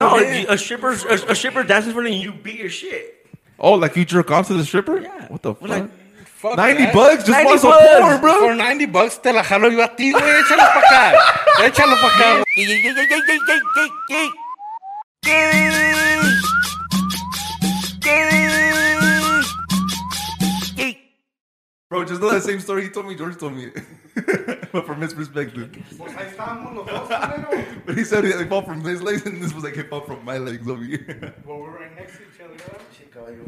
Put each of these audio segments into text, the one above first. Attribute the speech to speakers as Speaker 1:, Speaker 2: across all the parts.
Speaker 1: No, a stripper, a, a stripper dances in front of you, you beat your shit.
Speaker 2: Oh, like you jerk off to the stripper?
Speaker 1: Yeah.
Speaker 2: What the fuck?
Speaker 1: We're like,
Speaker 3: Fuck
Speaker 2: 90
Speaker 3: that.
Speaker 2: bucks just
Speaker 1: 90
Speaker 2: for some
Speaker 1: bucks.
Speaker 2: porn, bro.
Speaker 3: Por 90 bucks te la jalo yo a ti, güey. Échalo para acá. Échalo para acá, güey.
Speaker 2: Bro, just know that same story he told me, George told me. but from his perspective. but he said it fell from his legs, and this was like it fell from my legs over here.
Speaker 3: Well, we're right next to each other. Chicago.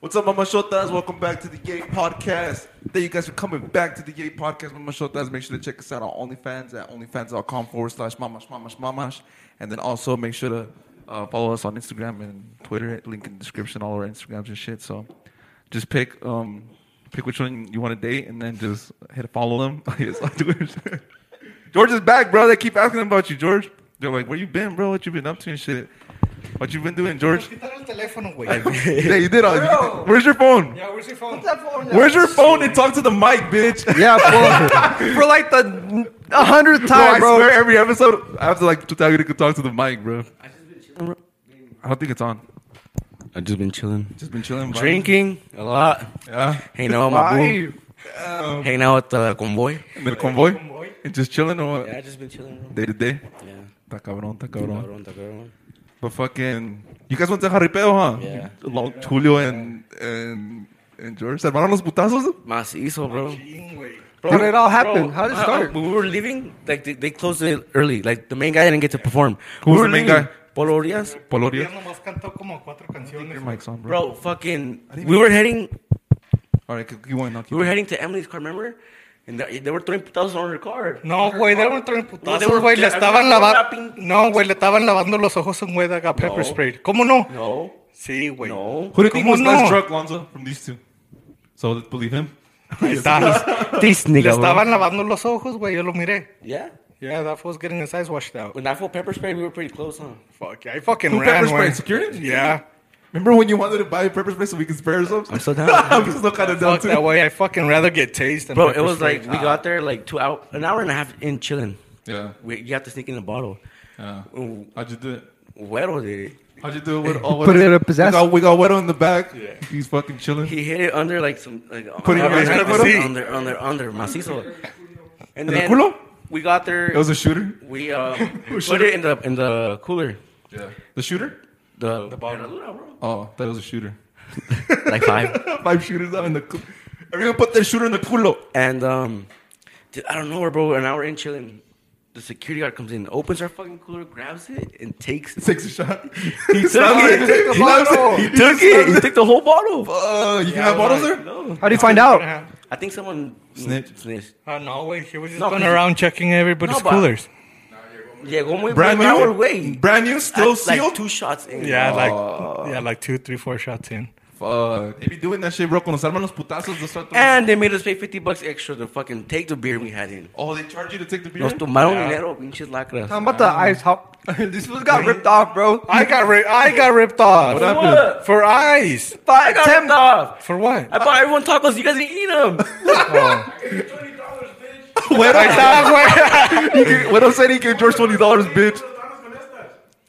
Speaker 2: What's up, Mama Shotas? Welcome back to the Gay Podcast. Thank you guys for coming back to the Gay Podcast, Mama Shotas. Make sure to check us out on OnlyFans at onlyfans.com forward slash mamash mamash mamash. And then also make sure to uh, follow us on Instagram and Twitter. Link in the description, all our Instagrams and shit. So just pick um, pick which one you want to date and then just hit follow them. Yes, on Twitter. George is back, bro. They keep asking about you, George. They're like, where you been, bro? What you been up to and shit? What you been doing, George?
Speaker 3: Quitar el teléfono, güey.
Speaker 2: yeah, you did all.
Speaker 1: Bro.
Speaker 2: Where's your phone?
Speaker 3: Yeah, where's your phone?
Speaker 2: Where's your phone and talk to the mic, bitch?
Speaker 4: Yeah, for, for like the a hundredth
Speaker 2: Bro, I
Speaker 4: time, bro.
Speaker 2: swear every episode I have to like to tell you to talk to the mic, bro. I don't think it's on.
Speaker 5: I've just been chilling,
Speaker 2: Just been chilling. bro.
Speaker 5: drinking a lot,
Speaker 2: Yeah.
Speaker 5: hanging
Speaker 4: Oh,
Speaker 5: out with my boo, hanging out with the convoy.
Speaker 2: In the convoy. And just chilling or what?
Speaker 5: Yeah, I just been chilling. Bro.
Speaker 2: Day to day.
Speaker 5: Yeah,
Speaker 2: Ta cabrón, ta cabrón.
Speaker 5: Cabrón, cabrón.
Speaker 2: But fucking, you guys went to Jaripeo, huh?
Speaker 5: Yeah.
Speaker 2: Long Julio and and and George. Se armaron los putazos.
Speaker 5: Macizo, bro.
Speaker 4: How did it all happen? How did it
Speaker 5: Uh, uh,
Speaker 4: start?
Speaker 5: when we were leaving, like they, they closed it early. Like the main guy didn't get to perform.
Speaker 2: Who
Speaker 5: we
Speaker 2: was
Speaker 5: were
Speaker 2: the main
Speaker 5: leaving.
Speaker 2: guy?
Speaker 5: Polo Orias.
Speaker 2: Poloria.
Speaker 3: Ya nomás cantó como cuatro canciones.
Speaker 2: Your mic's on, bro.
Speaker 5: Bro, fucking, we were heading,
Speaker 2: All right, keep going. now, keep
Speaker 5: we were heading to Emily's car, remember? And they, they were throwing putazos on her car.
Speaker 3: No, güey, de un tren
Speaker 5: No, they
Speaker 3: putazo,
Speaker 5: were-
Speaker 3: güey. Le
Speaker 5: I
Speaker 3: estaban
Speaker 5: remember
Speaker 3: lavando.
Speaker 5: rapping.
Speaker 3: No, güey, le estaban lavando los ojos a un güey de got pepper
Speaker 5: No.
Speaker 3: spray. ¿Cómo no?
Speaker 5: No,
Speaker 3: Sí, güey.
Speaker 5: no.
Speaker 2: Who do you think
Speaker 3: ¿Cómo
Speaker 2: was less
Speaker 3: no?
Speaker 2: drunk, Lonzo, from these two? So let's believe him.
Speaker 3: Ahí está.
Speaker 5: This
Speaker 3: Le
Speaker 5: nigga, bro.
Speaker 3: estaban lavando los ojos, güey. Yo lo miré.
Speaker 5: Yeah.
Speaker 3: Yeah, that fool's getting his eyes washed out.
Speaker 5: When I felt pepper spray, we were pretty close, huh?
Speaker 3: Fuck, yeah, I fucking
Speaker 2: Who
Speaker 3: ran,
Speaker 2: pepper sprayed?
Speaker 3: güey.
Speaker 2: Security?
Speaker 3: Yeah.
Speaker 2: Remember when you wanted to buy pepper spray so we could spare ourselves?
Speaker 5: I'm still down.
Speaker 2: I'm still kind of down
Speaker 3: Fuck
Speaker 2: too.
Speaker 3: that way. I fucking rather get tased than
Speaker 5: Bro,
Speaker 3: pepper
Speaker 5: it was
Speaker 3: spray. Ah.
Speaker 5: like we got there like two hour, an hour and a half in chilling.
Speaker 2: Yeah,
Speaker 5: We, you have to sneak in a bottle.
Speaker 2: yeah.
Speaker 5: Ooh,
Speaker 2: How'd you do it?
Speaker 5: Güero did it.
Speaker 2: How'd you do it? With, oh,
Speaker 4: Put it in a possess-
Speaker 2: We got, we got Weddle in the back. He's fucking chilling.
Speaker 5: He hit it under like some like
Speaker 2: Put it
Speaker 5: under,
Speaker 2: in your
Speaker 5: under,
Speaker 2: hand,
Speaker 5: under, under, under, under, macizo. And
Speaker 2: In the
Speaker 5: then
Speaker 2: culo?
Speaker 5: we got there.
Speaker 2: It was a Oh, shooter.
Speaker 5: we uh, put it in the in the cooler.
Speaker 2: Yeah. The shooter?
Speaker 5: The the bottle,
Speaker 2: Oh, that was a shooter.
Speaker 5: like five.
Speaker 2: Five shooters out in the. Cu- Everyone put their shooter in the culo.
Speaker 5: And um, dude, I don't know, bro. An hour in chilling, the security guard comes in, opens our fucking cooler, grabs it, and takes. It.
Speaker 2: Takes a shot. He took
Speaker 4: it.
Speaker 2: He loves
Speaker 4: He
Speaker 2: it. took it.
Speaker 5: He took the whole bottle.
Speaker 2: Uh, you can have bottles
Speaker 5: like,
Speaker 2: there?
Speaker 5: No.
Speaker 4: How do you find out?
Speaker 3: Uh-huh.
Speaker 5: I think someone
Speaker 2: Snitched.
Speaker 5: Snitched.
Speaker 3: Uh, no, güey. He was just
Speaker 5: No,
Speaker 3: going
Speaker 5: 'cause-
Speaker 3: around checking everybody's
Speaker 5: No, but-
Speaker 3: coolers.
Speaker 5: Llegó muy
Speaker 2: Brand
Speaker 5: buen hour,
Speaker 2: new?
Speaker 5: güey.
Speaker 2: Brand new? Still
Speaker 5: At,
Speaker 2: sealed?
Speaker 5: Like two shots in.
Speaker 3: Yeah,
Speaker 5: Oh.
Speaker 3: like yeah, like two, three, four shots in.
Speaker 2: Fuck. They be doing that shit, bro. Con los arman los putazos, they'll start throwing-
Speaker 5: And they made us pay 50 bucks extra to fucking take the beer we had in.
Speaker 2: Oh, they charge you to take the beer?
Speaker 5: Nos tomaron dinero, pinches lacras.
Speaker 4: How about the ice hop? this was got ripped off, bro.
Speaker 3: I got ri- I got ripped off.
Speaker 2: What happened?
Speaker 3: For eyes.
Speaker 5: I got ripped off.
Speaker 3: For what?
Speaker 5: I bought everyone tacos. You guys didn't eat them.
Speaker 3: Ahí está, güey.
Speaker 2: what I'm saying, he gave George twenty dollars, bitch.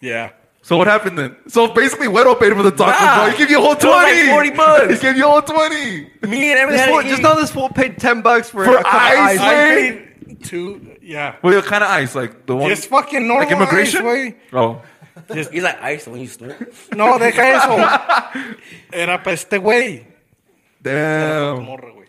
Speaker 3: Yeah.
Speaker 2: So what happened then? So basically, Weddle paid for the tacos,
Speaker 5: Nah.
Speaker 2: bro. He gave you a whole
Speaker 5: It was like
Speaker 2: twenty.
Speaker 5: 40 bucks.
Speaker 2: He gave you a whole twenty.
Speaker 5: Me and
Speaker 4: This fool,
Speaker 5: everyone
Speaker 4: just know this fool paid ten bucks for,
Speaker 2: For
Speaker 4: a couple
Speaker 2: ice,
Speaker 4: ice.
Speaker 3: I
Speaker 2: Hey.
Speaker 3: paid two. Yeah.
Speaker 2: Well, kind of ice, like the one.
Speaker 3: Just fucking normal
Speaker 2: Like immigration?
Speaker 3: ice, güey.
Speaker 2: Oh,
Speaker 5: He's like ice when you snort.
Speaker 3: No, deja eso. Era para este güey.
Speaker 2: damn.
Speaker 3: Morra, güey.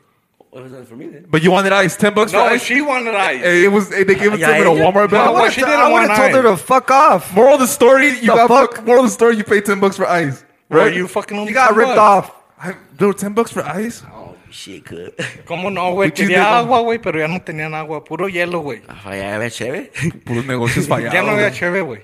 Speaker 5: What was that for me then?
Speaker 2: But you wanted ice, ten bucks for
Speaker 3: No,
Speaker 2: ice.
Speaker 3: she wanted ice.
Speaker 2: Hey, eh, it was hey, they gave it
Speaker 5: Yeah,
Speaker 2: to him at a
Speaker 5: yeah.
Speaker 2: Walmart
Speaker 4: I
Speaker 2: bag.
Speaker 3: Well,
Speaker 4: would
Speaker 3: she did it one
Speaker 4: have told her
Speaker 3: night.
Speaker 4: to fuck off.
Speaker 2: Moral of the story: You got
Speaker 4: The fuck?
Speaker 2: fuck. Moral of the story: You paid ten bucks for ice,
Speaker 3: Bro,
Speaker 2: right?
Speaker 3: you fucking only
Speaker 4: You got
Speaker 3: ten
Speaker 4: ripped
Speaker 3: bucks.
Speaker 4: off.
Speaker 2: I, dude, ten bucks for ice?
Speaker 5: Oh, shit, good.
Speaker 3: ¿Cómo no, güey?
Speaker 2: Pinche
Speaker 3: Quería
Speaker 2: dedo.
Speaker 3: agua, güey, pero ya no tenían agua. Puro hielo, güey.
Speaker 5: Oh, yeah, that's chévere.
Speaker 2: Puros negocios fallados.
Speaker 3: Ya no había cheve, güey.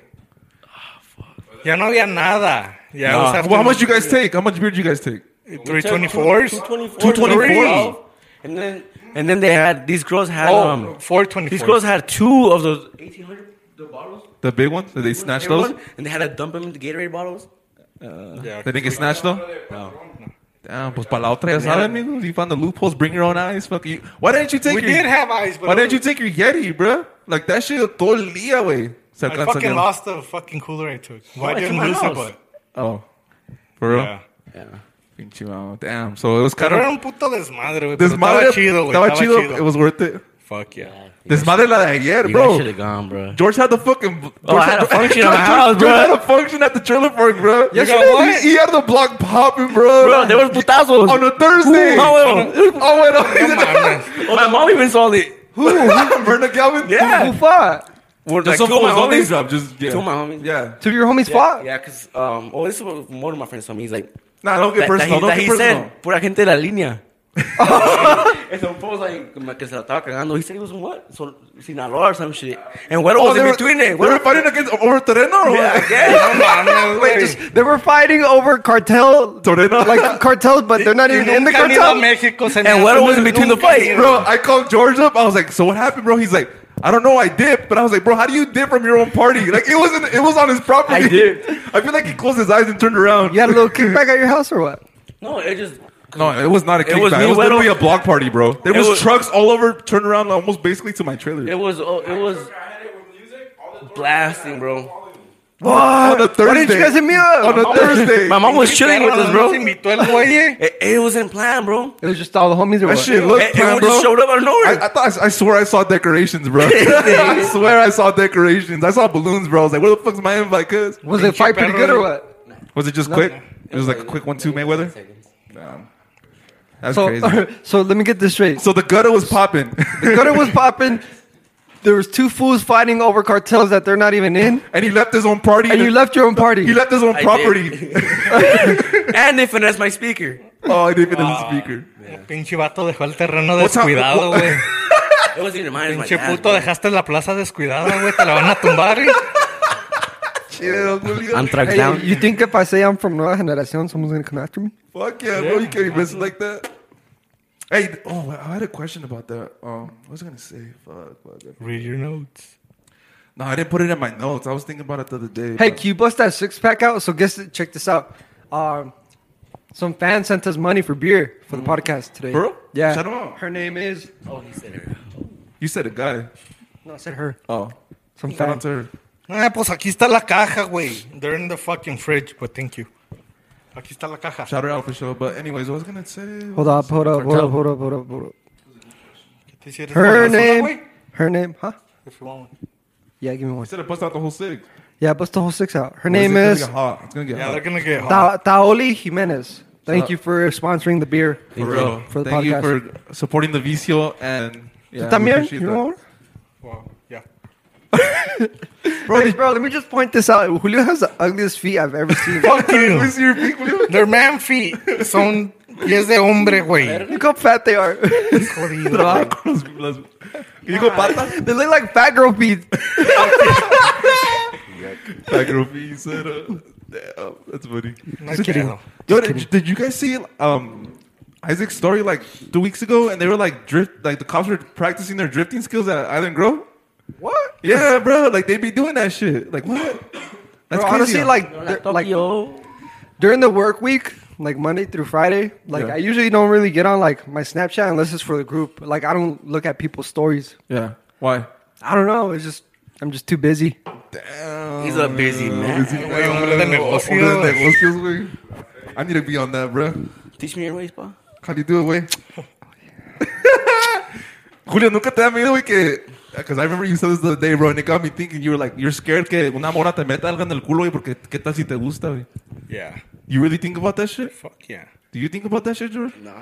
Speaker 3: Ya no había nada. Ya
Speaker 2: Nah.
Speaker 3: usaste
Speaker 2: Well, how much you guys take? How much beer did you guys take?
Speaker 3: 324s.
Speaker 2: 224s.
Speaker 5: And then, and then they had, these girls had,
Speaker 3: Oh,
Speaker 5: um, these girls
Speaker 3: 424.
Speaker 5: had two of those 1800 the bottles.
Speaker 2: The big ones? Did they snatch those?
Speaker 5: Everyone, and they had to dump them in the Gatorade bottles.
Speaker 2: They didn't get snatched though? Damn, pues para la otra, ya saben, amigos. You found the loopholes, bring your own ice. Fuck you. Why didn't you take
Speaker 3: We
Speaker 2: your...
Speaker 3: did have ice, but
Speaker 2: Why didn't you take your Yeti, bro? Like, that shit todo el día, güey. Se
Speaker 3: I
Speaker 2: alcanza
Speaker 3: fucking
Speaker 2: yo.
Speaker 3: lost the fucking cooler I took. Why
Speaker 5: it's
Speaker 3: didn't
Speaker 5: in my
Speaker 3: lose
Speaker 5: house.
Speaker 3: it?
Speaker 2: Oh, for real?
Speaker 3: Yeah.
Speaker 5: Yeah.
Speaker 2: Pinche mamá. Damn. So it was kind
Speaker 3: Pero era
Speaker 2: of.
Speaker 3: un puto desmadre, güey. pero
Speaker 2: Desmadre.
Speaker 3: Estaba chido, güey.
Speaker 2: Estaba chido. It was worth it.
Speaker 3: Fuck yeah.
Speaker 2: Desmadre la de ayer,
Speaker 5: You guys
Speaker 2: bro.
Speaker 5: should have gone, bro.
Speaker 2: George had the fucking. George
Speaker 5: Oh, I had a function
Speaker 2: George,
Speaker 5: at my house,
Speaker 2: George had a function at the trailer park, bro.
Speaker 3: got what?
Speaker 2: He, he had the block popping, bro.
Speaker 5: Bro, there was putazos.
Speaker 2: on a Thursday.
Speaker 5: Oh, well.
Speaker 2: Oh, wait, no. He's
Speaker 3: No mames.
Speaker 5: Oh, my mom even saw it.
Speaker 2: like, Brenda Calvin?
Speaker 5: Yeah.
Speaker 4: Who fought?
Speaker 5: We're
Speaker 2: Just
Speaker 5: like, two of
Speaker 2: some
Speaker 5: my
Speaker 2: fools don't
Speaker 5: homies.
Speaker 2: eavesdrop, just- yeah.
Speaker 5: Two of my homies.
Speaker 2: Yeah.
Speaker 4: Two of your homies fought?
Speaker 5: Yeah, because, um, oh, this is what one of my friends told me. He's like,
Speaker 2: Nah, don't get
Speaker 5: that, that he,
Speaker 2: personal. Don't
Speaker 5: that
Speaker 2: get
Speaker 5: he
Speaker 2: personal.
Speaker 5: said, pura gente de la línea. and some fool was like, como que se la estaba cagando. He said he was from what? So, Sinaloa or some shit. And Güero was
Speaker 2: Oh, they
Speaker 5: in
Speaker 2: were-
Speaker 5: between it.
Speaker 2: They were
Speaker 5: Güero-
Speaker 2: fighting against over Terreno or
Speaker 5: Yeah, I
Speaker 2: what?
Speaker 5: guess.
Speaker 3: No mames,
Speaker 4: Wait,
Speaker 3: güey.
Speaker 4: just, they were fighting over cartel,
Speaker 2: Toreno.
Speaker 4: like cartels, but they're not
Speaker 3: Y
Speaker 4: even in the
Speaker 3: nunca han ido a
Speaker 4: cartel.
Speaker 3: México, se
Speaker 5: And Güero was in between the
Speaker 3: nunca
Speaker 5: fight,
Speaker 3: han ido.
Speaker 2: Bro, I called George up. I was like, "So what happened, bro?" He's like, "I don't know. I dipped." But I was like, "Bro, how do you dip from your own party? Like it wasn't. It was on his property.
Speaker 5: I dipped.
Speaker 2: I feel like he closed his eyes and turned around.
Speaker 4: You had a little kickback at your house or what?
Speaker 5: No, it just.
Speaker 2: No, it was not a kickback. It was,
Speaker 5: was me,
Speaker 2: literally
Speaker 5: Güero.
Speaker 2: a block party, bro. There
Speaker 5: It
Speaker 2: was,
Speaker 5: was-
Speaker 2: trucks all over, turned around almost basically to my trailer.
Speaker 5: It was. Oh, it was. Blasting, bro.
Speaker 2: on a Thursday.
Speaker 4: Why didn't you guys hit me
Speaker 2: on
Speaker 4: up?
Speaker 2: a Thursday.
Speaker 5: My mom was chilling with us,
Speaker 3: No
Speaker 5: bro.
Speaker 3: nos invitó el güey.
Speaker 5: It, it wasn't planned, bro.
Speaker 4: It was just all the homies
Speaker 2: that
Speaker 4: or what?
Speaker 2: shit looked
Speaker 5: It,
Speaker 2: planned,
Speaker 5: it
Speaker 2: bro.
Speaker 5: just showed up out of
Speaker 2: I,
Speaker 5: nowhere.
Speaker 2: I thought I swear I saw decorations, bro. I swear I saw decorations. I saw balloons, bro. I was like, "Where the fuck's my invite?" Cause
Speaker 4: Was it fight pretty good or what?
Speaker 2: was it just quick? It was like a quick one-two Mayweather. Damn. That's crazy.
Speaker 4: So, so let me get this straight.
Speaker 2: So the gutter was popping.
Speaker 4: The gutter was popping. There was two fools fighting over cartels that they're not even in,
Speaker 2: and he left his own party.
Speaker 4: and you left your own party.
Speaker 2: He left his own
Speaker 5: I
Speaker 2: property.
Speaker 5: and they finessed my speaker.
Speaker 2: oh, I didn't even his speaker.
Speaker 3: Pinche vato dejó el terreno
Speaker 2: What's up?
Speaker 3: descuidado,
Speaker 2: What-
Speaker 3: güey.
Speaker 5: It wasn't even mine. It was my
Speaker 3: Pinche
Speaker 5: dad's,
Speaker 3: puto,
Speaker 5: bro.
Speaker 3: dejaste la plaza descuidada, güey. Te la van a tumbar, güey.
Speaker 2: Chill, Julio.
Speaker 5: I'm tracked
Speaker 4: Hey,
Speaker 5: down.
Speaker 4: you think if I say I'm from Nueva Generacion, someone's gonna come after me?
Speaker 2: Fuck yeah, bro. You can't even mess like that. Hey, oh, I had a question about that. Um, what was I gonna say? Fuck, fuck. fuck.
Speaker 3: Read your notes.
Speaker 2: No, I didn't put it in my notes. I was thinking about it the other day.
Speaker 4: Hey,
Speaker 2: but-
Speaker 4: can you bust that six pack out? So guess check this out. Um, some fan sent us money for beer for the podcast today.
Speaker 2: Mm. For real?
Speaker 4: Yeah.
Speaker 2: Shout 'em out.
Speaker 4: Her name is.
Speaker 5: Oh, he said it.
Speaker 2: you said a guy.
Speaker 4: No, I said her.
Speaker 2: Oh,
Speaker 4: Some
Speaker 2: shout
Speaker 4: fan.
Speaker 2: out to her.
Speaker 3: Ah, pues aquí está la caja, güey. They're in the fucking fridge, but thank you. Aquí está la caja.
Speaker 2: Shout her out for sure. But anyways, what was I gonna say?
Speaker 4: Hold up, hold up, hold up, hold up, hold up, hold up.
Speaker 3: ¿Te hicieron
Speaker 4: Her
Speaker 3: con la soda,
Speaker 4: name.
Speaker 3: güey?
Speaker 4: Her name, huh?
Speaker 3: If you want one.
Speaker 4: Yeah, give me one.
Speaker 2: Instead of bust out the whole six.
Speaker 4: Yeah, bust the whole six out. Her
Speaker 2: Or
Speaker 4: name
Speaker 2: it gonna
Speaker 4: is
Speaker 2: get hot. It's gonna get
Speaker 3: Yeah,
Speaker 2: hot.
Speaker 3: they're gonna get hot.
Speaker 4: Ta- Taoli Jimenez. Thank you for sponsoring the beer.
Speaker 2: For real.
Speaker 4: For the
Speaker 2: Thank you
Speaker 4: podcast.
Speaker 2: for supporting the vicio and yeah,
Speaker 4: Tú
Speaker 2: we
Speaker 4: también,
Speaker 2: appreciate
Speaker 4: you
Speaker 2: that.
Speaker 4: know?
Speaker 3: Wow, yeah.
Speaker 4: Bro, bro, let me just point this out. Julio has the ugliest feet I've ever seen.
Speaker 3: Fuck you.
Speaker 2: Who's your big blue?
Speaker 3: They're man feet. Son pies de hombre, güey.
Speaker 4: Look how fat they are. they
Speaker 3: Jodido.
Speaker 2: Los- los- Can you go pata?
Speaker 4: look like fat girl feet.
Speaker 2: Said, uh, damn, that's funny.
Speaker 3: No quiero.
Speaker 2: Yo, did, did you guys see um, Isaac's story like two weeks ago? And they were like drift, like the cops were practicing their drifting skills at Island Grove.
Speaker 4: What?
Speaker 2: Yeah, bro, like they be doing that shit. Like what? That's
Speaker 4: Bro,
Speaker 2: crazy.
Speaker 4: honestly, like, dur- like during the work week, like Monday through Friday, like
Speaker 2: Yeah.
Speaker 4: I usually don't really get on like my Snapchat unless it's for the group. Like I don't look at people's stories.
Speaker 2: yeah. Why?
Speaker 4: I don't know. It's just I'm just too busy.
Speaker 5: He's a busy
Speaker 2: Mm.
Speaker 5: man.
Speaker 3: Güey, hombre de negocio.
Speaker 2: Hombre de
Speaker 3: güey.
Speaker 2: negocios, güey. I need to be on that, bro.
Speaker 5: Teach me your ways, pa.
Speaker 2: How do you do it, güey? Julio, nunca te da miedo, güey, que... Because I remember you said this the other day, bro, and it got me thinking. You were like, you're scared que una mora te meta algo en el culo, güey, porque qué tal si te gusta, güey.
Speaker 3: Yeah.
Speaker 2: You really think about that shit?
Speaker 3: Fuck yeah.
Speaker 2: Do you think about that shit, George?
Speaker 5: Nah.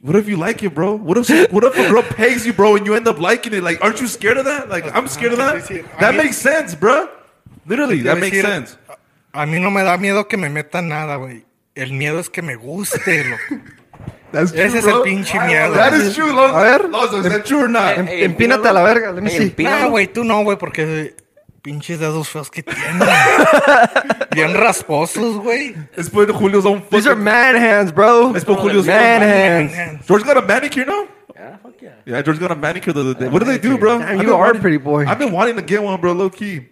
Speaker 2: What if you like it, bro? What if what if a girl pegs you, bro, and you end up liking it? Like, aren't you scared of that? Like, I'm scared of that. That makes sense, bro. Literally, that makes
Speaker 3: Decir,
Speaker 2: sense.
Speaker 3: A, a mí no me da miedo que me metan nada, güey. El miedo es que me guste, loco.
Speaker 2: That's true,
Speaker 3: Ese es el
Speaker 2: bro.
Speaker 3: pinche miedo.
Speaker 2: That is true, Lonzo.
Speaker 4: A ver.
Speaker 2: Lonzo, is that true or not?
Speaker 4: Em- empínate a la verga. Let me
Speaker 5: Hey,
Speaker 4: see.
Speaker 3: Ah,
Speaker 5: empínalo.
Speaker 3: güey, tú no, güey, porque pinches dedos feos que tienen. Bien rasposos, güey.
Speaker 2: Let's put Julio's own
Speaker 4: These are
Speaker 2: fucking...
Speaker 4: man hands, bro.
Speaker 2: Let's put Julio's
Speaker 4: man
Speaker 2: own...
Speaker 4: hands.
Speaker 3: Man,
Speaker 2: George got a manicure now?
Speaker 5: Yeah, fuck yeah.
Speaker 2: Yeah, George got a manicure the other day. What do they do, bro?
Speaker 4: Damn,
Speaker 2: I've
Speaker 4: you
Speaker 2: been
Speaker 4: are
Speaker 2: wanting-
Speaker 4: pretty boy.
Speaker 2: I've been wanting to get one, bro, low key.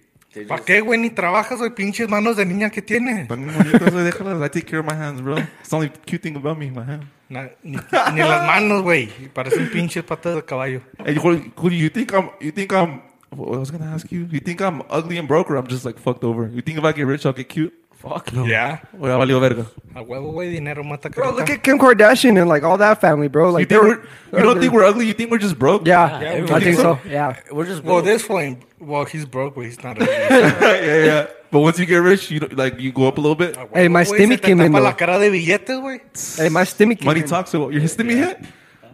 Speaker 3: ¿Para qué, güey? Ni trabajas, güey. Pinches manos de niña que tiene.
Speaker 2: But déjalas, I take care of my hands, bro. It's the only cute thing about me, my hand.
Speaker 3: Na- ni, ni las manos, güey. Parecen pinches patas de caballo.
Speaker 2: Hey, Julio, Julio, you think I'm you think I'm What I was gonna ask you. You think I'm ugly and broke, or I'm just like fucked over? You think if I get rich, I'll get cute? Fuck no.
Speaker 3: Yeah.
Speaker 2: Well, I valió verga.
Speaker 3: A huevo, güey, dinero mata
Speaker 4: Bro, look
Speaker 3: carita.
Speaker 4: at Kim Kardashian and like all that family, bro.
Speaker 2: You
Speaker 4: Like
Speaker 2: think
Speaker 4: they
Speaker 2: we're,
Speaker 4: were,
Speaker 2: you don't think we're ugly? You think we're just broke?
Speaker 4: yeah,
Speaker 3: Yeah,
Speaker 4: I
Speaker 3: everybody
Speaker 4: think
Speaker 3: thinks
Speaker 4: so. Yeah,
Speaker 5: We're just
Speaker 2: Oh,
Speaker 3: Well,
Speaker 5: broke.
Speaker 3: this flame. Well, he's broke, but he's not. ugly.
Speaker 2: yeah, yeah. But once you get rich, you don't, like you go up a little bit.
Speaker 4: Hey, my
Speaker 3: Güey, se
Speaker 4: stimmy
Speaker 3: te
Speaker 4: came in,
Speaker 3: tapa
Speaker 4: though.
Speaker 3: la cara de billetes, güey.
Speaker 4: hey, my stimmy.
Speaker 2: Money
Speaker 4: came-
Speaker 2: talks. So you're stimmy hit.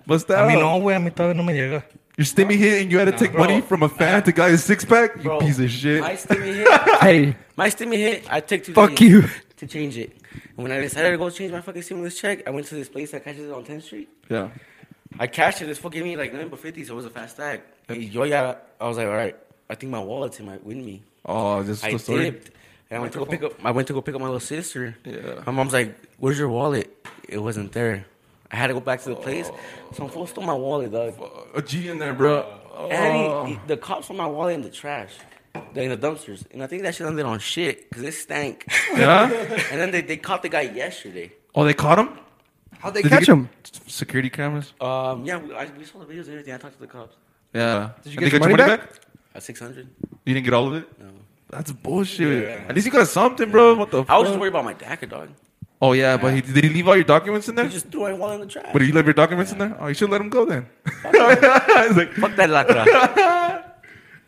Speaker 2: What's that?
Speaker 3: A mí no, güey, a mí todavía no me llega.
Speaker 2: Your stimmy hit, and you had to take
Speaker 5: Bro.
Speaker 2: money from a fan to guy his six pack. You
Speaker 5: Bro,
Speaker 2: piece of shit.
Speaker 5: My stimmy hit.
Speaker 4: Hey,
Speaker 5: My stimmy hit. I took two.
Speaker 4: Fuck
Speaker 5: days
Speaker 4: you.
Speaker 5: To change it. And when I decided to go change my fucking stimulus check, I went to this place that cashes it on 10th Street.
Speaker 2: yeah.
Speaker 5: I cashed it. This fool gave me like nothing but 50, so it was a fast stack. Hey, yo, yeah. I was like, all right. I think my wallet's in my with me.
Speaker 2: Oh, this is
Speaker 5: I
Speaker 2: the story.
Speaker 5: dipped. And I went to go pick up. I went to go pick up my little sister.
Speaker 2: Yeah.
Speaker 5: My mom's like, "Where's your wallet?" It wasn't there. I had to go back to the place.
Speaker 2: Oh.
Speaker 5: Some fool stole my wallet, dog.
Speaker 2: A G in there, bro.
Speaker 5: Oh. And he, he- the cops found my wallet in the trash, in the dumpsters. And I think that shit landed on shit because it stank.
Speaker 2: Yeah.
Speaker 5: and then they, they caught the guy yesterday.
Speaker 2: Oh, they caught him.
Speaker 4: how'd they
Speaker 2: Did
Speaker 4: catch
Speaker 2: get
Speaker 4: him?
Speaker 2: Security cameras.
Speaker 5: Um, yeah, we, I, we saw the videos and everything. I talked to the cops.
Speaker 2: Yeah. Did
Speaker 4: you get your money back?
Speaker 5: At 600?
Speaker 2: You didn't get all of it.
Speaker 5: No.
Speaker 2: That's bullshit.
Speaker 3: Yeah.
Speaker 2: At least you got something, bro. What the?
Speaker 5: I was
Speaker 2: fuck?
Speaker 5: just worried about my DACA, dog.
Speaker 2: Oh yeah, but he, did he leave all your documents in there?
Speaker 5: He just threw my wallet in the trash.
Speaker 2: But did you leave your documents in there? Oh, you should let him go then. It's like,
Speaker 5: Fuck that lacra.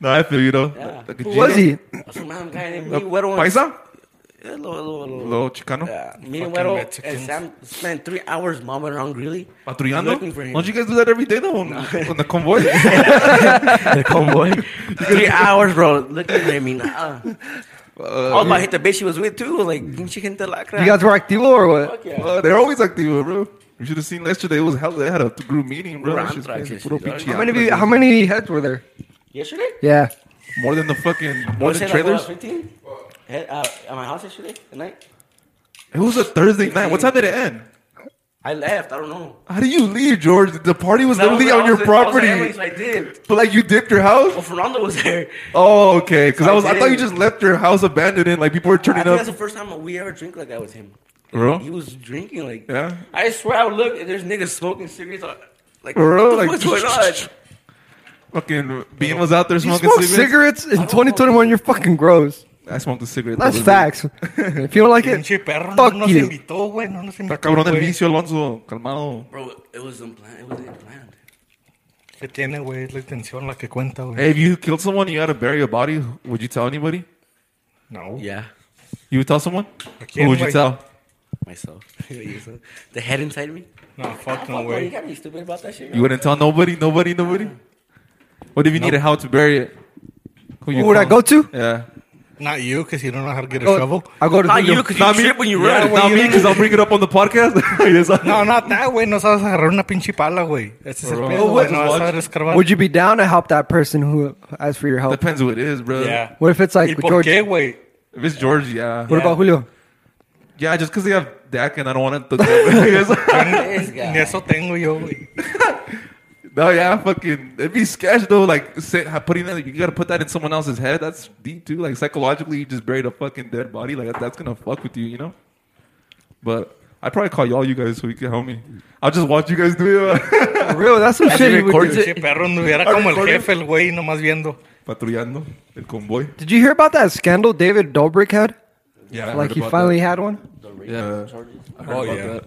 Speaker 2: no, I feel you though.
Speaker 5: Yeah.
Speaker 2: Like a
Speaker 5: Who
Speaker 2: G.
Speaker 4: Was he?
Speaker 5: Some random guy named
Speaker 2: A
Speaker 5: me, Güero. and-
Speaker 2: Paisa?
Speaker 5: Yeah, Hello, hello, hello.
Speaker 2: Little Chicano?
Speaker 5: Yeah, me and
Speaker 3: Fucking
Speaker 5: Wero and
Speaker 3: Mexicans.
Speaker 5: Sam spent three hours mama around Greeley.
Speaker 2: Patrullando?
Speaker 5: Looking for him.
Speaker 2: Don't you guys do that every day though? On, on the convoy?
Speaker 5: three hours, bro. Looking at me. Nah. All my hit the bitch she was with too. Like, pinche gente lacra.
Speaker 4: You guys were activo or what?
Speaker 5: Fuck yeah.
Speaker 2: Uh, they're always active, bro. You should have seen yesterday. It was hell. They had a group meeting, bro.
Speaker 5: We're
Speaker 2: That shit's
Speaker 5: Amtrak
Speaker 2: crazy.
Speaker 5: yesterday,
Speaker 2: Puro
Speaker 5: dog.
Speaker 2: pinche
Speaker 4: How many? of you-
Speaker 2: Amtrak.
Speaker 4: How many heads were there?
Speaker 5: Yesterday?
Speaker 4: Yeah,
Speaker 2: More than the fucking more
Speaker 5: Was
Speaker 2: than
Speaker 5: it like,
Speaker 2: trailers.
Speaker 5: what, 15? At, uh, at my house yesterday at night?
Speaker 2: It was a Thursday night. What time did it end?
Speaker 5: I left. I don't know.
Speaker 2: How do you leave, George? The party was literally
Speaker 5: I
Speaker 2: on your
Speaker 5: was- I was at
Speaker 2: property.
Speaker 5: Emily's, I did.
Speaker 2: but like you dipped your house.
Speaker 5: Well, Fernando was there.
Speaker 2: Oh, okay. Because I
Speaker 5: Oh. I
Speaker 2: was, I thought you
Speaker 5: did.
Speaker 2: just left your house abandoned and like people were
Speaker 5: I
Speaker 2: turning
Speaker 5: think that's the
Speaker 2: up.
Speaker 5: first time we ever drink like that with him.
Speaker 2: Bro,
Speaker 5: He was drinking like.
Speaker 2: Yeah.
Speaker 5: I swear, I would look and there's niggas smoking cigarettes. uh, Like,
Speaker 2: Bro,
Speaker 5: what the
Speaker 2: like-
Speaker 5: fuck's going on?
Speaker 2: fucking Bean was out there
Speaker 4: you
Speaker 2: smoking
Speaker 4: smoke
Speaker 2: cigarettes.
Speaker 4: cigarettes in 2021. You're fucking gross.
Speaker 2: I smoked a cigarette.
Speaker 4: That's
Speaker 2: though.
Speaker 4: facts. if you don't like it,
Speaker 3: Pinche perro no
Speaker 4: fuck
Speaker 3: nos
Speaker 4: you.
Speaker 3: invitó, güey. No nos invitó.
Speaker 2: Está cabrón el
Speaker 3: güey.
Speaker 2: vicio, Alonso. Calmado.
Speaker 5: Bro, it was unplanned. It wasn't planned.
Speaker 3: Que tiene, güey. Es la intención la que cuenta, güey.
Speaker 2: Hey, if you killed someone, you had to bury a body. Would you tell anybody?
Speaker 3: No.
Speaker 5: Yeah,
Speaker 2: You would tell someone?
Speaker 3: can't
Speaker 2: Who would you
Speaker 3: wait.
Speaker 2: tell?
Speaker 5: myself. Yourself. the head inside me.
Speaker 3: No, fuck
Speaker 5: Fuck,
Speaker 3: no,
Speaker 5: bro, you
Speaker 3: güey.
Speaker 5: gotta be stupid about that shit.
Speaker 2: You wouldn't tell nobody, nobody, nobody? What if you needed how to bury it? Who, you
Speaker 4: Who would I
Speaker 2: call?
Speaker 4: go to?
Speaker 2: Yeah.
Speaker 3: Not you, because you don't know how to get a
Speaker 4: Go-
Speaker 3: shovel.
Speaker 4: I go to
Speaker 3: Ah,
Speaker 5: Not you,
Speaker 4: Julio.
Speaker 5: because you
Speaker 2: Not me,
Speaker 5: trip when you
Speaker 2: yeah,
Speaker 5: run.
Speaker 2: not me, because I'll bring it up on the podcast. Yes, I-
Speaker 3: No, not that, güey. No sabes agarrar una pinche pala, güey. Ese es el
Speaker 2: Bro.
Speaker 3: pedo,
Speaker 2: Oh,
Speaker 3: güey.
Speaker 2: what?
Speaker 3: No vas a saber escarbar.
Speaker 4: Would you be down to help that person who asked for your help?
Speaker 2: Depends who it is, bro.
Speaker 3: Yeah.
Speaker 4: What if it's like
Speaker 3: ¿Y por
Speaker 4: George?
Speaker 3: qué, güey?
Speaker 2: If it's George, yeah.
Speaker 4: What
Speaker 3: Yeah.
Speaker 4: about Julio?
Speaker 2: Yeah, just because they have Dak and I don't want to. Yes.
Speaker 5: This
Speaker 3: Ni
Speaker 5: guy.
Speaker 3: eso tengo yo, güey.
Speaker 2: no, yeah, fucking. It'd be sketch though. Like sit, ha- putting that, you gotta put that in someone else's head. That's deep too. Like psychologically, you just buried a fucking dead body. Like that's gonna fuck with you, you know. But I'd probably call y'all, you guys, so you can help me. I'll just watch you guys do it. uh,
Speaker 4: For real, that's some shit you would do.
Speaker 3: Pinche perro anduviera
Speaker 2: Ah,
Speaker 3: como el jefe, el güey, nomás viendo.
Speaker 2: Patrullando el convoy.
Speaker 4: Did you hear about that scandal David Dobrik had?
Speaker 2: Yeah, I
Speaker 4: like
Speaker 2: heard
Speaker 4: he
Speaker 2: about
Speaker 4: finally had one.
Speaker 2: That. Yeah, I heard
Speaker 3: Oh,
Speaker 2: about
Speaker 3: yeah.
Speaker 2: that.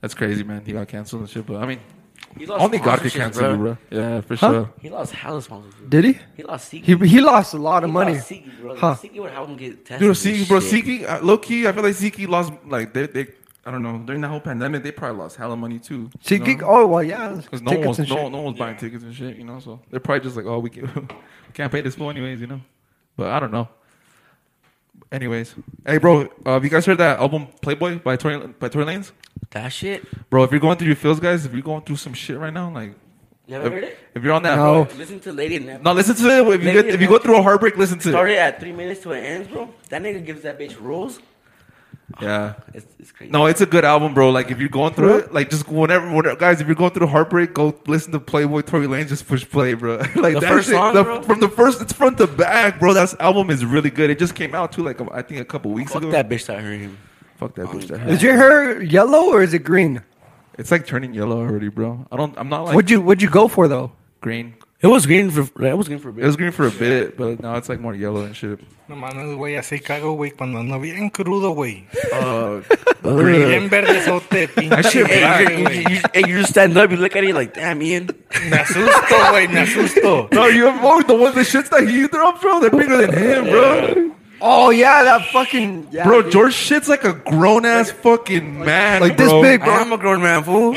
Speaker 2: That's crazy, man. He got canceled and shit. But I mean,
Speaker 5: He lost
Speaker 2: only God could
Speaker 5: sponsorships,
Speaker 2: cancel you, bro. Yeah, for
Speaker 4: Huh?
Speaker 2: sure.
Speaker 5: He lost hella sponsorships.
Speaker 4: Did he?
Speaker 5: He lost Siggy.
Speaker 4: He he lost a lot of
Speaker 5: He
Speaker 4: money.
Speaker 5: lost Siggy, bro.
Speaker 4: Huh.
Speaker 5: Siggy would help him get tested.
Speaker 2: Dude,
Speaker 5: and
Speaker 2: Siki, bro,
Speaker 5: shit.
Speaker 2: Siki, uh, low key, I feel like Siki lost, like, they, they, I don't know, during that whole pandemic, they probably lost hella money too.
Speaker 4: See, geek- oh well, yeah.
Speaker 2: Because no, one was, no, no one was buying tickets and shit, you know, so they're probably just like, oh, we, can, we can't pay this bill anyways, you know? But I don't know. Anyways, hey, bro, uh, have you guys heard that album Playboy by Tory, by Tory Lanez?
Speaker 5: That shit.
Speaker 2: Bro, if you're going through your feels, guys, if you're going through some shit right now, like,
Speaker 5: You
Speaker 2: if,
Speaker 5: haven't heard it?
Speaker 2: if you're on that,
Speaker 4: No.
Speaker 5: Listen to Lady Nap.
Speaker 2: no, listen to it. If you,
Speaker 5: Maybe
Speaker 2: get, if you go through a heartbreak, listen to it.
Speaker 5: Started at three minutes to an end, bro. That nigga gives that bitch rolls.
Speaker 2: Yeah.
Speaker 5: It's, it's crazy.
Speaker 2: No, it's a good album, bro. Like if you're going through it, like just whenever, whenever guys, if you're going through heartbreak, go listen to Playboy Tory Lane. Just push play, bro. like
Speaker 5: The
Speaker 2: that
Speaker 5: first
Speaker 2: shit,
Speaker 5: song,
Speaker 2: the-
Speaker 5: bro?
Speaker 2: from the first, it's front to back, bro. That album is really good. It just came out too, like I think a couple weeks
Speaker 5: Fuck
Speaker 2: ago.
Speaker 5: that bitch that hurt him.
Speaker 2: Fuck that bitch. That
Speaker 4: Is your hair yellow or is it green?
Speaker 2: It's like turning yellow already, bro. I don't. I'm not like
Speaker 4: What'd you What'd you go for though?
Speaker 2: green.
Speaker 5: It was green for it was green for a bit.
Speaker 2: It was green for a bit, but now it's like more yellow and shit.
Speaker 3: No mames, güey, así cago, güey, cuando ando bien crudo, güey.
Speaker 2: Uh,
Speaker 3: Bien verdezote, pinche
Speaker 5: Hey,
Speaker 3: verde,
Speaker 5: you,
Speaker 3: güey.
Speaker 5: you- you- hey, you just stand up, you look at it like, damn, Ian.
Speaker 3: Me asusto, güey, me asusto.
Speaker 2: no, you have the ones the shits that he threw up, bro. They're bigger than him, bro.
Speaker 4: Oh yeah, that fucking yeah,
Speaker 2: Bro,
Speaker 4: dude.
Speaker 2: George shits like a grown ass fucking man,
Speaker 4: like this big, bro.
Speaker 5: I'm a grown man, fool.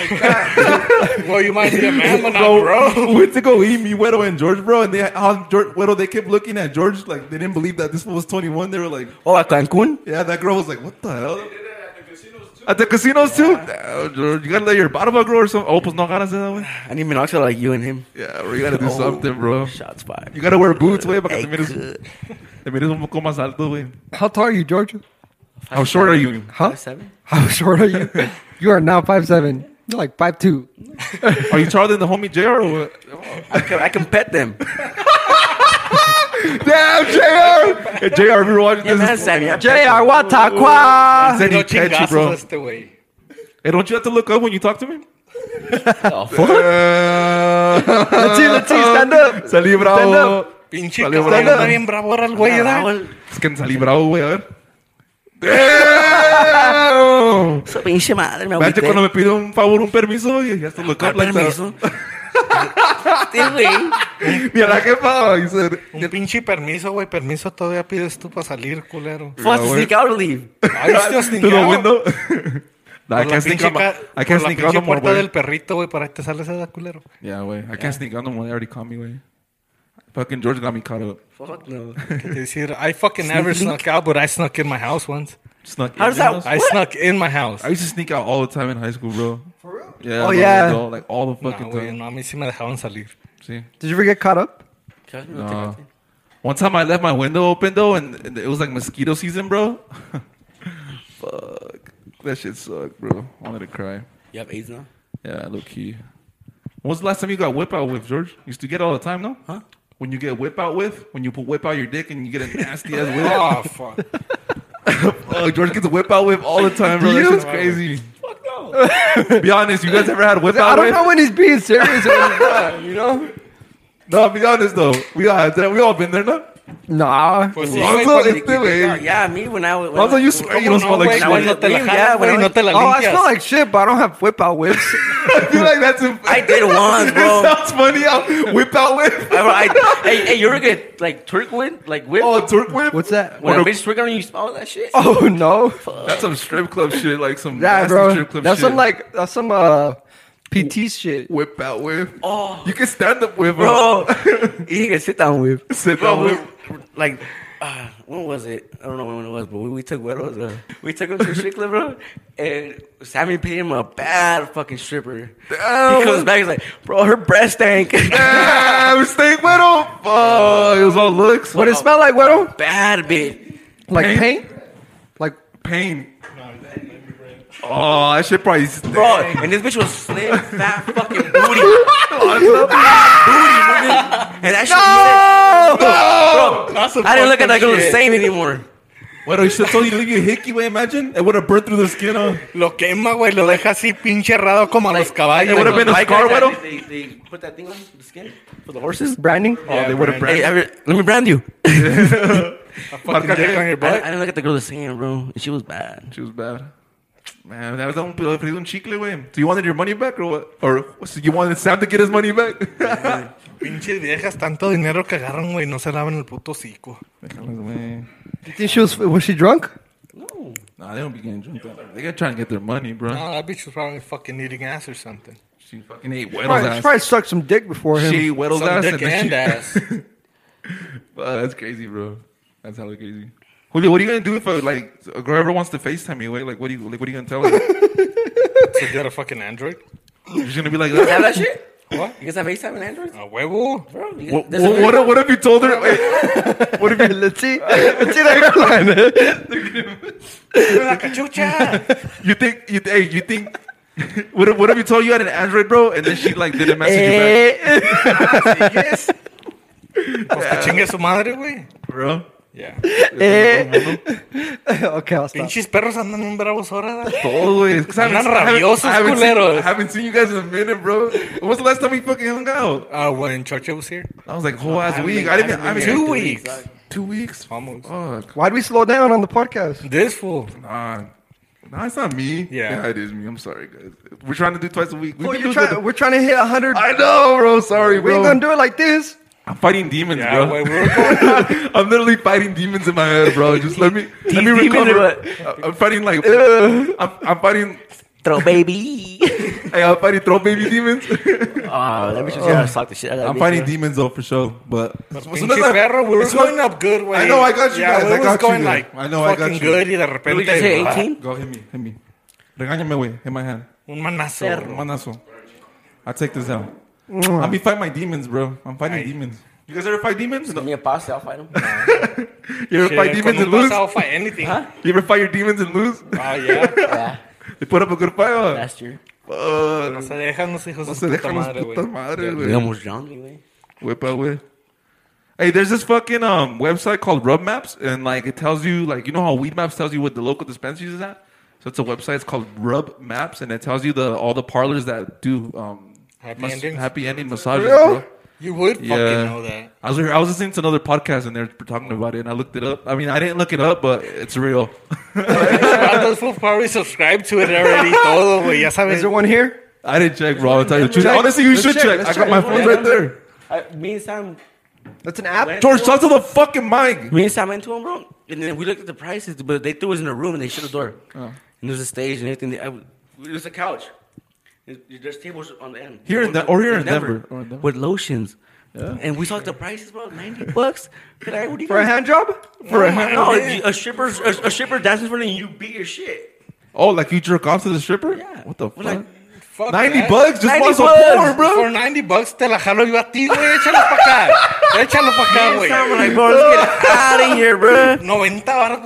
Speaker 3: Well, you might be a man, but not,
Speaker 2: Bro,
Speaker 3: bro.
Speaker 2: we went to go eat me, Weddle and George, bro, and they how George, Weddle, they kept looking at George like they didn't believe that this fool was 21. They were like,
Speaker 5: Oh, at Cancun?
Speaker 2: yeah, that girl was like, what the hell? At the casinos too. Damn, George, you gotta let your barba grow or something. Oh, pues no ganas de that way.
Speaker 5: I need Minoxidil like you and him.
Speaker 2: Yeah, bro, you gotta do something, bro.
Speaker 5: Shots fired.
Speaker 2: You gotta wear boots, way, because
Speaker 5: Hey,
Speaker 2: te mires,
Speaker 5: good.
Speaker 2: te mires un poco más alto, way.
Speaker 4: How tall are you, George?
Speaker 2: How short are you?
Speaker 4: Huh?
Speaker 5: Five seven?
Speaker 4: How short are you? you are now five seven. You're like five two.
Speaker 2: Are you taller than the homie JR or what?
Speaker 5: I can, I can pet them.
Speaker 2: Damn, JR! Hey, JR, if you're watching
Speaker 5: Yeah, man,
Speaker 2: this,
Speaker 5: Sammy. I pet them.
Speaker 4: J.R. Watakwa.
Speaker 2: said
Speaker 3: No
Speaker 2: he catch you,
Speaker 3: chingazos
Speaker 2: bro.
Speaker 3: este, güey.
Speaker 2: Hey, don't you have to look up when you talk to me? Uh,
Speaker 4: Let's see, let's see, stand up.
Speaker 2: Salí
Speaker 4: Stand
Speaker 2: bravo.
Speaker 4: up.
Speaker 3: Pinche
Speaker 2: Vale,
Speaker 3: cabrón,
Speaker 2: bueno.
Speaker 3: anda bien bravo ahora el güey, ¿verdad?
Speaker 2: Es que salí bravo, güey, a ver. Damn!
Speaker 5: Esa pinche madre, me
Speaker 2: Imagínate
Speaker 5: agüité.
Speaker 2: cuando me pide un favor, un permiso, y ya se look up like that.
Speaker 5: Permiso. Este güey.
Speaker 2: Mira la jefa, y said,
Speaker 3: Un pinche permiso, güey. Permiso todavía pides tú para salir, culero.
Speaker 5: Fuck, to sneak out or leave.
Speaker 3: Ahí estás
Speaker 2: through the window. Nah, I
Speaker 3: Por la
Speaker 2: can't sneak out.
Speaker 3: pinche, ca-
Speaker 2: I
Speaker 3: por
Speaker 2: can't
Speaker 3: la
Speaker 2: sneak out
Speaker 3: pinche
Speaker 2: no more,
Speaker 3: puerta
Speaker 2: güey.
Speaker 3: del perrito, güey, para que te sales esa culero.
Speaker 2: Yeah, way. I can't sneak out no more. They already caught me, way. Fucking George got me caught up.
Speaker 5: Fuck no.
Speaker 3: Que decir, I fucking never snuck out, but I snuck in my house once.
Speaker 2: Snuck
Speaker 5: How
Speaker 2: in
Speaker 5: does
Speaker 2: your
Speaker 5: that-
Speaker 2: house.
Speaker 3: I snuck in my house.
Speaker 2: I used to sneak out all the time in high school, bro. For real? Yeah.
Speaker 4: Oh,
Speaker 2: bro,
Speaker 4: yeah.
Speaker 2: bro, like all the
Speaker 3: No,
Speaker 2: fucking
Speaker 3: güey,
Speaker 2: time.
Speaker 3: no, a mí sí me dejaban salir.
Speaker 2: See?
Speaker 4: Did you ever get caught up?
Speaker 2: Uh, one time I left my window open though, and and it was like mosquito season, bro. Fuck, that shit sucked, bro. I wanted to cry.
Speaker 5: You have AIDS now?
Speaker 2: Yeah, low key. When was the last time you got whip out with George? You used to get it all the time, no? Huh? When you get whip out with, when you put whip out your dick and you get a nasty ass whip.
Speaker 3: Oh, fuck.
Speaker 2: Oh, George gets whip out with all the time, bro. That
Speaker 4: You?
Speaker 2: shit's crazy. Fuck no. be honest, you guys ever had whip
Speaker 4: I
Speaker 2: out
Speaker 4: don't
Speaker 2: with?
Speaker 4: know when he's being serious. or when he's not, you know?
Speaker 2: No, be honest though. We all had that. We all been there, no?
Speaker 4: Nah.
Speaker 3: Pues sí, güey,
Speaker 2: Lonzo,
Speaker 3: cuando-
Speaker 2: este güey.
Speaker 5: Yeah, me when I was.
Speaker 2: Lonzo, you swear you
Speaker 3: ¿Cómo
Speaker 2: don't smell
Speaker 3: no,
Speaker 2: like
Speaker 3: güey?
Speaker 2: shit.
Speaker 5: I was not
Speaker 3: Güey, no te la
Speaker 5: Yeah,
Speaker 3: jalas, güey,
Speaker 5: when I-
Speaker 3: no te la
Speaker 4: Oh, I smell
Speaker 3: limpias.
Speaker 4: like shit, but I don't have whip out whips.
Speaker 2: I feel like that's. Imp-
Speaker 5: I did once, bro.
Speaker 2: That sounds funny. I'll whip out whip.
Speaker 5: I, I, hey, hey, you ever get like twerk wind? Like whip?
Speaker 2: Oh, Turk whip.
Speaker 4: What's that?
Speaker 5: when a bitch twerk on you, you smell that shit?
Speaker 4: Oh no.
Speaker 2: That's some strip club shit. Like some
Speaker 4: Yeah,
Speaker 2: nasty
Speaker 4: bro.
Speaker 2: strip club
Speaker 4: That's
Speaker 2: shit.
Speaker 4: some like that's some uh PT shit.
Speaker 2: whip out whip.
Speaker 5: Oh.
Speaker 2: you can stand up whip, bro.
Speaker 5: Bro, you can sit down with.
Speaker 2: Sit
Speaker 5: Bro,
Speaker 2: down
Speaker 5: we,
Speaker 2: whip.
Speaker 5: like, uh, when was it? I don't know when it was, but we, we took Guero's, uh, we took him to a strip club, bro, and Sammy paid him a bad fucking stripper. He comes back, he's like, bro, her breast stank.
Speaker 2: Damn, stay with him. Fuck, it was all looks.
Speaker 4: What it smell like, Widow?
Speaker 5: bad bitch.
Speaker 4: Like
Speaker 2: Paint?
Speaker 4: paint? Like
Speaker 2: pain? Oh, that shit probably. stank.
Speaker 5: Bro, and this bitch was slim, fat, fucking booty. booty, nigga. And that shit,
Speaker 3: That's a
Speaker 5: I didn't look at that
Speaker 3: fucking
Speaker 5: girl the
Speaker 3: shit.
Speaker 5: same anymore.
Speaker 2: What? You should have told you to leave your hickey. Way, imagine it would have burned through the skin. Huh? Oh,
Speaker 3: Lo quema, güey, lo deja así pinche errado como a los caballos.
Speaker 2: would've been a
Speaker 5: Like
Speaker 2: scar,
Speaker 5: that,
Speaker 2: Weddle?
Speaker 5: They, they they put that thing on the skin for the horses.
Speaker 4: branding?
Speaker 2: oh, they would have
Speaker 5: Hey,
Speaker 2: branded.
Speaker 5: I re- let me brand you.
Speaker 3: Fucking dick on your
Speaker 5: I, I
Speaker 3: butt.
Speaker 5: didn't look at the girl the same, bro. She was bad.
Speaker 2: She was bad. Man, that was un perdido un chicle, güey. So you wanted your money back or what? Or so you wanted Sam to get his money back?
Speaker 3: Pinches viejas, tanto dinero que agarran, güey, no se lavan el puto hocico.
Speaker 4: You think she was was she drunk?
Speaker 2: Nah, they don't be getting drunk. They gotta try and get their money, bro.
Speaker 3: No, that bitch was probably fucking eating ass or something.
Speaker 2: She fucking ate Weddle's
Speaker 4: Probably, she
Speaker 2: ass.
Speaker 4: probably sucked some dick before him.
Speaker 2: She ate Weddle's
Speaker 3: Some
Speaker 2: ass
Speaker 3: dick
Speaker 2: and then
Speaker 3: and
Speaker 2: she-
Speaker 3: ass.
Speaker 2: Wow, that's crazy, bro. That's hella crazy. Julio, what are you gonna do if uh, like a girl ever wants to FaceTime you? Wait, like what do you like? What are you gonna tell her?
Speaker 3: So you got a fucking Android?
Speaker 2: She's gonna be like,
Speaker 5: You have
Speaker 2: "Well,
Speaker 5: that shit?
Speaker 3: What?
Speaker 5: You guys have FaceTime and Android?
Speaker 3: A huevo.
Speaker 5: Bro, you
Speaker 2: what,
Speaker 5: there's a
Speaker 2: what, if- what if you told her? Wait,
Speaker 4: What if you let's see? Let's see that airline.
Speaker 3: La cachucha.
Speaker 2: you think you hey, you think? What if, what if you told you had an Android, bro, and then she like didn't message you back,
Speaker 4: Eh.
Speaker 3: Pues que chingue su madre, güey.
Speaker 2: bro?
Speaker 3: Ya Ya.
Speaker 4: Eh. okay, I'll stop.
Speaker 3: Pinches perros andan bien bravos ahora. da.
Speaker 2: Todos, güey. Es que I haven't-
Speaker 3: Andan
Speaker 2: I haven't-
Speaker 3: rabiosos,
Speaker 2: I haven't seen-
Speaker 3: culeros.
Speaker 2: I haven't seen you guys in a minute, bro. When was the last time we fucking hung out?
Speaker 3: Ah, when Chacha was here.
Speaker 2: I was like, whole ass week. I didn't. I mean,
Speaker 3: Two weeks.
Speaker 2: Two weeks.
Speaker 3: Almost.
Speaker 2: Fuck.
Speaker 4: Why'd we slow down on the podcast?
Speaker 3: This fool.
Speaker 2: Nah. Nah, it's not me.
Speaker 3: Yeah.
Speaker 2: it is me. I'm sorry, guys. We're trying to do twice a week. We've
Speaker 4: Oh,
Speaker 2: been
Speaker 4: you're
Speaker 2: doing
Speaker 4: trying,
Speaker 2: it.
Speaker 4: we're trying to hit 100.
Speaker 2: I know, bro. Sorry,
Speaker 4: we
Speaker 2: bro.
Speaker 4: ain't gonna do it like this.
Speaker 2: I'm fighting demons,
Speaker 3: Yeah,
Speaker 2: bro.
Speaker 3: güey, we were going-
Speaker 2: I'm literally fighting demons in my head, bro. Just let me let me
Speaker 5: Demons
Speaker 2: recover.
Speaker 5: are
Speaker 2: I- I'm fighting like I'm, I'm fighting.
Speaker 5: Throw baby.
Speaker 2: Hey, I'm fighting throw baby demons.
Speaker 5: Ah, let me just gotta sock the shit out of that
Speaker 2: I'm
Speaker 5: bitch,
Speaker 2: fighting
Speaker 5: bro.
Speaker 2: demons though for sure. But
Speaker 3: Pinche perro, we were
Speaker 2: Pues, It's not-
Speaker 3: going up good, güey.
Speaker 2: I know, I got you
Speaker 3: Yeah,
Speaker 2: guys,
Speaker 3: we
Speaker 2: I got
Speaker 3: was
Speaker 2: you
Speaker 3: going
Speaker 2: there.
Speaker 3: like
Speaker 2: I know, I got
Speaker 3: fucking
Speaker 2: you.
Speaker 3: good y de
Speaker 5: Did
Speaker 2: E
Speaker 5: we
Speaker 3: repente
Speaker 5: just hit
Speaker 3: ah,
Speaker 5: 18?
Speaker 2: Go hit me, hit me. Regáñame, way. Hit my hand.
Speaker 3: un manazo.
Speaker 5: Perro.
Speaker 2: Manazo. I take this out. I'll be fighting my demons, bro. I'm fighting demons. You guys ever fight demons?
Speaker 5: Give me a pasta, I'll fight him.
Speaker 2: You ever fight
Speaker 3: Shit,
Speaker 2: demons and
Speaker 3: con un
Speaker 2: lose?
Speaker 3: pasado fight anything.
Speaker 2: You ever fight your demons and lose?
Speaker 3: Ah, ya.
Speaker 5: yeah,
Speaker 2: They put up a good fight. huh?
Speaker 5: last year.
Speaker 3: No
Speaker 2: Fuck.
Speaker 3: se dejan los hijos
Speaker 2: No
Speaker 3: de
Speaker 2: se
Speaker 3: su puta
Speaker 2: dejan los
Speaker 3: madre, güey.
Speaker 2: putas madres, güey.
Speaker 5: almost drowned me, güey.
Speaker 2: Whip out whip. Hey, there's this fucking um website called Rub Maps, and like it tells you, like you know how Weed Maps tells you what the local dispensaries is at. So it's a website. It's called Rub Maps, and it tells you the all the parlors that do um
Speaker 3: Happy
Speaker 2: mas-
Speaker 3: endings?
Speaker 2: happy ending massages,
Speaker 4: Really?
Speaker 2: bro.
Speaker 3: You would fucking
Speaker 2: Yeah.
Speaker 3: know that.
Speaker 2: I was I was listening to another podcast, and they were talking about it, and I looked it up. I mean, I didn't look it up, but it's real.
Speaker 3: But those fools probably subscribe to it already todo, güey. Ya
Speaker 4: Is
Speaker 3: sabes.
Speaker 4: there one here?
Speaker 2: I didn't check, bro. I'll tell you the truth.
Speaker 4: Check.
Speaker 2: Honestly, you
Speaker 4: Let's
Speaker 2: should
Speaker 4: check.
Speaker 2: check.
Speaker 4: Let's
Speaker 2: I got
Speaker 4: check.
Speaker 2: my phone right there.
Speaker 5: I, me and Sam,
Speaker 4: That's an app.
Speaker 2: George, talk to the fucking mic.
Speaker 5: me and Sam went to him, bro. And then we looked at the prices, but they threw us in a room and they shut the door.
Speaker 2: Oh.
Speaker 5: And there's a stage and everything. I, it was a couch. There's- There's tables on the end.
Speaker 2: Here in Den- or here in Denver. Or in Oh, Denver.
Speaker 5: with lotions. And we saw the prices, bro, ninety bucks. We're like, what do you
Speaker 4: For a
Speaker 5: guys-
Speaker 4: hand job?
Speaker 2: For a hand-
Speaker 5: No, a stripper, a, a stripper dances for you, you beat your shit.
Speaker 2: Oh, like you jerk off to the stripper?
Speaker 5: Yeah.
Speaker 2: What the fuck?
Speaker 5: We're like,
Speaker 3: Fuck
Speaker 2: 90
Speaker 3: that.
Speaker 2: bucks just
Speaker 5: 90
Speaker 2: watch some
Speaker 5: bucks.
Speaker 2: porn, bro.
Speaker 3: Por 90 bucks te la jalo yo a ti, güey. Échalo para acá. Échalo para acá,
Speaker 5: We're
Speaker 3: güey.
Speaker 5: like, bro, let's get out of here, bro.
Speaker 3: 90 baros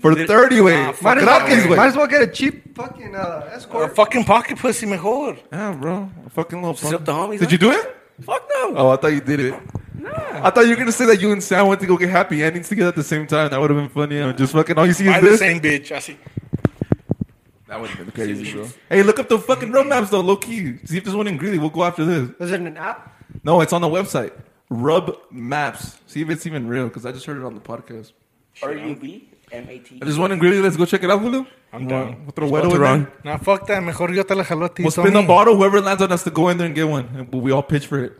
Speaker 3: por
Speaker 2: For
Speaker 3: un
Speaker 2: 30, güey.
Speaker 3: Ah,
Speaker 2: Fuck
Speaker 3: fuck
Speaker 2: it
Speaker 3: that,
Speaker 2: up, these,
Speaker 3: güey.
Speaker 2: güey.
Speaker 4: Might as well get a cheap fucking uh,
Speaker 3: a
Speaker 4: escort.
Speaker 3: fucking pocket pussy mejor.
Speaker 2: Yeah, bro. A fucking little
Speaker 5: Slip
Speaker 2: fuck.
Speaker 5: the homies,
Speaker 2: Did
Speaker 5: huh?
Speaker 2: you do it?
Speaker 5: Fuck no.
Speaker 2: Oh, I thought you did it. I thought you were going to say that you and Sam went to go get happy endings together at the same time. That would have been funny. And just fucking all you see
Speaker 3: By
Speaker 2: is
Speaker 3: the
Speaker 2: this.
Speaker 3: same bitch. Ah, Así.
Speaker 2: That would have been crazy, bro. Hey, look up the fucking road maps, though, low key. See if there's one in Greeley. We'll go after this.
Speaker 4: Is it an app?
Speaker 2: No, it's on the website. Rub Maps. See if it's even real, because I just heard it on the podcast.
Speaker 5: R U B M A T. E.
Speaker 2: There's one in Greeley. Let's go check it out, Julio.
Speaker 3: I'm down.
Speaker 2: We'll throw Wedo in there.
Speaker 3: No, fuck that. Mejor yo te la jalo a ti,
Speaker 2: We'll spin the
Speaker 3: Tony.
Speaker 2: bottle. Whoever lands on us to go in there and get one. And we all pitch for it.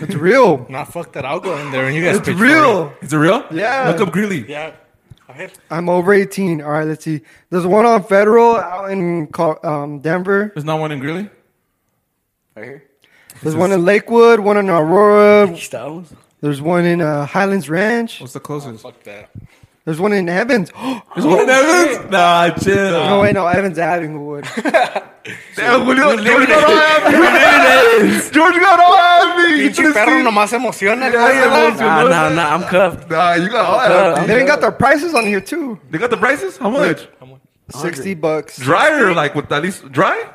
Speaker 4: It's real.
Speaker 3: Nah, fuck that. I'll go in there and you guys
Speaker 4: It's
Speaker 3: pitch for it.
Speaker 4: real.
Speaker 2: Is it real?
Speaker 4: Yeah.
Speaker 2: Look up Greeley.
Speaker 3: Yeah. A ver.
Speaker 4: I'm over 18. All right, let's see. There's one on Federal out in Col- um, Denver.
Speaker 2: There's not one in Greeley.
Speaker 5: Right here.
Speaker 4: There's one in Lakewood, one in Aurora.
Speaker 5: Styles.
Speaker 4: There's one in uh, Highlands Ranch.
Speaker 2: What's the closest?
Speaker 3: Fuck that.
Speaker 4: There's one in Evans.
Speaker 2: There's one in Evans. Nah, chill.
Speaker 4: no, wait, no, Evans Abingwood.
Speaker 2: Damn, Julio, George got all happy. George got all happy. You
Speaker 3: Pinche
Speaker 2: could've
Speaker 3: perro
Speaker 2: seen-
Speaker 3: nomás se emociona.
Speaker 2: Yeah, yeah,
Speaker 3: güey.
Speaker 2: yeah.
Speaker 5: Nah, nah, nah. I'm cuffed.
Speaker 2: Nah, you got all happy.
Speaker 4: they ain't got their prices on here too.
Speaker 2: They got the prices? How much?
Speaker 4: Sixty bucks.
Speaker 2: Dry or like with at least dry?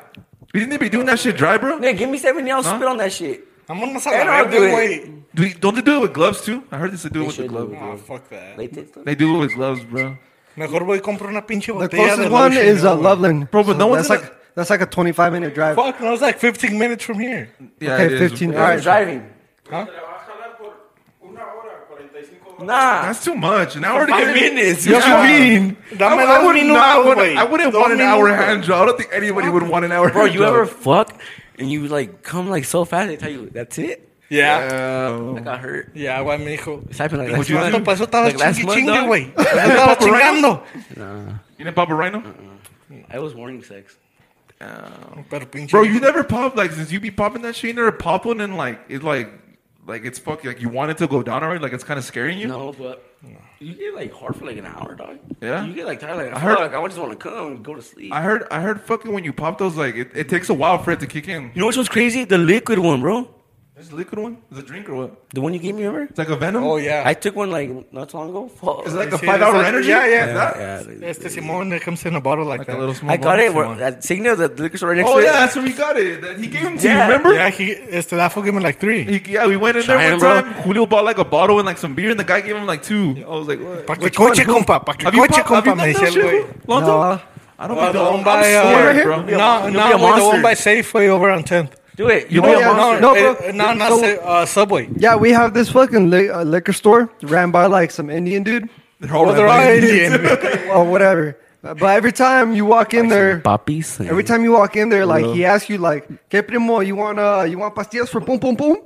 Speaker 2: We didn't even be doing that shit dry, bro.
Speaker 5: Nigga, give me seventy. I'll spit on that shit.
Speaker 3: Vámonos a
Speaker 5: And
Speaker 3: la
Speaker 5: I'll
Speaker 3: verga,
Speaker 5: do it.
Speaker 3: güey.
Speaker 2: Do you, don't they do it with gloves too? I heard they said do it with the
Speaker 5: should do
Speaker 2: gloves.
Speaker 5: it.
Speaker 3: Nah, Ah, fuck that.
Speaker 5: Like this.
Speaker 2: They do it with gloves, bro.
Speaker 3: Mejor voy y compro una pinche botella
Speaker 4: The
Speaker 3: de
Speaker 4: closest one
Speaker 3: lotion,
Speaker 4: is
Speaker 3: yo,
Speaker 4: uh,
Speaker 3: güey.
Speaker 4: Loveland.
Speaker 2: Bro, but no one's
Speaker 4: that's
Speaker 2: in
Speaker 4: like that's like a twenty-five minute drive.
Speaker 3: Fuck, no, it's like 15 minutes from here.
Speaker 2: Yeah,
Speaker 4: Okay,
Speaker 2: it is.
Speaker 4: 15.
Speaker 2: Yeah.
Speaker 4: All
Speaker 5: I'm
Speaker 4: right.
Speaker 5: driving.
Speaker 3: Huh?
Speaker 5: Nah.
Speaker 2: That's too much. An hour to get
Speaker 5: minutes.
Speaker 2: What
Speaker 3: Yeah.
Speaker 2: you mean? I,
Speaker 3: Dame dos
Speaker 2: I would not
Speaker 3: minutos,
Speaker 2: want,
Speaker 3: güey.
Speaker 2: I wouldn't
Speaker 3: Dos
Speaker 2: want an hour
Speaker 3: minutos.
Speaker 2: hand job. I don't think anybody would want an hour
Speaker 5: Bro,
Speaker 2: hand
Speaker 5: you
Speaker 2: job.
Speaker 5: ever fuck and you like come like so fast they tell you that's it?
Speaker 3: Yeah.
Speaker 5: I got hurt.
Speaker 3: Yeah, güey, me dijo.
Speaker 5: It's happened like
Speaker 2: Would
Speaker 5: last
Speaker 2: Oh. you
Speaker 5: month.
Speaker 3: Vato, pa' eso estaba
Speaker 5: Like last
Speaker 3: chingui
Speaker 5: month,
Speaker 3: chingue,
Speaker 5: dog.
Speaker 3: güey. Estaba chingando.
Speaker 2: You didn't pop a rhino?
Speaker 5: I was warning sex.
Speaker 3: Pero pinche.
Speaker 2: Bro, you never pop like since you be popping that shit, you never pop one and like it's like like it's fuck like you want it to go down already, like it's kinda scaring you.
Speaker 5: No, but you get like hard for like an hour, dog.
Speaker 2: Yeah?
Speaker 5: You get like tired. Like, I
Speaker 2: heard-
Speaker 5: heard. Fuck, I just want to come and go to sleep.
Speaker 2: I heard I heard fucking when you pop those like it, it takes a while for it to kick in.
Speaker 5: you know what's what's crazy? The liquid one, bro.
Speaker 2: This liquid one? Is it a drink or what?
Speaker 5: The one you gave me, remember?
Speaker 2: It's like a venom?
Speaker 3: Oh, yeah.
Speaker 5: I took one like not too long ago. Fuck.
Speaker 2: Is it like
Speaker 3: You
Speaker 2: a
Speaker 3: see,
Speaker 2: five hour
Speaker 3: it's like-
Speaker 2: energy?
Speaker 3: yeah, yeah.
Speaker 2: Is that-
Speaker 5: Yeah,
Speaker 3: Este Simón that comes in a bottle like,
Speaker 2: Like
Speaker 3: that.
Speaker 2: a little small
Speaker 5: I got
Speaker 2: bottle?
Speaker 5: it. Where, at Signa, the liquor store right next
Speaker 2: Oh,
Speaker 5: to it.
Speaker 2: yeah, that's where we got it. That- He gave him to you,
Speaker 5: Yeah.
Speaker 2: remember?
Speaker 3: Yeah, he, este, that fool gave me like three.
Speaker 2: He- yeah, we went in there
Speaker 5: Trying,
Speaker 2: one
Speaker 5: bro.
Speaker 2: time. Julio bought like a bottle and like some beer, and the guy gave him like two. I was like, what?
Speaker 3: Pa' que coche, compa. Pa' que
Speaker 2: Have you
Speaker 3: coche,
Speaker 2: popped- have
Speaker 3: compa,
Speaker 2: you done
Speaker 3: me decía
Speaker 2: that
Speaker 3: el
Speaker 2: shit,
Speaker 3: güey.
Speaker 2: bro? Lonzo?
Speaker 4: No.
Speaker 2: I don't
Speaker 3: Oh,
Speaker 2: be
Speaker 3: the
Speaker 2: dumb.
Speaker 3: one by,
Speaker 2: I'm
Speaker 3: uh,
Speaker 2: sorry, bro.
Speaker 3: no,
Speaker 5: You'll be
Speaker 3: no,
Speaker 5: a
Speaker 3: güey, the
Speaker 5: monster.
Speaker 3: one by Safeway over on 10th.
Speaker 5: Do it. You
Speaker 4: Oh,
Speaker 5: be a
Speaker 4: yeah, no,
Speaker 5: monster.
Speaker 4: no,
Speaker 3: Eh,
Speaker 4: bro.
Speaker 3: eh, no, not
Speaker 4: So-
Speaker 3: Sa- uh, Subway.
Speaker 4: Yeah, we have this fucking li- uh, liquor store ran by like some Indian dude
Speaker 2: They're all
Speaker 3: Well, they're all
Speaker 2: right, buddy.
Speaker 3: Indian.
Speaker 4: or whatever. Uh, But every time you walk in there,
Speaker 5: Poppies.
Speaker 4: every time you walk in there, like he asks you like, "Que primo, you want uh, you want pastillas for pum pum pum?"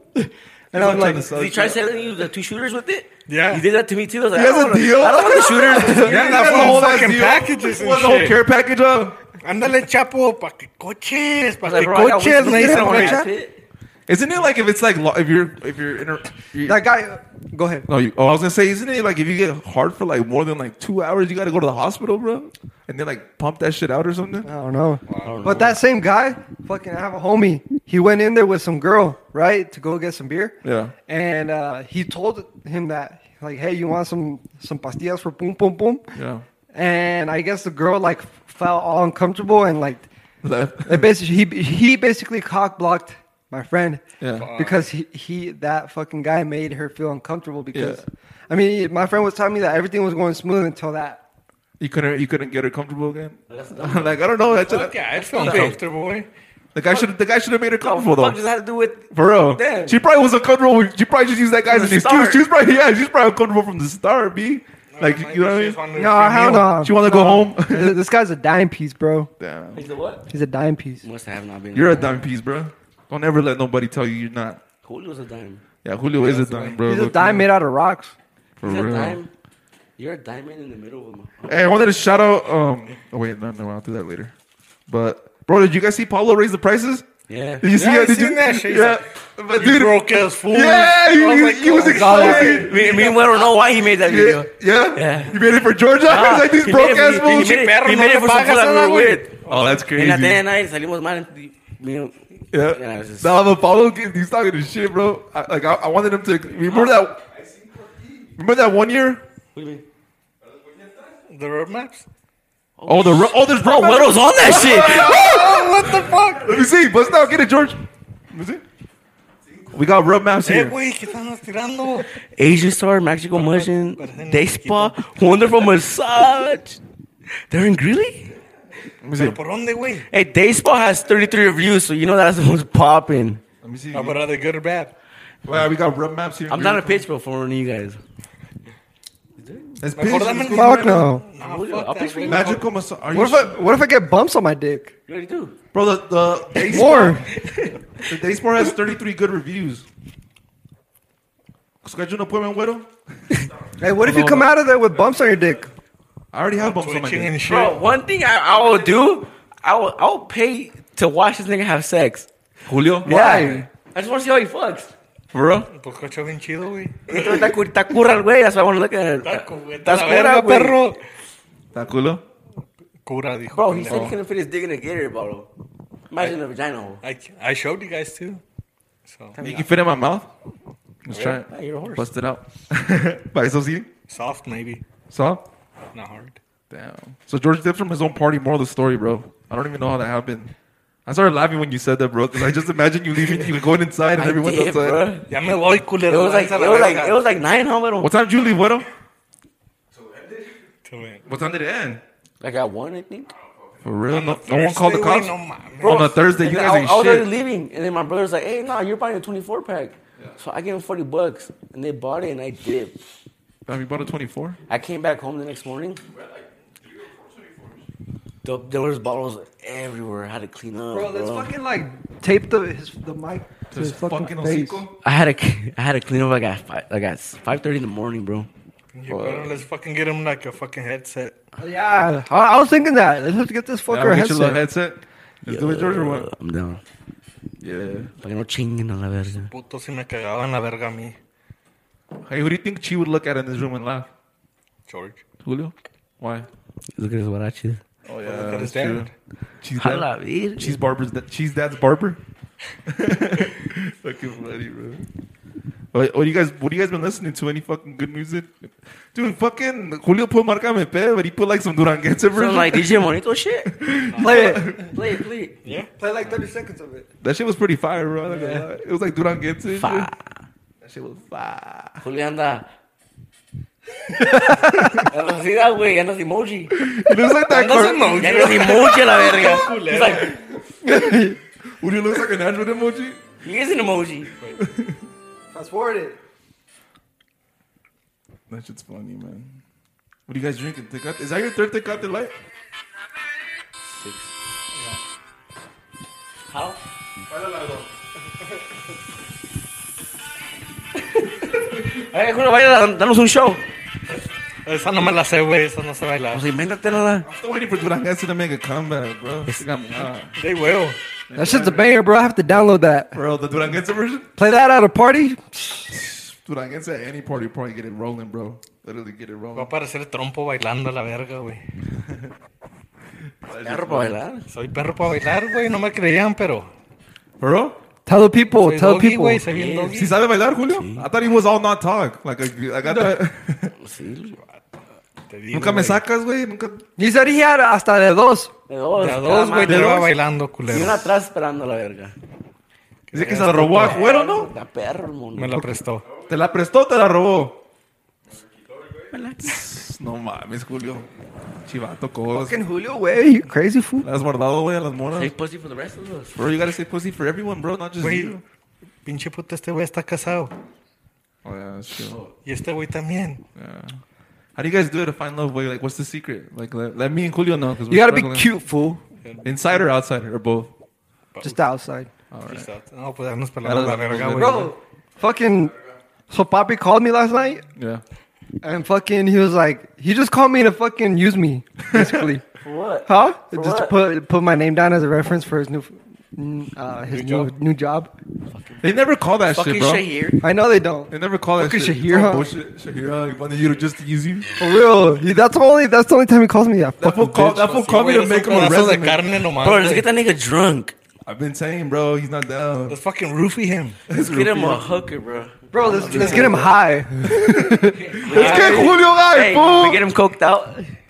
Speaker 4: And I'm like,
Speaker 5: Did he try selling you the two shooters with it?
Speaker 3: Yeah.
Speaker 5: He did that to me too. I was like,
Speaker 2: He
Speaker 5: I
Speaker 2: has a
Speaker 5: don't wanna-
Speaker 2: deal?
Speaker 5: I don't want the shooters.
Speaker 3: Yeah,
Speaker 2: You
Speaker 3: that
Speaker 2: got the
Speaker 3: whole
Speaker 2: whole ass
Speaker 3: fucking
Speaker 2: deal?
Speaker 3: packages and
Speaker 2: What, the whole
Speaker 3: shit.
Speaker 2: care package up?
Speaker 3: Ándale, chapo, pa' que coches, pa'
Speaker 5: I was like,
Speaker 3: que
Speaker 5: bro, I got
Speaker 3: coches,
Speaker 5: whiskey,
Speaker 3: me
Speaker 5: I
Speaker 3: dicen,
Speaker 5: don't wanna
Speaker 3: güey.
Speaker 5: have it.
Speaker 2: Isn't it like if it's like lo- if you're if you're inter- you-
Speaker 4: that guy. Go ahead.
Speaker 2: no, you, oh, I was gonna say, isn't it like if you get hard for like more than like two hours, you gotta go to the hospital, bro, and then like pump that shit out or something?
Speaker 4: I don't know. But that same guy, fucking, I have a homie. He went in there with some girl, right, to go get some beer.
Speaker 2: Yeah.
Speaker 4: And uh, he told him that, like, hey, you want some some pastillas for pum pum pum?
Speaker 2: Yeah.
Speaker 4: And I guess the girl like felt all uncomfortable and like,
Speaker 2: Left.
Speaker 4: it basically he he basically cock blocked my friend.
Speaker 2: Yeah.
Speaker 4: Because he he that fucking guy made her feel uncomfortable because.
Speaker 2: Yeah.
Speaker 4: I mean, my friend was telling me that everything was going smooth until that.
Speaker 2: You couldn't you couldn't get her comfortable again. like I don't know. That's
Speaker 3: Fuck yeah, I'd feel uncomfortable, güey.
Speaker 2: The guy should the guy should have made her comfortable
Speaker 5: Fuck,
Speaker 2: though.
Speaker 5: does that have to do with?
Speaker 2: For real.
Speaker 5: Damn.
Speaker 2: She probably was uncomfortable. With, she probably just used that guy as
Speaker 5: From
Speaker 2: an
Speaker 5: the
Speaker 2: excuse.
Speaker 5: start.
Speaker 2: She's probably yeah. She's probably uncomfortable from the start. B. Like you know what I mean?
Speaker 4: No, hell no.
Speaker 2: She wanna
Speaker 4: No.
Speaker 2: go home?
Speaker 4: this guy's a dime piece, bro.
Speaker 2: Damn.
Speaker 5: He's the what?
Speaker 4: He's a dime piece.
Speaker 5: Must have not been.
Speaker 2: You're a dime piece, bro. Don't ever let nobody tell you you're not.
Speaker 5: Julio's a dime.
Speaker 2: Yeah, Julio is a dime, bro.
Speaker 4: He's a
Speaker 2: Look,
Speaker 4: dime made out of rocks.
Speaker 2: For
Speaker 5: He's a
Speaker 2: real.
Speaker 5: dime. You're a diamond in the middle of a.
Speaker 2: Hey, I wanted to shout out. Um. Oh wait, no, no, I'll do that later. But bro, did you guys see Pablo raise the prices?
Speaker 5: Yeah.
Speaker 2: Did you see
Speaker 3: Yeah, I
Speaker 2: that? Did
Speaker 3: seen
Speaker 2: you?
Speaker 3: that shit. He's
Speaker 2: Yeah.
Speaker 3: like,
Speaker 2: But
Speaker 3: You
Speaker 2: dude,
Speaker 3: broke as fool.
Speaker 2: yeah, he,
Speaker 3: I
Speaker 2: he,
Speaker 3: was like,
Speaker 2: he was
Speaker 3: oh, God.
Speaker 2: exploding.
Speaker 5: Me, me and we don't know why he made that
Speaker 2: Yeah,
Speaker 5: video.
Speaker 2: yeah?
Speaker 5: Yeah.
Speaker 2: You made it for Georgia?
Speaker 5: Ah,
Speaker 2: like these
Speaker 5: he made
Speaker 2: broke
Speaker 5: it-
Speaker 2: ass
Speaker 5: he-
Speaker 2: fools.
Speaker 5: He made it,
Speaker 3: Perro,
Speaker 5: he
Speaker 3: no
Speaker 5: made
Speaker 3: le
Speaker 5: it for some
Speaker 3: pagas
Speaker 5: fool
Speaker 3: a
Speaker 5: that
Speaker 3: la
Speaker 5: we were
Speaker 3: güey.
Speaker 5: with.
Speaker 2: Oh, that's crazy.
Speaker 5: And at the end of the night, salimos mal. and Me, and-
Speaker 2: Yeah.
Speaker 5: And I was just,
Speaker 2: Now, I'm Apollo kid. He's talking to shit, bro. I, like, I, I wanted him to. Remember that? Remember that one year?
Speaker 5: what do you mean?
Speaker 3: The road maps?
Speaker 2: Oh, the ro- oh, there's bro.
Speaker 5: Bro, what was on that shit?
Speaker 3: Oh, what the fuck?
Speaker 2: Let me see. Bust out. Get it, George. Let me see. We got rub maps
Speaker 3: Eh,
Speaker 2: here.
Speaker 3: güey, ¿qué estamos tirando?
Speaker 5: Asian Star, Mexico Mushroom,
Speaker 3: Corazón
Speaker 5: Day Spa, Wonderful Massage. They're in Greeley?
Speaker 2: Let me see.
Speaker 3: ¿Por dónde, güey?
Speaker 5: Hey, Day Spa has 33 reviews, so you know that's the most popping.
Speaker 2: Let me see.
Speaker 3: Ah, but are they good or bad?
Speaker 2: Wow, we got rub maps here.
Speaker 5: uh, I'm not a pitch bro for one of you guys.
Speaker 2: It's
Speaker 3: Acordame el-
Speaker 4: Fuck no.
Speaker 3: Nah,
Speaker 5: Julio,
Speaker 3: fuck
Speaker 5: I'll
Speaker 3: that,
Speaker 5: pitch for
Speaker 3: güey.
Speaker 5: you.
Speaker 2: Magical massage. Are you
Speaker 4: What if I what if I get bumps on my dick?
Speaker 5: You already do.
Speaker 2: bro, the the day
Speaker 4: Or
Speaker 2: The Day Sport has 33 good reviews. Schedule an appointment with him.
Speaker 4: hey, what if you come out of there with bumps on your dick?
Speaker 2: I already have bumps on my
Speaker 3: Twitching
Speaker 2: dick.
Speaker 3: and shit.
Speaker 5: Bro, one thing I, I will do, I will, I will pay to watch this nigga have sex.
Speaker 2: Julio?
Speaker 5: Yeah. I just want to see how he fucks.
Speaker 2: For real?
Speaker 3: Pues cocho bien chido, güey.
Speaker 5: Entonces, Está cu- está curra el güey, that's why I want to look at it.
Speaker 3: Taco, güey.
Speaker 5: That's
Speaker 3: la
Speaker 5: cura,
Speaker 3: verga,
Speaker 5: güey.
Speaker 3: perro.
Speaker 2: That culo?
Speaker 3: Cura, dijo.
Speaker 5: Bro, he
Speaker 3: pendejo.
Speaker 5: said he couldn't fit his dick in a Gatorade bottle. Imagine a vagina hole.
Speaker 3: I, I showed you guys too. So,
Speaker 2: You can fit in my mouth? Let's try
Speaker 5: Yeah,
Speaker 2: it.
Speaker 5: you're a horse.
Speaker 2: Bust it out. By so see?
Speaker 3: soft maybe,
Speaker 2: Saw?
Speaker 3: not hard.
Speaker 2: Damn. So George dipped from his own party. Moral of the story, bro. I don't even know how that happened. I started laughing when you said that, bro, because I just imagined you leaving, you going inside and
Speaker 5: I
Speaker 2: everyone's
Speaker 5: did,
Speaker 2: outside.
Speaker 5: bro.
Speaker 3: Ya me voy,
Speaker 5: It
Speaker 3: culero.
Speaker 5: was like it was like it was like nine hombre.
Speaker 2: What time did you leave, Widow?
Speaker 3: like.
Speaker 2: What time did it end?
Speaker 5: Like at one, I think.
Speaker 2: For real? No, no one called the cops?
Speaker 3: No, mames.
Speaker 2: On a Thursday,
Speaker 5: And
Speaker 2: you guys
Speaker 5: I,
Speaker 2: ain't
Speaker 5: I was
Speaker 2: shit.
Speaker 5: already leaving, and then my brother's like, "Hey, no, you're buying a 24 pack." So I gave him 40 bucks, and they bought it, and I did.
Speaker 2: Damn, you bought a 24?
Speaker 5: I came back home the next morning. The, there was bottles everywhere. I had to clean up.
Speaker 4: Bro,
Speaker 5: Bro,
Speaker 4: let's fucking like tape the his, the mic to his
Speaker 2: Just
Speaker 4: fucking, face.
Speaker 2: hocico.
Speaker 5: I had to I had to clean up. I got five, I got 5:30 in the morning, bro.
Speaker 3: You better let's fucking get him like a fucking headset.
Speaker 4: Yeah, I, I was thinking that. Let's have to get this
Speaker 2: Yeah,
Speaker 4: fucker
Speaker 2: I'll
Speaker 4: a
Speaker 2: get you a little
Speaker 4: headset.
Speaker 2: headset. Let's do it, George, or what?
Speaker 5: Uh, I'm down.
Speaker 2: Yeah.
Speaker 5: Para que no chinguen a la verga.
Speaker 3: Puto, si me cagaban la verga a mí,
Speaker 2: Hey, who do you think she would look at in this room and laugh?
Speaker 3: George.
Speaker 2: Julio? Why?
Speaker 5: Look at his guaraches.
Speaker 2: Oh
Speaker 3: Look at his
Speaker 2: that's true.
Speaker 3: dad.
Speaker 2: She's,
Speaker 5: A la
Speaker 2: dad.
Speaker 5: verga.
Speaker 2: she's Barbara's. Da- she's dad's barber. fucking funny, bro. What, what do oh, you guys? What do you guys been listening to? Any fucking good music? Dude, fucking Julio put marca me pe, but he put like some Duranguense version.
Speaker 5: Some like DJ Monito shit.
Speaker 4: Play it.
Speaker 5: Play it, play it. Yeah.
Speaker 4: Play like 30 seconds of it.
Speaker 2: that shit was pretty fire, bro. I'm not gonna lie. It was like Duranguense. dude.
Speaker 5: Fire.
Speaker 2: That shit was fire.
Speaker 5: Julio anda. Ya no sé, ah, güey, ya no es emoji.
Speaker 2: It looks like that. car-
Speaker 5: Ya no es emoji a la verga. He's like,
Speaker 2: Julio looks like an Android emoji.
Speaker 5: he is an emoji.
Speaker 4: Fast forward it.
Speaker 2: That shit's funny, man. What are you guys drinking? Tecate? Is that your third Tecate light?
Speaker 5: How? Ay, Julio, baila, danos un show.
Speaker 3: Esa no me la sé, güey. Esa no se baila.
Speaker 5: Pues invéntatela.
Speaker 2: I'm still waiting for Duranguense to make a comeback, bro. They got me hot.
Speaker 3: De huevo.
Speaker 4: That shit's a banger, bro. I have to download that.
Speaker 2: Bro, the Duranguense version?
Speaker 4: Play that at a party.
Speaker 2: Duranguense at any party, probably get it rolling, bro. Literally get it
Speaker 3: Va a
Speaker 2: rolling.
Speaker 3: parecer trompo bailando a la verga, güey.
Speaker 5: Perro para bailar.
Speaker 3: Soy perro para bailar, güey. No me creían, pero.
Speaker 2: Bro?
Speaker 4: Tell the people.
Speaker 3: Soy
Speaker 4: tell
Speaker 3: doggy,
Speaker 4: people.
Speaker 3: güey. Soy bien doggy.
Speaker 2: Si sabe bailar, Julio? I thought he was all not talk. Like, I, I got that.
Speaker 5: Sí.
Speaker 3: Te digo,
Speaker 2: Nunca me
Speaker 3: güey.
Speaker 2: sacas, güey. Nunca.
Speaker 4: He said he had hasta de dos.
Speaker 5: De dos.
Speaker 3: De a
Speaker 5: cada
Speaker 3: dos, güey.
Speaker 5: madre.
Speaker 3: Te va bailando,
Speaker 5: Y una
Speaker 3: culero.
Speaker 5: atrás esperando a la verga.
Speaker 2: Dice que se la robó a Juero, ¿no?
Speaker 5: Está perro el mundo.
Speaker 3: Me la prestó.
Speaker 2: ¿Te la prestó o te la robó? No mames, Julio. Chivato, cobas.
Speaker 4: Fucking Julio, way. You crazy fool.
Speaker 2: ¿La has guardado, güey, a las
Speaker 5: Hey,
Speaker 2: moras?
Speaker 5: pussy for the rest of us.
Speaker 2: Bro, you gotta say pussy for everyone, bro, not just
Speaker 3: Güey,
Speaker 2: you.
Speaker 3: pinche puta, este güey está casado.
Speaker 2: Oh, yeah, that's true.
Speaker 3: Y este güey también.
Speaker 2: Yeah. How do you guys do it to find love, way? Like, what's the secret? Like, let, let me and Julio know. Cause
Speaker 4: You gotta be
Speaker 2: struggling.
Speaker 4: cute, fool.
Speaker 2: Inside or outside or both?
Speaker 4: Just outside.
Speaker 3: No, pues darnos palabras a la
Speaker 2: Dale,
Speaker 3: verga,
Speaker 2: dale.
Speaker 3: güey.
Speaker 4: Bro, fucking. So Poppy called me last night,
Speaker 2: Yeah.
Speaker 4: and fucking, he was like, he just called me to fucking use me, basically,
Speaker 5: For what?
Speaker 4: huh?
Speaker 5: For
Speaker 4: just to
Speaker 5: what?
Speaker 4: put put my name down as a reference for his new, f- n- uh, his new new job.
Speaker 2: They never call that shit,
Speaker 5: Fucking
Speaker 2: bro.
Speaker 5: Shahir.
Speaker 4: I know they don't.
Speaker 2: They never call that
Speaker 4: Fucking
Speaker 2: shit.
Speaker 4: Shahira.
Speaker 2: Oh, bullshit. Shahira, he wanted you to just to use you.
Speaker 4: For real, he, that's the only that's the only time he calls me that.
Speaker 2: That
Speaker 4: fucking
Speaker 2: fool called,
Speaker 4: bitch.
Speaker 2: that fool
Speaker 3: Sí,
Speaker 2: called me
Speaker 3: güey,
Speaker 2: to
Speaker 3: es
Speaker 2: make
Speaker 3: un
Speaker 2: him a
Speaker 3: pedazo de
Speaker 2: resume.
Speaker 3: carne nomás.
Speaker 5: Bro, let's
Speaker 3: güey.
Speaker 5: get that nigga drunk.
Speaker 2: I've been saying, bro, he's not down.
Speaker 3: Let's fucking roofie him.
Speaker 5: Let's get him a hooker, bro.
Speaker 4: Bro, let's, let's get him high.
Speaker 2: Let's get Julio high,
Speaker 5: Hey, we
Speaker 2: fool.
Speaker 5: get him coked out.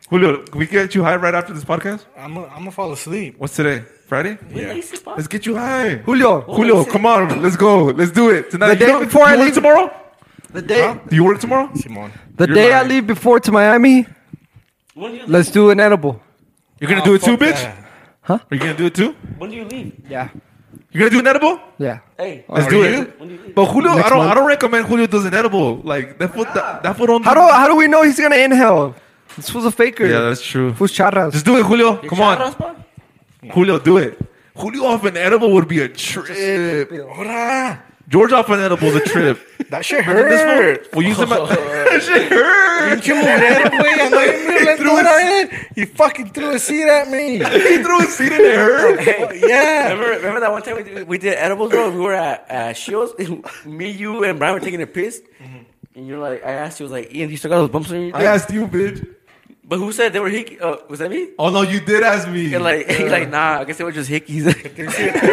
Speaker 2: Julio, can we get you high right after this podcast?
Speaker 3: I'm gonna fall asleep.
Speaker 2: What's today? Friday?
Speaker 5: We lazy, pa.
Speaker 2: Let's get you high.
Speaker 4: Julio,
Speaker 2: Julio,
Speaker 5: let's-
Speaker 2: come on, let's go, let's do it tonight.
Speaker 4: The
Speaker 2: You
Speaker 4: day
Speaker 2: don't-
Speaker 4: before
Speaker 2: you
Speaker 4: I
Speaker 2: work
Speaker 4: leave-
Speaker 2: tomorrow.
Speaker 4: the day
Speaker 2: Do you work tomorrow?
Speaker 3: Simón.
Speaker 4: the
Speaker 2: You're
Speaker 4: day I
Speaker 2: lying.
Speaker 4: leave before to Miami,
Speaker 5: When do you leave?
Speaker 4: let's do an edible.
Speaker 2: You're gonna
Speaker 3: Ah,
Speaker 2: do it too,
Speaker 3: fuck
Speaker 2: bitch.
Speaker 3: that.
Speaker 2: Are you gonna do it too?
Speaker 5: When do you leave?
Speaker 4: Yeah,
Speaker 2: You gonna do an edible?
Speaker 4: yeah.
Speaker 5: Hey.
Speaker 2: Let's
Speaker 3: Are
Speaker 2: do
Speaker 3: you?
Speaker 5: When do you
Speaker 2: it.
Speaker 5: leave?
Speaker 2: But Julio,
Speaker 4: Next
Speaker 2: I don't, I
Speaker 4: month.
Speaker 2: don't recommend Julio does an edible. Like that foot, that, that foot on.
Speaker 4: How do how do we know he's gonna inhale? This was a faker.
Speaker 2: Yeah, that's true.
Speaker 4: Who's charras?
Speaker 2: Just do it, Julio. Come on,
Speaker 5: Charras, pa?
Speaker 2: Julio, do it. Julio off an edible would be a trip.
Speaker 3: Ahora.
Speaker 2: George off an edible is a trip.
Speaker 3: That shit
Speaker 2: this
Speaker 3: hurt.
Speaker 2: fool, we use him. at- that shit hurt.
Speaker 3: Pinche mujer, güey. Andaba bien violento una vez. You fucking threw a seat at me.
Speaker 2: He threw his seat in there.
Speaker 3: Yeah.
Speaker 5: Remember, remember that one time we did, we did edibles, bro? We were at uh, Shields. Me, you, and Brian were taking a piss. And you're like, I asked you, was like, Ian, you still got those bumps on your
Speaker 2: I
Speaker 5: dick?
Speaker 2: asked you, bitch.
Speaker 5: But who said they were hickey? Uh, was that me?
Speaker 2: Oh no, you did ask me.
Speaker 5: And like, like, nah, I guess they were just hickeys.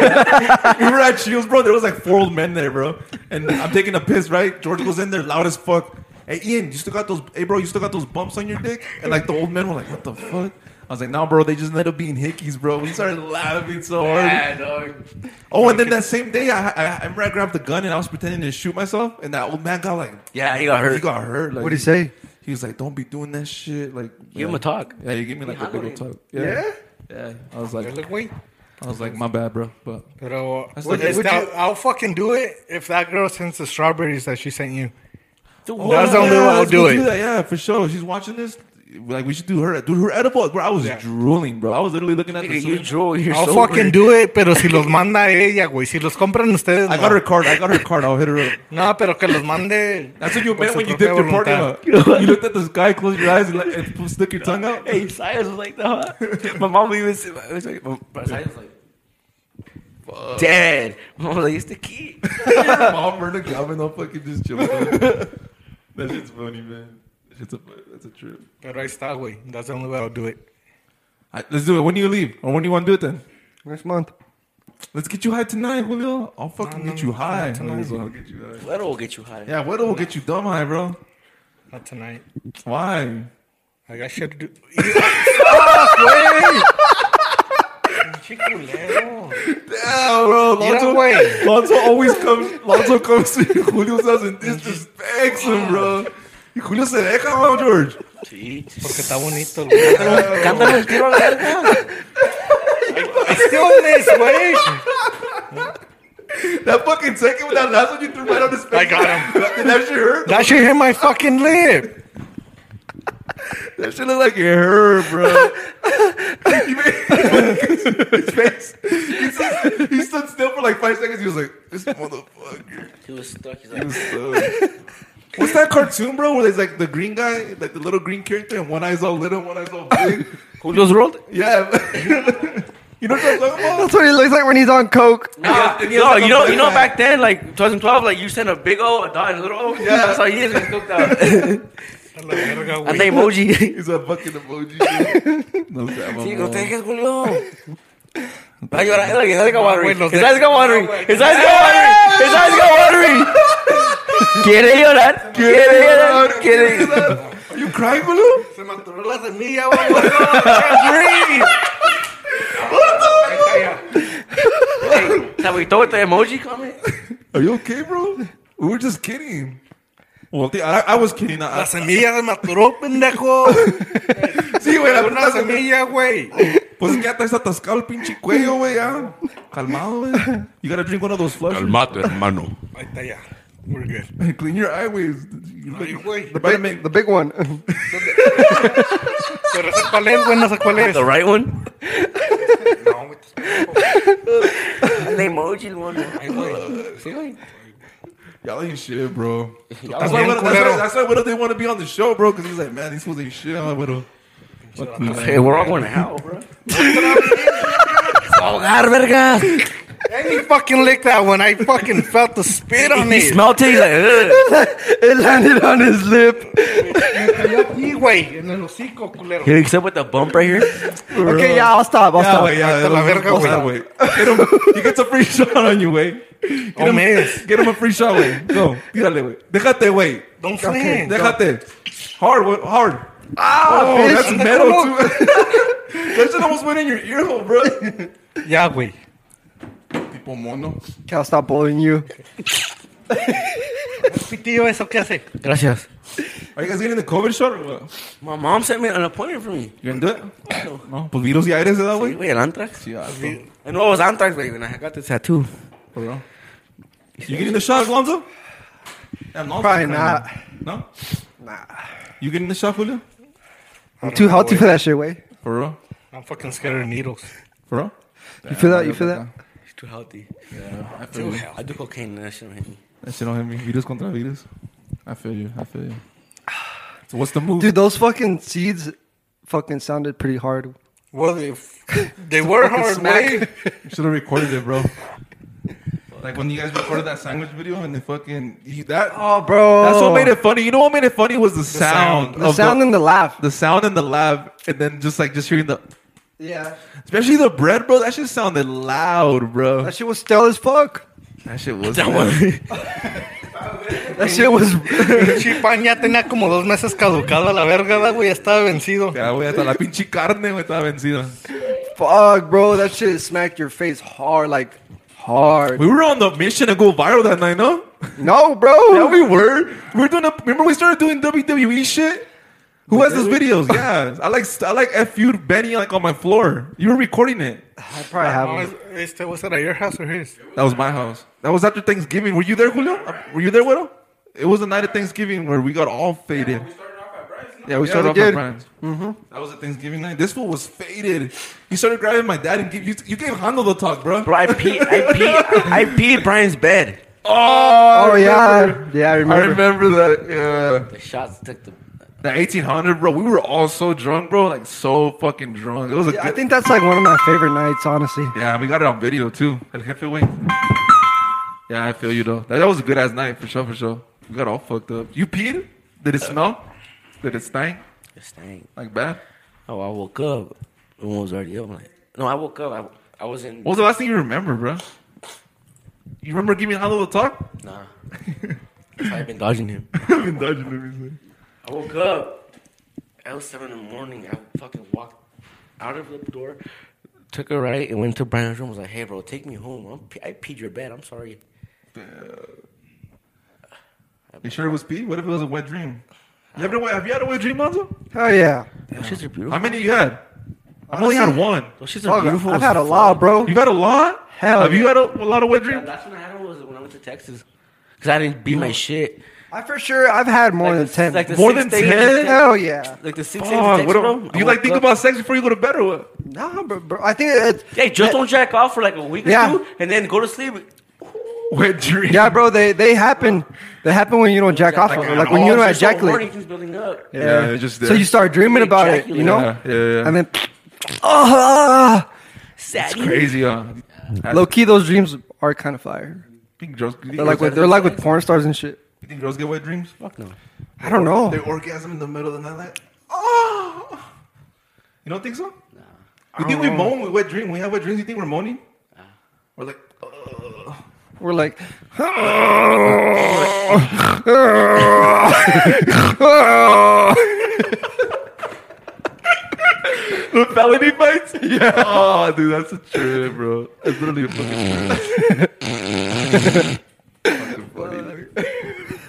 Speaker 2: we were at Shields, bro. There was like four old men there, bro. And I'm taking a piss, right? George goes in there loud as fuck. Hey, Ian, you still got those? Hey, bro, you still got those bumps on your dick? And like the old men were like, "What the fuck?" I was like, "Nah, bro. They just ended up being hickeys, bro." We started laughing so hard.
Speaker 5: Yeah, dog.
Speaker 2: Oh, and then that same day, I, I, I remember I grabbed the gun and I was pretending to shoot myself, and that old man got like,
Speaker 5: Yeah, he got
Speaker 2: he
Speaker 3: Er,
Speaker 5: hurt.
Speaker 2: got hurt. Like,
Speaker 4: What do you say?
Speaker 2: He was like, "Don't be doing that shit." Like,
Speaker 5: Give him a talk.
Speaker 2: Yeah, you gave me like a little
Speaker 5: hollering.
Speaker 2: talk. Yeah. yeah, I was like,
Speaker 3: Güey.
Speaker 2: I was like, my bad, bro. But
Speaker 3: Pero
Speaker 2: Would-
Speaker 3: it's
Speaker 2: would
Speaker 3: that-
Speaker 2: you-
Speaker 3: I'll fucking do it if that girl sends the strawberries that she sent you.
Speaker 5: Dude,
Speaker 3: That's the
Speaker 5: what?
Speaker 3: only way I'll
Speaker 2: Oh, let's
Speaker 3: do
Speaker 2: go
Speaker 3: it.
Speaker 2: that, yeah, for sure. She's watching this. Like we should do her, dude. Her edible, bro. I was drooling, bro. I was literally looking at the.
Speaker 5: Nigga, you
Speaker 2: sweet-
Speaker 5: drool. You're
Speaker 3: I'll
Speaker 5: so
Speaker 3: fucking do it, pero si los manda ella, güey. Si los compran ustedes,
Speaker 2: I
Speaker 3: no.
Speaker 2: got her card. I got her card. I'll hit her up.
Speaker 3: No, pero que los mande.
Speaker 2: That's what you
Speaker 3: por
Speaker 2: meant
Speaker 3: su
Speaker 2: when you
Speaker 3: propia
Speaker 2: dipped your partner.
Speaker 3: voluntad.
Speaker 2: up. You looked at the sky, closed your eyes, and, let, and stuck your tongue out.
Speaker 5: Hey, Cyrus was like that. huh? My mom even said, I was like, my- my- Cyrus was like, Dad. My mom was like, it's the key.
Speaker 2: Mom, Verna Calvin, I'll fucking just chill. that shit's funny, man. That shit's a that's a trip.
Speaker 3: Pero ahí está, güey. That's the only way I'll do it.
Speaker 2: All right, let's do it. When do you leave, or when do you want to do it then?
Speaker 4: Next month.
Speaker 2: Let's get you high tonight, Julio. I'll fucking
Speaker 3: no,
Speaker 2: get you
Speaker 3: not
Speaker 2: high.
Speaker 3: tonight.
Speaker 2: Might as well get you high.
Speaker 5: That will get you high.
Speaker 2: Yeah, what will get you dumb high, bro?
Speaker 3: Not tonight.
Speaker 2: Why?
Speaker 3: I got shit to do.
Speaker 2: Damn, bro. Lonzo,
Speaker 3: away.
Speaker 2: Lonzo always comes. Lonzo comes to Julio's house and disrespects him, bro. Y Julio se deja, bro, George.
Speaker 5: Sí.
Speaker 3: Porque está bonito. el lugar.
Speaker 5: Cántame el tiro a la verga.
Speaker 3: I still miss, güey.
Speaker 2: That fucking second with that last one you threw right on his face.
Speaker 3: I got him.
Speaker 2: Did that shit hurt?
Speaker 3: That shit hit my fucking lip.
Speaker 2: That shit look like it hurt, bro. He made- his face. He stood, he stood still for like five seconds. He was like, this motherfucker.
Speaker 5: He was stuck. He's
Speaker 2: He
Speaker 5: like,
Speaker 2: was so- What's that cartoon, bro? Where there's like the green guy, like the little green character, and one eye's all little, one eye's all big.
Speaker 5: Julio's World?
Speaker 2: Yeah. you know what I'm talking about?
Speaker 4: That's what he looks like when he's on coke.
Speaker 5: Ah, no, you know, you know, back then, like 2012, like you sent a big O, a dot, and a little O. Yeah, that's how he is. He's cooked out. And the emoji.
Speaker 2: He's a fucking emoji. dude. no, that one, bro.
Speaker 5: Julio. Va a llorar, like, his eyes got watery.
Speaker 3: güey, los
Speaker 5: His
Speaker 3: de-
Speaker 5: eyes got watery. His eyes got watery. His eyes got watery. Quiere llorar. Quiere llorar. Quiere.
Speaker 2: Are you crying, Blue?
Speaker 3: Se me atoró la semilla, güey. I can't breathe.
Speaker 5: Hey, ¿Se agüitó with the emoji comment?
Speaker 2: Are you okay, bro? We were just kidding. Well, the- I, I was kidding. I,
Speaker 3: La semilla se me atoró, pendejo.
Speaker 2: Sí, güey, la
Speaker 3: Una
Speaker 2: puta se me-
Speaker 3: semilla, güey.
Speaker 2: Pues que ya está atascado el pinche cuello, güey, ya. Calmado, güey. You gotta drink one of those flushes.
Speaker 1: Calmate, hermano.
Speaker 3: Ahí está ya. We're good.
Speaker 2: Clean your airways. You
Speaker 3: Ay, güey.
Speaker 2: the better make
Speaker 4: The big one.
Speaker 3: Pero ese cuál es, güey. No sé cuál es.
Speaker 5: The right one?
Speaker 3: No, güey.
Speaker 5: The emoji one.
Speaker 3: Ay, güey. Sí, güey.
Speaker 2: Y'all ain't shit, bro. That's why,
Speaker 3: También,
Speaker 2: Widow- that's, why,
Speaker 3: culero.
Speaker 2: that's why Widow didn't want to be on the show, bro, because he's like, man, these fools ain't shit. I'm like, Widow. Fuck you, man.
Speaker 5: Hey, we're all going to hell, bro. Ahogar, Oh, verga.
Speaker 3: And he fucking licked that one. I fucking felt the spit on
Speaker 5: He
Speaker 3: it.
Speaker 5: smelled it. He's like, ugh.
Speaker 4: It landed on his lip.
Speaker 3: Sí, güey. En el hocico, culero.
Speaker 5: Here, except with the bump right here.
Speaker 4: Okay, yeah, I'll stop. I'll
Speaker 2: Yeah,
Speaker 4: stop.
Speaker 2: wait, yeah,
Speaker 3: Hasta la
Speaker 2: those-
Speaker 3: verga,
Speaker 2: those
Speaker 3: güey.
Speaker 2: are way. Get him. He gets a free shot on you, güey. Get
Speaker 3: Oh,
Speaker 2: him-
Speaker 3: man.
Speaker 2: Get him a free shot, güey. Go. Tírale, güey. Déjate, güey.
Speaker 3: Don't fling.
Speaker 2: Déjate. Hard, güey. Hard. Ah, oh,
Speaker 3: bitch.
Speaker 2: that's metal, too. that shit almost went in your ear hole, bro.
Speaker 3: Ya, güey.
Speaker 2: Tipo mono.
Speaker 4: Okay, I'll stop blowing you.
Speaker 3: Pitillo, ¿eso qué hace?
Speaker 5: Gracias.
Speaker 2: Are you guys getting the COVID shot or what?
Speaker 5: My mom sent me an appointment for me.
Speaker 2: You gonna do it? No. Pues virus y aires, ¿verdad,
Speaker 5: Wait,
Speaker 2: güey?
Speaker 5: wait, an anthrax?
Speaker 2: Yeah,
Speaker 5: I know it was anthrax, baby, and I got the tattoo.
Speaker 2: bro. You getting the shot, Alonzo? Damn, Alonzo
Speaker 4: Probably
Speaker 2: kinda-
Speaker 4: not.
Speaker 2: No? Nah. You getting the shot, Julio?
Speaker 4: I'm too healthy for that shit, way.
Speaker 2: For real?
Speaker 3: I'm fucking scared of needles.
Speaker 2: For real?
Speaker 4: You feel that? You feel that?
Speaker 5: It's too healthy.
Speaker 2: I feel
Speaker 5: Too
Speaker 2: you.
Speaker 5: healthy. I do cocaine and that shit don't hit me.
Speaker 2: That shit don't hit me. Virus contra virus. I feel you. I feel you. So what's the move?
Speaker 4: Dude, those fucking seeds fucking sounded pretty hard.
Speaker 3: Well, they, they were hard, güey.
Speaker 2: You should have recorded it, bro. like when you guys recorded that sandwich video and the fucking you, that.
Speaker 4: Oh, bro.
Speaker 2: That's what made it funny. You know what made it funny was the, sound,
Speaker 3: sound.
Speaker 4: The sound
Speaker 2: the,
Speaker 4: and the laugh.
Speaker 2: the sound in the lab, and then just like just hearing the,
Speaker 4: Yeah.
Speaker 2: especially the bread, bro. That shit sounded loud, bro.
Speaker 4: That shit was stale as fuck.
Speaker 2: That shit was.
Speaker 5: That
Speaker 2: loud.
Speaker 5: one.
Speaker 4: That shit was.
Speaker 3: Pinche pan ya tenía como dos meses caducado a la verga, da, güey. Ya estaba vencido.
Speaker 2: Ya, Ah, güey, hasta la pinche carne, güey, estaba vencida.
Speaker 4: Fuck, bro. That shit smacked your face hard, like hard.
Speaker 2: We were on the mission to go viral that night, no?
Speaker 4: No,
Speaker 2: Yeah,
Speaker 4: bro.
Speaker 2: we were. We were doing a. Remember, we started doing WWE shit. Who has those videos? Yeah, I like I like FU Benny like on my floor. You were recording it.
Speaker 4: I probably
Speaker 3: No,
Speaker 4: haven't.
Speaker 3: es- este, was it at your house or his?
Speaker 2: That was my house. That was after Thanksgiving. Were you there, Julio? Uh, Were you there, Widow? It was the night of Thanksgiving where we got all faded. Yeah, we started
Speaker 4: we
Speaker 2: off at
Speaker 4: did. Mm-hmm.
Speaker 2: Brian's. That was a Thanksgiving night. This fool was faded. You started grabbing my dad and give, you, you gave Hondo the talk, bro.
Speaker 5: Bro, I peed, I peed, I peed Brian's bed.
Speaker 2: Oh,
Speaker 4: Oh, yeah. Yeah, I
Speaker 2: I
Speaker 4: remember.
Speaker 2: remember that. Yeah.
Speaker 5: The shots took the.
Speaker 2: The 1800, bro. We were all so drunk, bro. Like, so fucking drunk. It was a
Speaker 4: Yeah,
Speaker 2: good
Speaker 4: I think that's like one of my favorite nights, honestly.
Speaker 2: Yeah, we got it on video too. El Jefe Wing. Yeah, I feel you though. That, that was a good ass night for sure, for sure. We got all fucked up. You peed? Did it smell? Did it stink?
Speaker 5: It stank.
Speaker 2: Like bad?
Speaker 5: Oh, I woke up. The one was already up. I'm like, no, I woke up. I, I I was in.
Speaker 2: What was the last thing you remember, bro? You remember giving Hollow a talk?
Speaker 5: Nah. I've been dodging him.
Speaker 2: I've been dodging him.
Speaker 5: I woke up. It was seven in the morning. I fucking walked out of the door, took a right, and went to Brian's room. Was like, "Hey, bro, take me home. I'm, pe- I peed your bed. I'm sorry."
Speaker 2: You sure it was pee? What if it was a wet dream? You ever, have you had a wet dream, Monzo?
Speaker 4: Hell yeah.
Speaker 5: Those shits are
Speaker 2: How
Speaker 5: beautiful.
Speaker 2: many you had? I've only had one.
Speaker 5: Those shits are
Speaker 4: Fuck,
Speaker 5: beautiful.
Speaker 4: I've
Speaker 5: as
Speaker 4: had a
Speaker 5: fuck.
Speaker 4: lot, bro.
Speaker 2: You got a lot?
Speaker 4: Hell
Speaker 2: Have you
Speaker 4: yeah.
Speaker 2: had a, a lot of wet
Speaker 5: Yeah,
Speaker 2: dreams?
Speaker 5: last one I had was when I went to Texas. Cause I didn't beat my shit.
Speaker 4: I for sure, I've had more
Speaker 5: Like
Speaker 4: than
Speaker 5: the-
Speaker 4: 10.
Speaker 5: like the
Speaker 2: More
Speaker 5: six
Speaker 2: than
Speaker 5: days-
Speaker 2: 10?
Speaker 4: Hell yeah.
Speaker 5: Like the six days of
Speaker 2: Fuck,
Speaker 5: Texas,
Speaker 2: Oh,
Speaker 5: bro.
Speaker 2: what do
Speaker 5: I
Speaker 2: you like
Speaker 5: woke
Speaker 2: think
Speaker 5: up-
Speaker 2: about sex before you go to bed or what?
Speaker 4: Nah, bro, bro. I think it's.
Speaker 5: Hey, just don't jack off for like a week
Speaker 4: Yeah.
Speaker 5: or two, and then go to sleep.
Speaker 2: Wet dream.
Speaker 4: Yeah, bro, they, they happen. They happen when you don't jack off.
Speaker 5: Like,
Speaker 4: Like, like when
Speaker 5: oh,
Speaker 4: you don't
Speaker 5: it's just so horny,
Speaker 4: ejaculate.
Speaker 5: things building up.
Speaker 2: Yeah, it's just
Speaker 4: so
Speaker 2: there.
Speaker 4: you start dreaming about it, you know?
Speaker 2: Yeah, yeah, yeah.
Speaker 4: And then, oh,
Speaker 5: Sad.
Speaker 2: Crazy, huh?
Speaker 4: low key, those dreams are kind of fire.
Speaker 2: Think girls, you think
Speaker 4: They're like
Speaker 2: girls-
Speaker 4: with, they're like with porn stars and shit.
Speaker 2: you think girls get wet dreams?
Speaker 5: Fuck no.
Speaker 4: I don't
Speaker 2: They
Speaker 4: know.
Speaker 2: orgasm in the middle of the night. Like, oh, you don't think so? Nah. You think we moan? We wet dream? We have wet dreams. You think we're moaning? We're like, oh.
Speaker 4: We're like,
Speaker 2: the felony fights. Yeah. Oh, dude, that's a trip, bro. That's literally a fucking trip. Fucking funny, dude.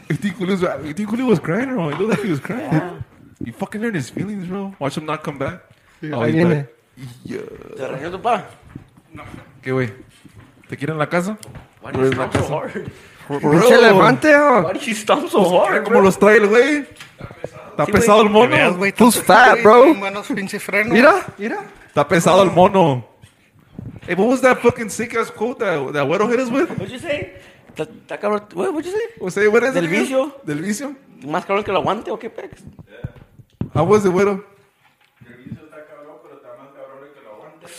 Speaker 2: You think Julio was, you think Julio was crying, bro? It looked like he was crying. You fucking hurt his feelings, bro. Watch him not come back. oh,
Speaker 4: like
Speaker 2: he's
Speaker 4: in
Speaker 2: back.
Speaker 4: it.
Speaker 2: Yeah.
Speaker 5: Te arreglo, pa.
Speaker 2: ¿Qué, güey? ¿Te quieren la casa?
Speaker 5: Why do you
Speaker 2: Where's
Speaker 5: stomp so hard?
Speaker 4: pinche levante, huh?
Speaker 5: Why do you stomp so hard?
Speaker 2: ¿Cómo
Speaker 5: Bro?
Speaker 2: los trae el güey? Está pesado el mono.
Speaker 3: Veas, güey,
Speaker 4: Who's
Speaker 3: tú-
Speaker 4: fat,
Speaker 3: güey,
Speaker 4: bro?
Speaker 3: tienen Buenos pinches frenos.
Speaker 4: Mira, mira.
Speaker 2: Está pesado el mono. Hey, what was that fucking sick ass quote that, that Güero hit us with?
Speaker 5: What'd you say? Ta- ta cabrón- What- What'd you say?
Speaker 2: What's it, what is
Speaker 5: Del
Speaker 2: it again?
Speaker 5: vicio.
Speaker 2: Del vicio.
Speaker 5: ¿Más cabrón que el aguante o qué pex?
Speaker 2: How was it, Güero?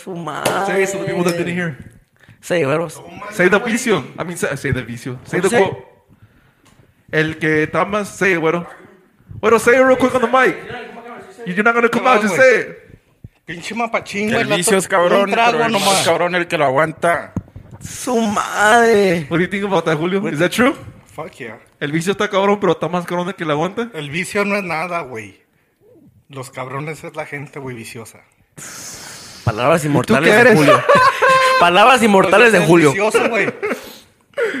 Speaker 5: Su madre.
Speaker 2: Say it to the people that didn't hear.
Speaker 5: Say, veros.
Speaker 2: Say the vicio. I mean, say, say the vicio. Say the
Speaker 5: What'd you say?
Speaker 2: quote. El que está más, say it, Güero. Güero, say it real quick on the mic. You're not going to come out, just say it.
Speaker 3: Pinche mapachín,
Speaker 6: El
Speaker 3: güey. la
Speaker 6: vicio
Speaker 3: to-
Speaker 6: es cabrón,
Speaker 3: Un trago
Speaker 6: pero el más
Speaker 3: nomás.
Speaker 6: cabrón el que lo aguanta.
Speaker 5: Su madre.
Speaker 2: What do you think about that, Julio? Is that true?
Speaker 3: Fuck yeah.
Speaker 2: El vicio está cabrón, pero está más cabrón de que la aguanta.
Speaker 3: El vicio no es nada, güey. Los cabrones es la gente, güey, viciosa.
Speaker 5: Palabras
Speaker 4: ¿Tú
Speaker 5: inmortales
Speaker 4: qué
Speaker 5: de
Speaker 4: eres?
Speaker 5: Julio. Palabras inmortales de
Speaker 3: Es
Speaker 5: Julio.
Speaker 3: vicioso, güey.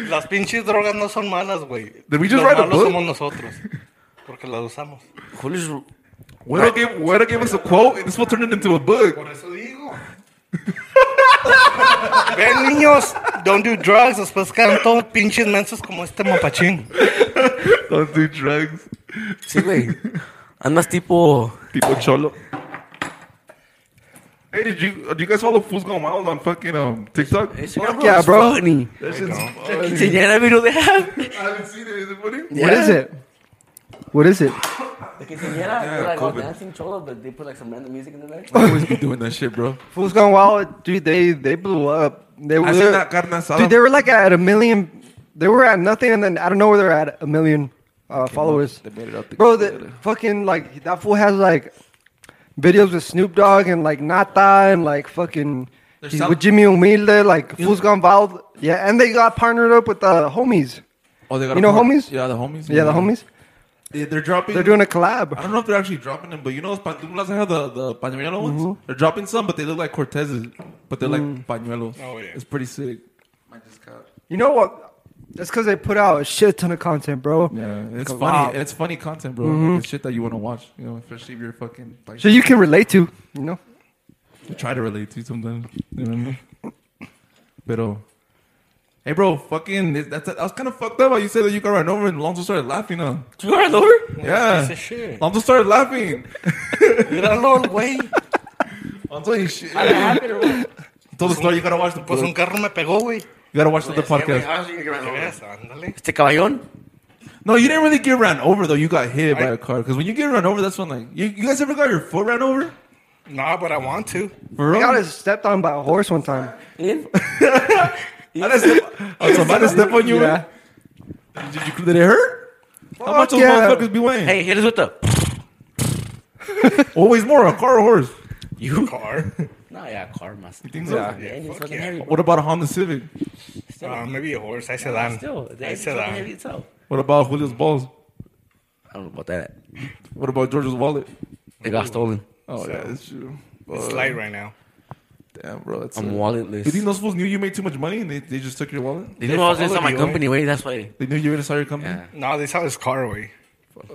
Speaker 3: Las pinches drogas no son malas, güey.
Speaker 2: Did we just
Speaker 3: Los
Speaker 2: write a
Speaker 3: malos
Speaker 2: book?
Speaker 3: somos nosotros. Porque las usamos.
Speaker 5: Julio's
Speaker 2: Güero gave, Güero gave us a quote, and this will turn it into a book.
Speaker 3: Por eso digo. Ven, niños, don't do drugs. Después quedan todos pinches mensos como este mapachín.
Speaker 2: Don't do drugs.
Speaker 5: Sí, güey. Andas tipo.
Speaker 2: Tipo cholo. Hey, did you uh, do you guys follow Fools Gone Wild on fucking um TikTok?
Speaker 5: Fuck
Speaker 4: yeah, bro.
Speaker 5: Funny.
Speaker 2: That shit's funny.
Speaker 5: Quinceañera vino de
Speaker 2: I haven't seen it. Is it funny?
Speaker 4: What is it? What is it?
Speaker 5: The quinceañera, they're like all
Speaker 2: COVID.
Speaker 5: dancing cholo, but they put pues, like some random music in the back.
Speaker 2: I always be doing that shit, bro.
Speaker 4: Fools Gone Wild, dude. They they blew up. They were,
Speaker 2: I seen that carne asada.
Speaker 4: dude. They were like at a million. They were at nothing, and then I don't know where they're at. A million uh, followers,
Speaker 2: made it out the
Speaker 4: bro. The fucking like that fool has like videos with Snoop Dogg and like Nata and like fucking he's
Speaker 2: some-
Speaker 4: with Jimmy Humilde. Like Fools Gone Wild, yeah. And they got partnered up with the uh, homies.
Speaker 2: Oh, they got
Speaker 4: You
Speaker 2: a
Speaker 4: know
Speaker 2: part-
Speaker 4: homies?
Speaker 2: Yeah, the homies.
Speaker 4: Yeah, the homies.
Speaker 2: They, they're dropping.
Speaker 4: They're doing a
Speaker 2: I
Speaker 4: collab.
Speaker 2: don't know if they're actually dropping them, but you know those pañuelos I have the the pañuelo
Speaker 4: Mm-hmm.
Speaker 2: ones. They're dropping some, but they look like Cortezes, but they're
Speaker 4: Mm.
Speaker 2: like pañuelos.
Speaker 3: Oh, yeah.
Speaker 2: it's pretty sick.
Speaker 4: You know what? That's because they put out a shit ton of content, bro.
Speaker 2: Yeah, it's funny.
Speaker 4: Wow.
Speaker 2: It's funny content, bro. Like, it's shit that you want to watch, you know, especially if you're fucking like,
Speaker 4: So you can relate to, you know.
Speaker 2: try to relate to sometimes. You know? Pero, hey, bro, fucking, it- that's that was kind of fucked up. How you said that you got run over and Lonzo started laughing. Huh?
Speaker 5: You got run over?
Speaker 2: Yeah,
Speaker 3: piece of shit.
Speaker 2: Lonzo started laughing.
Speaker 3: Míralo, el güey.
Speaker 2: Lonzo, you shit.
Speaker 5: What happened or what?
Speaker 2: Told the story. You gotta watch the
Speaker 3: Pues un
Speaker 2: podcast.
Speaker 3: carro me pegó, güey.
Speaker 2: You gotta watch the, the
Speaker 5: Yeah, güey,
Speaker 2: podcast.
Speaker 5: how's you get run
Speaker 3: ¿Qué
Speaker 5: over?
Speaker 3: ves? Ándale.
Speaker 5: Este caballón.
Speaker 2: No, you didn't really get ran over though. You got hit by
Speaker 3: I-
Speaker 2: a car. Because when you get run over, that's when like you, you guys ever got your foot ran over?
Speaker 3: No, but I want to.
Speaker 2: For
Speaker 4: I
Speaker 2: real?
Speaker 4: got stepped on by a horse one time.
Speaker 5: ¿Eh?
Speaker 2: I didn't step- oh, somebody step on you?
Speaker 4: Yeah.
Speaker 2: Did, you, did it hurt? How much
Speaker 4: Fuck
Speaker 2: those
Speaker 4: yeah.
Speaker 2: motherfuckers be weighing?
Speaker 5: Hey, here's what the.
Speaker 2: Always more, a car or horse?
Speaker 3: You car.
Speaker 5: Nah, yeah, car, my You
Speaker 2: think so?
Speaker 5: The
Speaker 2: Yeah,
Speaker 5: engine's
Speaker 3: fuck
Speaker 5: fucking
Speaker 3: yeah.
Speaker 5: heavy, bro.
Speaker 2: What about a Honda Civic?
Speaker 5: Still,
Speaker 3: Uh, maybe a horse. I said that.
Speaker 5: still, the
Speaker 3: Um, I
Speaker 5: engine's
Speaker 3: said uh,
Speaker 5: fucking
Speaker 3: that.
Speaker 5: heavy itself.
Speaker 2: What about Julio's balls?
Speaker 5: I don't know about that.
Speaker 2: What about George's wallet?
Speaker 5: It got stolen.
Speaker 2: Oh,
Speaker 3: So-
Speaker 2: yeah, that's true.
Speaker 3: It's
Speaker 2: Fuck.
Speaker 3: light right now.
Speaker 2: Damn, bro, that's
Speaker 5: I'm
Speaker 2: it.
Speaker 5: walletless.
Speaker 2: You think those fools knew you made too much money and they, they just took your wallet?
Speaker 5: They didn't know I was
Speaker 3: follow
Speaker 5: inside my
Speaker 3: you,
Speaker 5: company, wait. That's why.
Speaker 2: They knew you were inside your company?
Speaker 5: Yeah.
Speaker 3: No, they saw his car away.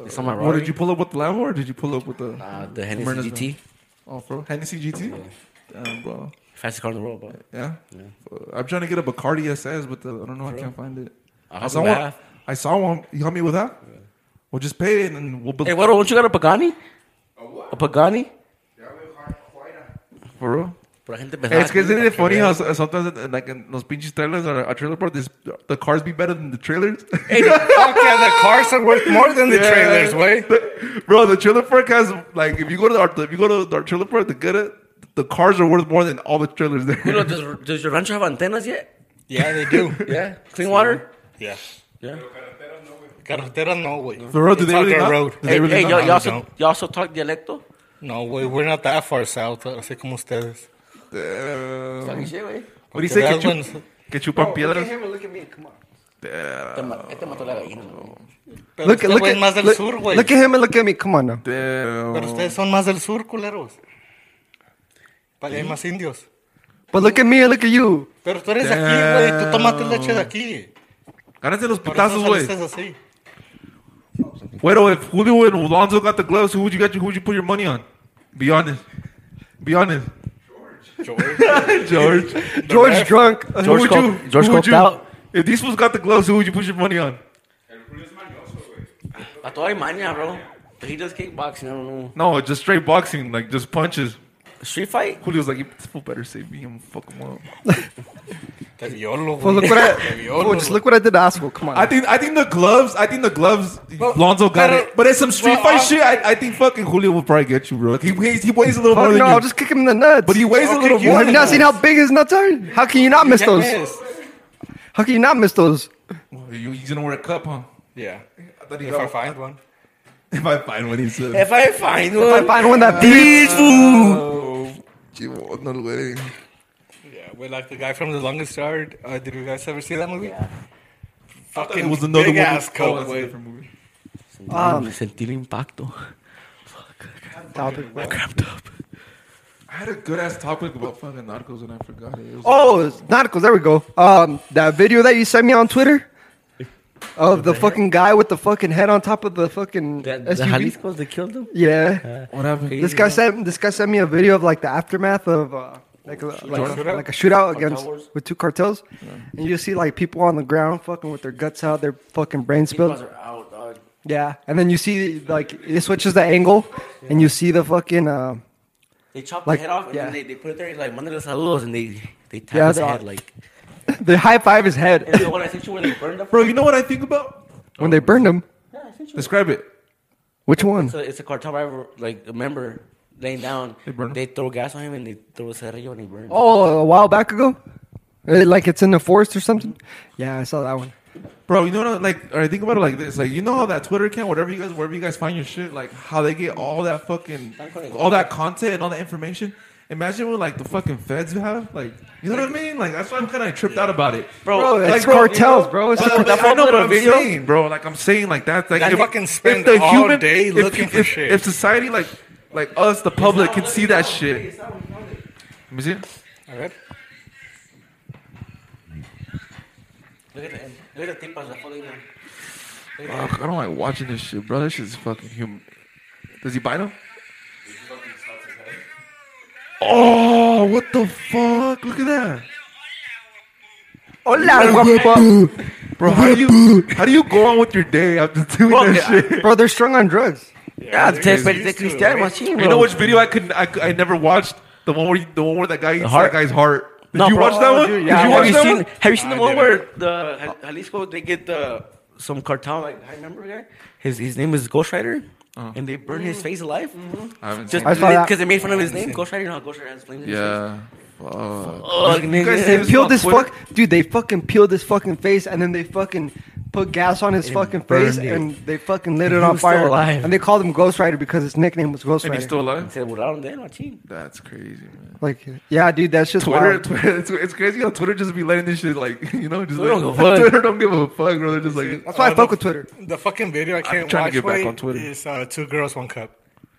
Speaker 5: It's on my
Speaker 2: What
Speaker 5: Rari.
Speaker 2: did you pull up with the Lambo or did you pull up with the
Speaker 5: Uh, the
Speaker 2: Myrna's
Speaker 5: Hennessy GT.
Speaker 2: oh bro Hennessy GT? Damn bro,
Speaker 5: Fastest car in the world, bro.
Speaker 2: yeah. Fuck. I'm trying to get a Bacardi SS, but the, I don't know, I can't find it.
Speaker 5: I'll
Speaker 2: I,
Speaker 5: help
Speaker 2: saw
Speaker 5: you
Speaker 2: one.
Speaker 5: laugh.
Speaker 2: I saw one. You help me with that? We'll just pay it and we'll build.
Speaker 5: Hey, what, don't you got a Pagani? A Pagani?
Speaker 2: for real?
Speaker 5: But gente pensaba
Speaker 2: It's
Speaker 5: que-
Speaker 2: because isn't it funny how so- sometimes uh, like in those pinches trailers or a trailer park, this, the cars be better than the trailers.
Speaker 3: Fuck yeah, the cars are worth more than the
Speaker 2: Yeah.
Speaker 3: trailers, way.
Speaker 2: Bro, the trailer park has like if you go to our if you go to our trailer park, the good the cars are worth more than all the trailers there.
Speaker 5: You know, does, does your rancho have antennas yet?
Speaker 3: Yeah, they do.
Speaker 5: Yeah. Clean water?
Speaker 3: yeah.
Speaker 5: Yeah.
Speaker 3: Carretera, no, way.
Speaker 2: For real, do
Speaker 3: It's
Speaker 2: they
Speaker 3: out
Speaker 2: really
Speaker 3: there
Speaker 2: not?
Speaker 3: road.
Speaker 2: Do
Speaker 5: Hey,
Speaker 2: they really
Speaker 5: hey
Speaker 2: not?
Speaker 5: y'all, y'all,
Speaker 3: No,
Speaker 5: also,
Speaker 3: don't.
Speaker 5: y'all also talk dialecto?
Speaker 3: No, way, we're not that far south, así como ustedes.
Speaker 5: Fucking
Speaker 2: Damn.
Speaker 5: shit, wey.
Speaker 2: What do you
Speaker 3: Porque
Speaker 2: say?
Speaker 3: veas
Speaker 2: Que, chup,
Speaker 3: buenos-
Speaker 2: que chupan
Speaker 4: look at
Speaker 2: piedras.
Speaker 4: him and look at me. Come on.
Speaker 5: Te ma- Este mató la gallina, wey.
Speaker 3: Pero este güey es más del
Speaker 4: look-
Speaker 3: sur, güey.
Speaker 4: look at him and look at me. Come on now.
Speaker 2: Damn.
Speaker 3: Pero ustedes son más del sur, culeros. Para allá hay más indios.
Speaker 4: But look at me and look at you.
Speaker 3: Pero tú eres de aquí, güey. Tú tomaste leche de aquí.
Speaker 2: Gánate los
Speaker 3: Por eso
Speaker 2: pitazos,
Speaker 3: saliste
Speaker 2: güey.
Speaker 3: así.
Speaker 2: Bueno, if Julio and Alonso got the gloves, who would you get? Who would you put your money on? Be honest. Be honest. George.
Speaker 4: George drunk.
Speaker 3: Oh,
Speaker 2: Who would
Speaker 5: Col-
Speaker 2: you?
Speaker 5: George
Speaker 2: who would you?
Speaker 5: Coltout.
Speaker 2: If these fools got the gloves, who would you put your money on?
Speaker 5: Mató a Imania, bro. He does kickboxing, I don't know.
Speaker 2: No, just straight boxing, like just punches.
Speaker 5: Street fight?
Speaker 2: Julio's like, this fool better save me. I'm gonna fuck him up.
Speaker 3: Te violo,
Speaker 4: Well, look
Speaker 3: güey.
Speaker 4: what
Speaker 3: Te
Speaker 4: I,
Speaker 3: violo,
Speaker 4: well, just
Speaker 3: güey.
Speaker 4: look what I did to Oswald. Come on.
Speaker 2: I think I think the gloves. I think the gloves.
Speaker 3: Well,
Speaker 2: Lonzo got
Speaker 3: better-
Speaker 2: it, but it's some street fight
Speaker 3: well, uh,
Speaker 2: shit. I, I think fucking Julio will probably get you, bro. He weighs he weighs a little more
Speaker 4: Fuck
Speaker 2: than
Speaker 4: no,
Speaker 2: you,
Speaker 4: I'll just kick him in the nuts.
Speaker 2: but he weighs a
Speaker 3: I'll
Speaker 2: little
Speaker 3: kick you
Speaker 2: more.
Speaker 3: in
Speaker 4: Have
Speaker 2: Than
Speaker 4: you not
Speaker 2: you.
Speaker 4: seen how big his nuts are? How can you not miss
Speaker 3: Ya
Speaker 4: those?
Speaker 3: ves.
Speaker 4: How can you not miss those?
Speaker 2: You- He's gonna wear a cup, huh?
Speaker 3: Yeah.
Speaker 2: I thought he
Speaker 3: If
Speaker 2: got-
Speaker 3: I find one.
Speaker 2: if I find what he said.
Speaker 5: If I find
Speaker 4: I
Speaker 5: one.
Speaker 4: find one that big.
Speaker 2: Oh, gee, well, no way.
Speaker 3: Yeah, we're like the guy from The Longest Yard. Uh, did you guys ever see that movie? Fucking
Speaker 2: It was another
Speaker 3: big
Speaker 2: movie.
Speaker 3: ass
Speaker 2: Oh,
Speaker 3: coat,
Speaker 2: that's a
Speaker 3: güey.
Speaker 2: different movie.
Speaker 5: Ah, Me sentí el impacto. Cramped up.
Speaker 2: I had a good ass topic about fucking narcos and I forgot it. It was
Speaker 4: Oh, it's Nauticals. There we go. Um, that video that you sent me on Twitter of the fucking guy with the fucking head on top of the fucking
Speaker 5: The, the
Speaker 4: SUV.
Speaker 5: Jaliscos, they killed him?
Speaker 4: Yeah.
Speaker 2: what happened?
Speaker 4: This guy sent this guy sent me a video of like the aftermath of uh, like a, like, a,
Speaker 3: Shootout?
Speaker 4: like a shootout against
Speaker 5: wars?
Speaker 4: with two cartels, and you see like people on the ground fucking with their guts out, their fucking brains
Speaker 5: These guys
Speaker 4: spilled.
Speaker 5: are out, dog.
Speaker 4: Yeah, and then you see like it switches the angle, and you see the fucking uh,
Speaker 5: They chop
Speaker 4: Like,
Speaker 5: the head off and
Speaker 4: yeah.
Speaker 5: then they, they put it there like mandale saludos and they they tap
Speaker 4: Yeah,
Speaker 5: his
Speaker 4: they're
Speaker 5: head
Speaker 4: all-
Speaker 5: like.
Speaker 4: the high five his head
Speaker 5: And the one I sent you where they burned up.
Speaker 2: Bro, you know what I think about?
Speaker 4: when they burned him.
Speaker 5: Yeah, I sent you.
Speaker 2: Describe it.
Speaker 4: Which one?
Speaker 5: So it's a cartel rival like a member laying down.
Speaker 2: They burn him?
Speaker 5: They throw gas on him and they throw a cerrillo and he burns.
Speaker 4: Oh, a while back ago, Eh, like it's in the forest or something. Yeah, I saw that one.
Speaker 2: Bro, you know what? Like, or I think about it like this. Like, you know how that Twitter account, whatever you guys, wherever you guys find your shit, like how they get all that fucking, all that content and all that information. Imagine what like the fucking feds have. Like, you know what I mean? Like, that's why I'm kind of tripped out about it,
Speaker 5: Bro,
Speaker 4: Bro, it's
Speaker 2: like, bro,
Speaker 4: cartels,
Speaker 2: you know-
Speaker 4: bro. It's
Speaker 2: But-
Speaker 4: the
Speaker 2: but I
Speaker 5: cartel
Speaker 2: know what I'm
Speaker 5: video.
Speaker 2: saying, bro. Like, I'm saying like that. Like,
Speaker 3: That
Speaker 2: if,
Speaker 3: fucking spend
Speaker 2: if the
Speaker 3: all
Speaker 2: human,
Speaker 3: day
Speaker 2: if,
Speaker 3: looking for
Speaker 2: if-
Speaker 3: shit.
Speaker 2: If society like, like us, the public can see that shit. Let me see. it.
Speaker 3: A ver.
Speaker 5: Look at him. Look at the tipas that follow him.
Speaker 2: Ugh, I don't like watching this shit, bro. This shit's fucking human. Does he bite him? Oh, what the fuck? Look at that,
Speaker 4: Hola, guapo.
Speaker 2: bro. How do you how do you go on with your day after doing
Speaker 5: Bro,
Speaker 2: that
Speaker 5: I-
Speaker 2: shit?
Speaker 4: bro, they're strung on drugs.
Speaker 5: Yeah,
Speaker 3: they're
Speaker 5: te
Speaker 3: used
Speaker 5: perdiste
Speaker 3: to it,
Speaker 5: Cristiano
Speaker 3: right?
Speaker 5: Machine, bro.
Speaker 2: You know which video I couldn't I, cou- I never watched the one where you- the one where that guy eats
Speaker 5: heart?
Speaker 2: that guy's heart. Did
Speaker 5: No,
Speaker 2: you
Speaker 5: bro.
Speaker 2: watch that
Speaker 5: Oh,
Speaker 2: one?
Speaker 5: dude,
Speaker 2: Did you
Speaker 5: have
Speaker 2: watch
Speaker 5: you
Speaker 2: that
Speaker 5: seen?
Speaker 2: one?
Speaker 5: Have you seen the
Speaker 3: I
Speaker 5: one
Speaker 3: didn't.
Speaker 5: where the Jal- Jalisco they get the some cartel like I remember guy. His his name is Ghost Rider,
Speaker 3: Uh-huh.
Speaker 5: and they burn his face alive
Speaker 2: I haven't
Speaker 5: just
Speaker 2: seen it.
Speaker 4: I saw that.
Speaker 5: because they made fun of his name. Ghost Rider, you know how Ghost Rider has flames. in his face?
Speaker 2: Yeah. Fuck.
Speaker 5: Ugh,
Speaker 2: guys
Speaker 5: nigga.
Speaker 2: see
Speaker 4: They
Speaker 2: This is
Speaker 4: peeled
Speaker 2: on
Speaker 4: this
Speaker 2: Twitter.
Speaker 4: fuck, dude. They fucking peeled this fucking face, and then they fucking put gas on his fucking
Speaker 5: burned
Speaker 4: face
Speaker 5: it.
Speaker 4: and they fucking lit it
Speaker 5: He
Speaker 4: on
Speaker 5: was still
Speaker 4: fire.
Speaker 5: alive.
Speaker 4: And they called him Ghost Rider because his nickname was Ghost
Speaker 2: And
Speaker 4: Rider.
Speaker 2: he's still alive?
Speaker 5: Se burlaron de él, machín.
Speaker 2: That's crazy, man.
Speaker 4: like, yeah, dude, that's just
Speaker 2: Twitter,
Speaker 4: wild.
Speaker 2: Twitter, it's, it's crazy how Twitter just be letting this shit like you know just
Speaker 5: Twitter
Speaker 2: like,
Speaker 5: don't give a fuck.
Speaker 2: Twitter don't give a fuck, bro. They're just like
Speaker 4: That's why I fuck with Twitter.
Speaker 3: The fucking video I can't
Speaker 2: trying to
Speaker 3: watch
Speaker 2: get back
Speaker 3: way
Speaker 2: on Twitter.
Speaker 3: is uh, two girls, one cup.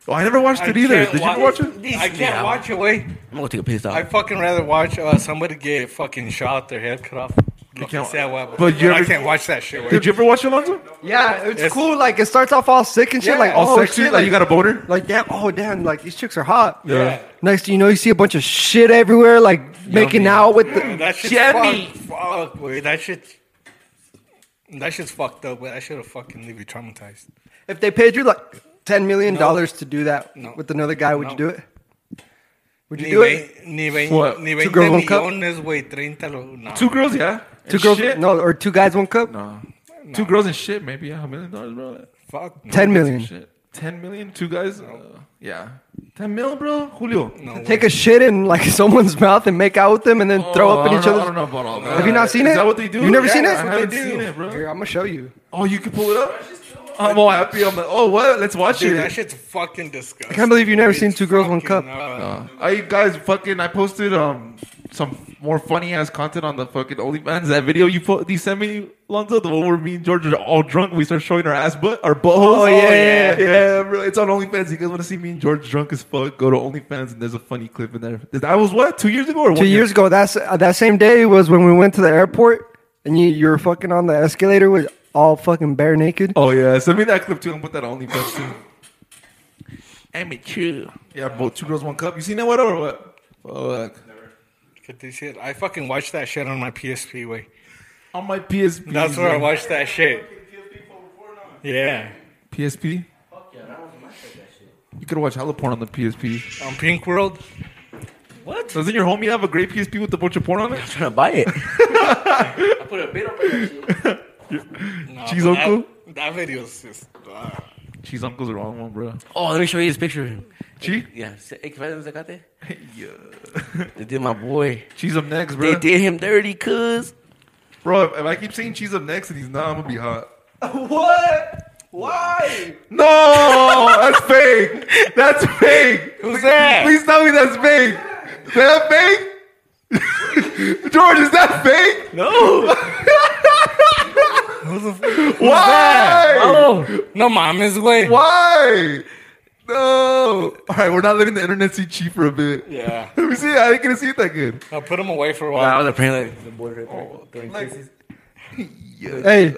Speaker 2: oh, I never watched
Speaker 3: I
Speaker 2: it either.
Speaker 3: can't
Speaker 2: Did you ever watch it?
Speaker 3: I can't
Speaker 5: Yeah.
Speaker 3: watch it. Way
Speaker 5: I'm gonna take a piss off.
Speaker 3: I fucking rather watch uh, somebody get fucking shot, their head cut off. Fucking
Speaker 2: can't-
Speaker 3: sad, what-
Speaker 2: but you
Speaker 3: I
Speaker 2: ever-
Speaker 3: can't watch that shit. Way.
Speaker 2: Did you ever watch Alonso?
Speaker 4: Yeah, it's,
Speaker 3: It's-
Speaker 4: cool. Like, it starts off all sick and shit.
Speaker 3: Yeah,
Speaker 4: like,
Speaker 2: All
Speaker 4: oh,
Speaker 2: sexy,
Speaker 4: shit,
Speaker 2: like you got a boner.
Speaker 4: Like, damn, oh, damn, like, these chicks are hot.
Speaker 3: Yeah.
Speaker 4: Next thing you know, you see a bunch of shit everywhere, like, making out with the.
Speaker 3: That shit's
Speaker 1: Jimmy.
Speaker 3: fucked. Fuck, wait, that shit. That shit's fucked up, but I should have fucking leave you traumatized.
Speaker 4: If they paid you, like, $10 million to do that
Speaker 3: No.
Speaker 4: with another guy, would you
Speaker 3: No.
Speaker 4: do it? Would you
Speaker 3: Ni,
Speaker 4: do it?
Speaker 3: ve- ni, ve-
Speaker 2: What?
Speaker 3: ni
Speaker 2: Two
Speaker 3: 20
Speaker 4: girls, one cup?
Speaker 3: millones, güey, 30 lo, no.
Speaker 2: Two girls, yeah.
Speaker 4: Two
Speaker 2: And
Speaker 4: girls,
Speaker 2: shit?
Speaker 4: no, or two guys, one cup?
Speaker 2: No. Two girls and shit, maybe yeah, a million dollars, bro.
Speaker 3: Fuck. no.
Speaker 4: 10 million.
Speaker 2: Shit, ten million, two guys. Uh, yeah, ten mil, bro. Julio,
Speaker 3: No, way.
Speaker 4: Take a shit in like someone's mouth and make out with them and then throw
Speaker 2: Oh, I
Speaker 4: up in
Speaker 2: don't
Speaker 4: each
Speaker 2: know- I don't
Speaker 4: other's.
Speaker 2: know about all that.
Speaker 4: Have you not seen
Speaker 2: Is
Speaker 4: it?
Speaker 2: that what they do?
Speaker 4: You never
Speaker 2: Yeah,
Speaker 4: seen it?
Speaker 2: I
Speaker 4: That's what
Speaker 2: haven't
Speaker 4: they
Speaker 2: seen it, bro.
Speaker 4: Here, I'm gonna show you.
Speaker 2: Oh, you can pull it up. I'm all happy. I'm like, oh, what? Let's watch
Speaker 3: Dude, that
Speaker 2: it.
Speaker 3: shit's fucking disgusting. I
Speaker 4: can't believe you've never seen Two Girls, One Cup. Oh.
Speaker 2: Uh, I guys, fucking, I posted um some more funny ass content on the fucking OnlyFans. That video you put, you sent me, Lonzo, the one where me and George are all drunk. We start showing our ass butt, our buttholes.
Speaker 4: Oh, yeah, yeah,
Speaker 2: yeah, bro. It's on OnlyFans. You guys want to see me and George drunk as fuck? Go to OnlyFans and there's a funny clip in there. That was what two years ago or
Speaker 4: Two years ago, that's uh, that same day was when we went to the airport and you you were fucking on the escalator with all fucking bare naked.
Speaker 2: Oh yeah, send me that clip too. and put that on OnlyFans too.
Speaker 1: I'm a true.
Speaker 2: Yeah, both two girls, one cup. You seen that one or what? Fuck.
Speaker 3: Get this shit. I fucking watched that shit on my PSP, way.
Speaker 2: On my PSP.
Speaker 3: That's where I watched that shit. Yeah.
Speaker 2: PSP. You could watch hella porn on the PSP.
Speaker 3: On Pink World.
Speaker 2: Doesn't your homie have a great PSP with a bunch of porn on
Speaker 5: I'm
Speaker 2: it?
Speaker 5: trying to buy it. I put a bid up on that shit.
Speaker 3: No,
Speaker 2: Cheese
Speaker 3: but
Speaker 2: Uncle?
Speaker 3: That, that video's just. Uh,
Speaker 2: Cheese Uncle's the wrong one, bro.
Speaker 5: Oh, let me show you this picture.
Speaker 2: Cheese?
Speaker 5: Yeah, se- hey, can I have the zacate?
Speaker 2: Yeah.
Speaker 5: They did my boy.
Speaker 2: Cheese up next,
Speaker 5: They
Speaker 2: bro.
Speaker 5: did him dirty, cuz.
Speaker 2: Bro, if, if I keep saying cheese up next and he's not, I'm gonna be hot.
Speaker 4: What? Why?
Speaker 2: No! that's fake! That's fake!
Speaker 3: who's that?
Speaker 2: Please tell me that's fake! Is that fake? George, is that fake?
Speaker 5: No.
Speaker 2: Why?
Speaker 5: Oh.
Speaker 3: No mames, güey.
Speaker 2: Why? No. All right, we're not letting the internet see cheap for a bit.
Speaker 3: Yeah.
Speaker 2: Let me see. I ain't gonna see it that good.
Speaker 3: I put him away for a
Speaker 5: I
Speaker 3: while.
Speaker 5: was a praying like the boy right there. throwing kisses.
Speaker 4: Hey,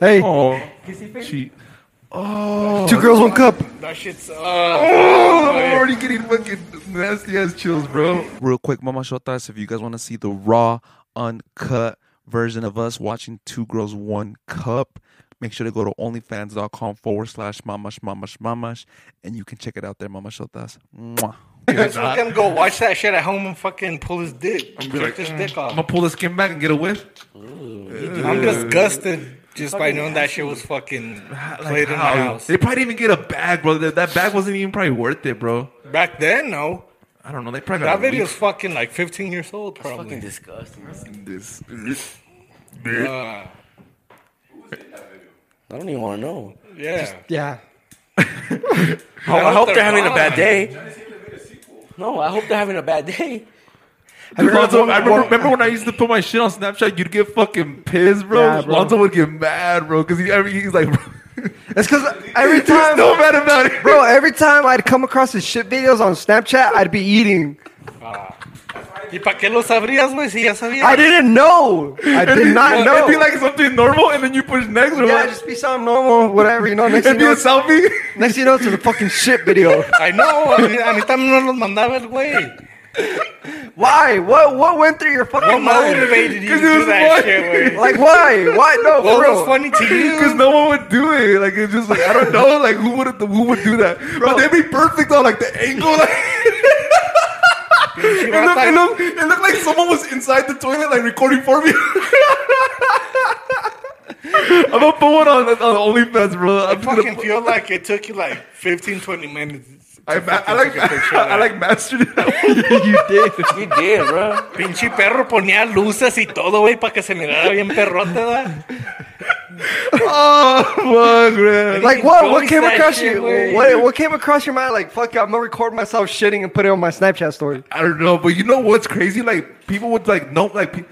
Speaker 4: hey, two
Speaker 2: Oh,
Speaker 5: Kissy face?
Speaker 2: cheap.
Speaker 4: girls, one cup.
Speaker 3: That shit's. Uh,
Speaker 2: Oh, I'm already getting fucking nasty ass chills, bro. Real quick, Mama Shotas, if you guys want to see the raw, uncut version of us watching Two Girls One Cup, make sure to go to onlyfans.com forward slash mamash mamash mamash and you can check it out there, Mama Shotas. Mwah.
Speaker 3: let's fucking go watch that shit at home and fucking pull his dick. Jerk
Speaker 2: like,
Speaker 3: his dick
Speaker 2: I'm
Speaker 3: off.
Speaker 2: gonna pull the skin back and get a whiff.
Speaker 3: I'm disgusted just by knowing that shit was fucking played in my house.
Speaker 2: They probably didn't even get a bag, bro. That, that bag wasn't even probably worth it, bro.
Speaker 3: Back then, no.
Speaker 2: I don't know. They probably got
Speaker 3: That
Speaker 2: a
Speaker 3: video's fucking like 15 years old,
Speaker 5: Fucking
Speaker 3: probably.
Speaker 5: disgusting.
Speaker 2: week in this.
Speaker 3: Uh,
Speaker 5: I don't even want to know.
Speaker 3: yeah.
Speaker 4: Yeah.
Speaker 5: I,
Speaker 3: hope
Speaker 5: hope they're,
Speaker 3: they're
Speaker 5: having a bad
Speaker 3: fine.
Speaker 5: day. No, I hope they're having a bad day.
Speaker 2: Dude, Lonzo,
Speaker 4: one-
Speaker 2: I remember,
Speaker 4: one-
Speaker 2: remember when I used to put my shit on Snapchat, you'd get fucking pissed, bro.
Speaker 4: Yeah, bro.
Speaker 2: Lonzo would get mad, bro, because he, every- he's like,
Speaker 4: That's because every
Speaker 2: he's
Speaker 4: time,
Speaker 2: so mad about it.
Speaker 4: bro, every time I'd come across his shit videos on Snapchat, I'd be eating.
Speaker 3: ¿Y para qué lo sabrías, güey? Si ya sabías.
Speaker 4: I didn't know. I did not know.
Speaker 2: It'd be like something normal, and then you push next, or
Speaker 4: yeah,
Speaker 2: like,
Speaker 4: it'd just be something normal, whatever, you know. Next
Speaker 2: it'd
Speaker 4: thing
Speaker 2: be
Speaker 4: you
Speaker 2: a
Speaker 4: know,
Speaker 2: selfie.
Speaker 4: next thing you know, it's a fucking shit video.
Speaker 3: I know. A mí, a mí también no los mandaba el güey.
Speaker 4: Why? What? What went through your
Speaker 3: What
Speaker 4: fucking mind?
Speaker 3: motivated you to
Speaker 2: 'Cause it
Speaker 3: do
Speaker 2: was
Speaker 3: that
Speaker 2: funny.
Speaker 3: shit, güey?
Speaker 4: Like, why? Why? No,
Speaker 3: What
Speaker 4: bro.
Speaker 3: was funny to
Speaker 2: Because
Speaker 3: you?
Speaker 2: no one would do it. Like, it's just like, I don't know, like, who would who would do that? But they'd be perfect on, like, the angle. Like, it, looked, it, looked, it looked like someone was inside the toilet, like, recording for me. I'm gonna put one on, on OnlyFans, bro.
Speaker 3: I
Speaker 2: I'm just
Speaker 3: fucking
Speaker 2: gonna,
Speaker 3: feel like it took you like 15, 20 minutes.
Speaker 2: I, ma- I like,
Speaker 3: Take a picture of
Speaker 2: I
Speaker 3: that.
Speaker 2: like mastered it. you did.
Speaker 5: You did, bro.
Speaker 3: Pinche perro ponía luces y todo, güey, para que se mirara bien perrote, ¿verdad?
Speaker 2: Oh, fuck, man.
Speaker 4: Like what? What
Speaker 5: Ghost
Speaker 4: came
Speaker 5: that
Speaker 4: across
Speaker 5: shit,
Speaker 4: you?
Speaker 5: wey.
Speaker 4: What, what came across your mind? Like fuck, it, I'm gonna record myself shitting and put it on my Snapchat story.
Speaker 2: I don't know, but you know what's crazy? Like people would like no like pe-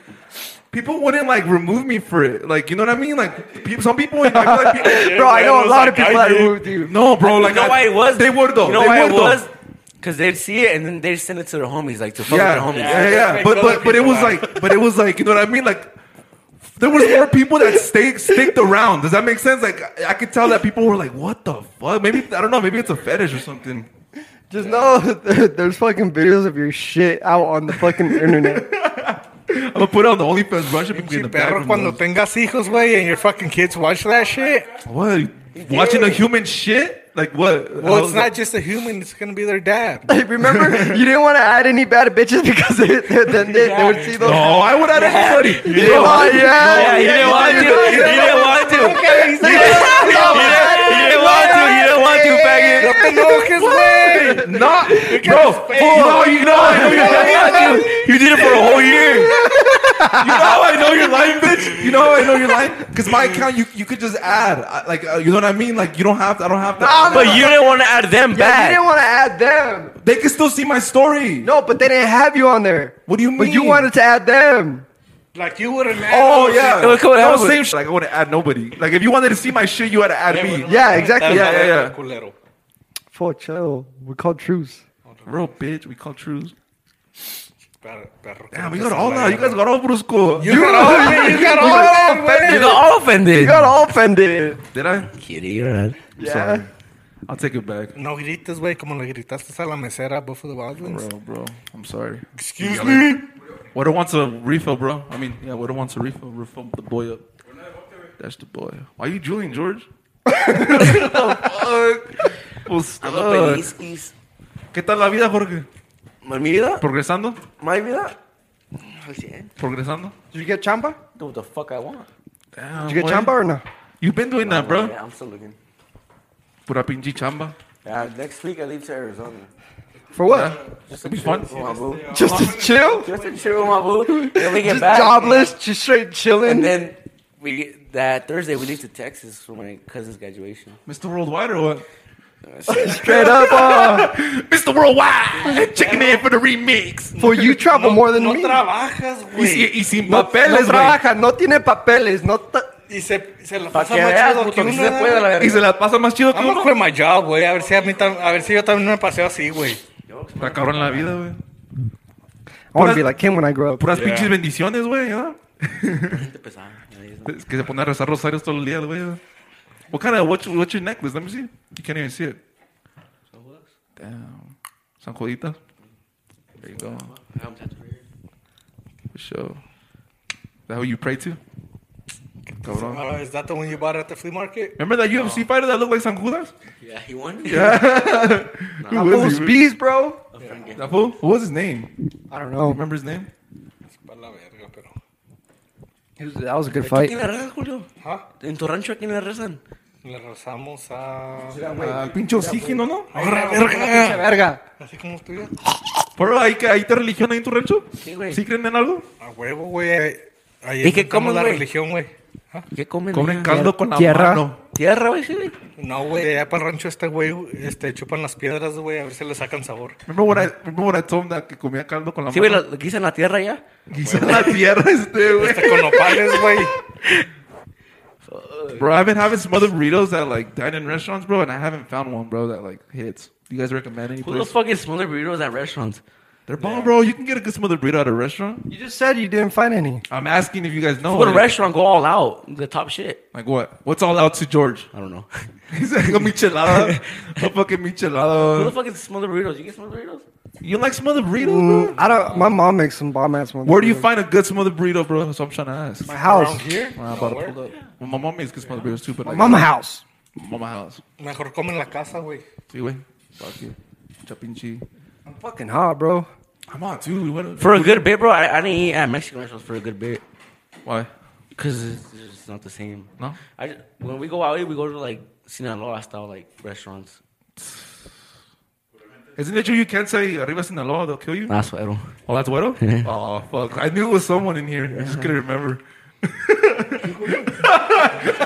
Speaker 2: people wouldn't like remove me for it. Like you know what I mean? Like people, some people, like, like, people-
Speaker 4: Bro, I know a
Speaker 5: was
Speaker 4: lot of
Speaker 5: like,
Speaker 4: people
Speaker 5: I
Speaker 4: that
Speaker 5: did.
Speaker 4: moved you.
Speaker 2: no, bro. Like
Speaker 5: you know
Speaker 2: I-
Speaker 5: why it was?
Speaker 2: They would though.
Speaker 5: You know
Speaker 2: they
Speaker 5: why
Speaker 2: would,
Speaker 5: it
Speaker 2: though.
Speaker 5: was? Because they'd see it and then they'd send it to their homies, like to fuck
Speaker 2: Yeah,
Speaker 5: with their homies.
Speaker 2: yeah, yeah.
Speaker 5: Like,
Speaker 2: But
Speaker 5: other
Speaker 2: but but it
Speaker 5: people
Speaker 2: was
Speaker 5: are.
Speaker 2: like but it was like you know what I mean? Like there was more people that stayed sticked around. Does that make sense? Like I- I could tell that people were like, "What the fuck?" Maybe I don't know. Maybe it's a fetish or something.
Speaker 4: Just know that there's fucking videos of your shit out on the fucking internet.
Speaker 2: I'm gonna put it on the OnlyFans. Bro, I should be
Speaker 3: Si
Speaker 2: in the
Speaker 3: perro
Speaker 2: bathroom.
Speaker 3: cuando tengas hijos, güey, and your fucking kids watch that shit.
Speaker 2: What? Watching a human shit? Like what?
Speaker 3: Well,
Speaker 2: How's
Speaker 3: it's
Speaker 2: that-
Speaker 3: not just a human. It's gonna be their dad.
Speaker 4: Hey, remember, you didn't want to add any bad bitches because they, they, then they, they would see those.
Speaker 2: No, I would add anybody.
Speaker 4: You didn't want-
Speaker 5: Yeah,
Speaker 4: yeah,
Speaker 5: you didn't want to. You didn't want to. You didn't want to. You didn't want to, faggot.
Speaker 3: ¡No te enojes, güey!
Speaker 2: Not, bro. Full, no, you know, I know you're lying.
Speaker 5: You did it for a whole year.
Speaker 2: You know how I know you're lying, bitch. You know how I know you're lying because my account, you you could just add, I- like, uh, you know what I mean? Like, you don't have, to, I don't have to.
Speaker 5: But you didn't want to add them
Speaker 4: Yeah, you
Speaker 5: back.
Speaker 4: didn't want to add them.
Speaker 2: they can still see my story.
Speaker 4: No, but they didn't have you on there.
Speaker 2: What do you
Speaker 4: But you
Speaker 2: mean?
Speaker 4: wanted to add them.
Speaker 3: Like you wouldn't.
Speaker 2: Oh yeah,
Speaker 5: It would come
Speaker 2: that
Speaker 5: out
Speaker 2: was
Speaker 5: with-
Speaker 2: same shit. Like I wouldn't add nobody. Like if you wanted to see my shit, you had to add me.
Speaker 4: Yeah, exactly.
Speaker 2: Yeah, yeah, yeah.
Speaker 3: Culero.
Speaker 4: For chill. We called truce.
Speaker 2: Real bitch, we call truths.
Speaker 3: Perro, perro.
Speaker 2: Damn, we got all that. You guys got all brusco.
Speaker 3: You got all that. You got all that,
Speaker 5: You
Speaker 3: güey.
Speaker 5: got all offended.
Speaker 4: You got all offended.
Speaker 2: Did I?
Speaker 5: Kitty, you're right.
Speaker 4: Yeah.
Speaker 2: Sorry. I'll take it back.
Speaker 3: No grites, güey, como le gritaste a la mesera a Buffalo Wild Wings.
Speaker 2: Bro, bro, I'm sorry.
Speaker 3: Excuse me.
Speaker 2: Water wants a refill, bro. I mean, yeah, Water wants a refill. Refill the boy up. That's the boy. Why you Julian George? Fuck. Pues,
Speaker 5: I'm
Speaker 2: uh,
Speaker 5: a feliz.
Speaker 2: ¿Qué tal la vida, Jorge?
Speaker 5: My vida?
Speaker 2: ¿Progresando?
Speaker 5: My vida? Fuck
Speaker 3: eh.
Speaker 5: yeah.
Speaker 2: ¿Progresando?
Speaker 4: Did you get chamba?
Speaker 5: Do what the fuck I want.
Speaker 2: Damn,
Speaker 4: Did you get
Speaker 2: boy.
Speaker 4: chamba or no?
Speaker 2: You've been doing that, bro.
Speaker 5: Yeah, I'm still looking.
Speaker 2: Pura pinche chamba.
Speaker 5: Uh, next week I leave to Arizona.
Speaker 4: For what?
Speaker 2: It'll be fun.
Speaker 5: With my boo.
Speaker 4: Just to chill?
Speaker 5: Just to chill with my boo. Then we get
Speaker 4: Just
Speaker 5: back.
Speaker 4: jobless, just straight
Speaker 5: And
Speaker 4: chilling.
Speaker 5: then we get, that Thursday we leave to Texas for my cousin's graduation.
Speaker 2: Mr. Worldwide or what?
Speaker 4: Straight up. Uh,
Speaker 2: Mr. Worldwide! Chicken in for the remix!
Speaker 4: for you travel more than
Speaker 3: No
Speaker 4: me.
Speaker 3: trabajas,
Speaker 2: Y, si-
Speaker 3: güey.
Speaker 2: y sin
Speaker 4: No,
Speaker 2: papeles,
Speaker 4: no
Speaker 2: güey.
Speaker 4: trabaja, no tiene papeles, no ta-
Speaker 3: Y se, se la
Speaker 5: Para
Speaker 3: pasa
Speaker 5: que veas,
Speaker 3: más chido
Speaker 5: puto,
Speaker 3: que
Speaker 5: que sí
Speaker 3: uno,
Speaker 5: se puede la
Speaker 3: güey.
Speaker 2: Y se
Speaker 5: verga.
Speaker 2: la pasa más chido que
Speaker 3: I'm gonna
Speaker 2: uno.
Speaker 3: quit my job, güey. A ver si a mí, tam- a ver si yo también me paseo así, güey.
Speaker 2: Está cabrón la vida, güey.
Speaker 4: I want to be like him when I grow up.
Speaker 2: Puras
Speaker 3: Yeah.
Speaker 2: pinches bendiciones, güey, ¿no?
Speaker 5: Gente pesada. Ahí es-
Speaker 2: Es que se pone a rezar rosarios todo el día, güey. What kind of, what's, what's your necklace? Let me see. You can't even see it. Damn. San Juditas. There you go.
Speaker 5: I'm tattooed.
Speaker 2: For sure. Is that who you pray to? Cabrón.
Speaker 3: Uh, is that the one you bought at the flea market?
Speaker 2: Remember that UFC fighter that looked like San Judas?
Speaker 5: Yeah, he won.
Speaker 2: Who
Speaker 4: Those
Speaker 2: was he?
Speaker 4: bees, bro.
Speaker 2: That fool? What was his name?
Speaker 4: I don't know.
Speaker 2: Remember his name?
Speaker 3: Pa' la verga, pero.
Speaker 4: It was- that was a good
Speaker 5: ¿A
Speaker 4: fight.
Speaker 5: quién le rezan, Julio?
Speaker 3: ¿Ah?
Speaker 5: ¿En tu rancho a quién le rezan?
Speaker 3: Le rozamos a.
Speaker 2: Al Ah, pinche oxígeno, ¿no?
Speaker 3: ¡Ahora, verga!
Speaker 4: Verga.
Speaker 3: Así como estoy.
Speaker 2: Pero ahí, que- ahí te religión ahí en tu rancho.
Speaker 5: Sí, güey.
Speaker 2: ¿Sí creen en algo?
Speaker 3: A huevo, güey. Ahí
Speaker 5: ¿Y qué
Speaker 3: es como
Speaker 5: comes,
Speaker 3: la
Speaker 5: güey?
Speaker 3: religión, güey.
Speaker 5: ¿Qué comen?
Speaker 2: Comen
Speaker 5: allá?
Speaker 2: caldo con la
Speaker 4: Tierra.
Speaker 2: mano.
Speaker 5: Tierra, güey, sí, güey.
Speaker 3: No, güey. Allá para el rancho este güey, este, chupan las piedras, güey, a ver si le sacan sabor.
Speaker 2: Remember when I, remember when I told him that que comía caldo con la
Speaker 5: Sí, güey,
Speaker 2: mano?
Speaker 5: lo, lo guisan la tierra ya.
Speaker 2: Guisar la tierra este, güey.
Speaker 3: Este con nopales, güey.
Speaker 2: Bro, I've been having some other burritos at like dine-in restaurants, bro, and I haven't found one, bro, that like hits. Do you guys recommend any
Speaker 5: Who the
Speaker 2: place?
Speaker 5: fuck is smaller burritos at restaurants?
Speaker 2: They're bomb, bro. You can get a good smothered burrito at a restaurant.
Speaker 4: You just said you didn't find any.
Speaker 2: I'm asking if you guys know.
Speaker 5: Go to a
Speaker 2: like-
Speaker 5: restaurant, go all out. The top shit.
Speaker 2: Like what? What's all out to George?
Speaker 5: I don't know.
Speaker 2: He's like a michelada, a fucking
Speaker 5: Who the
Speaker 2: michelada.
Speaker 5: fuck is smaller burritos? You get smaller burritos?
Speaker 2: You like smothered burritos, bro?
Speaker 4: Mm, I don't. My mom makes some bomb ass ones.
Speaker 2: Where do you find a good smothered burrito, bro? That's what I'm trying to ask.
Speaker 4: my
Speaker 3: Around
Speaker 4: house?
Speaker 3: here.
Speaker 2: Well, I'm about to pull up. Well, my mom makes good smothered burritos too, but like,
Speaker 4: Mama house.
Speaker 2: mama house.
Speaker 3: Mejor comen en la casa, güey.
Speaker 2: Sí, güey. Fuck you. Chapinchi.
Speaker 4: I'm fucking hot, bro.
Speaker 2: I'm on too. We went
Speaker 5: For a good bit, bro, I, I didn't eat at Mexican restaurants for a good bit.
Speaker 2: Why?
Speaker 5: Because it's, it's not the same.
Speaker 2: No?
Speaker 5: I ju- when we go out, we go to like Sinaloa style like restaurants.
Speaker 2: Isn't it true you can't say Arriba Sinaloa? They'll kill you.
Speaker 5: That's what I don't.
Speaker 2: Oh, that's Güero? oh, fuck. I knew it was someone in here. I just couldn't remember.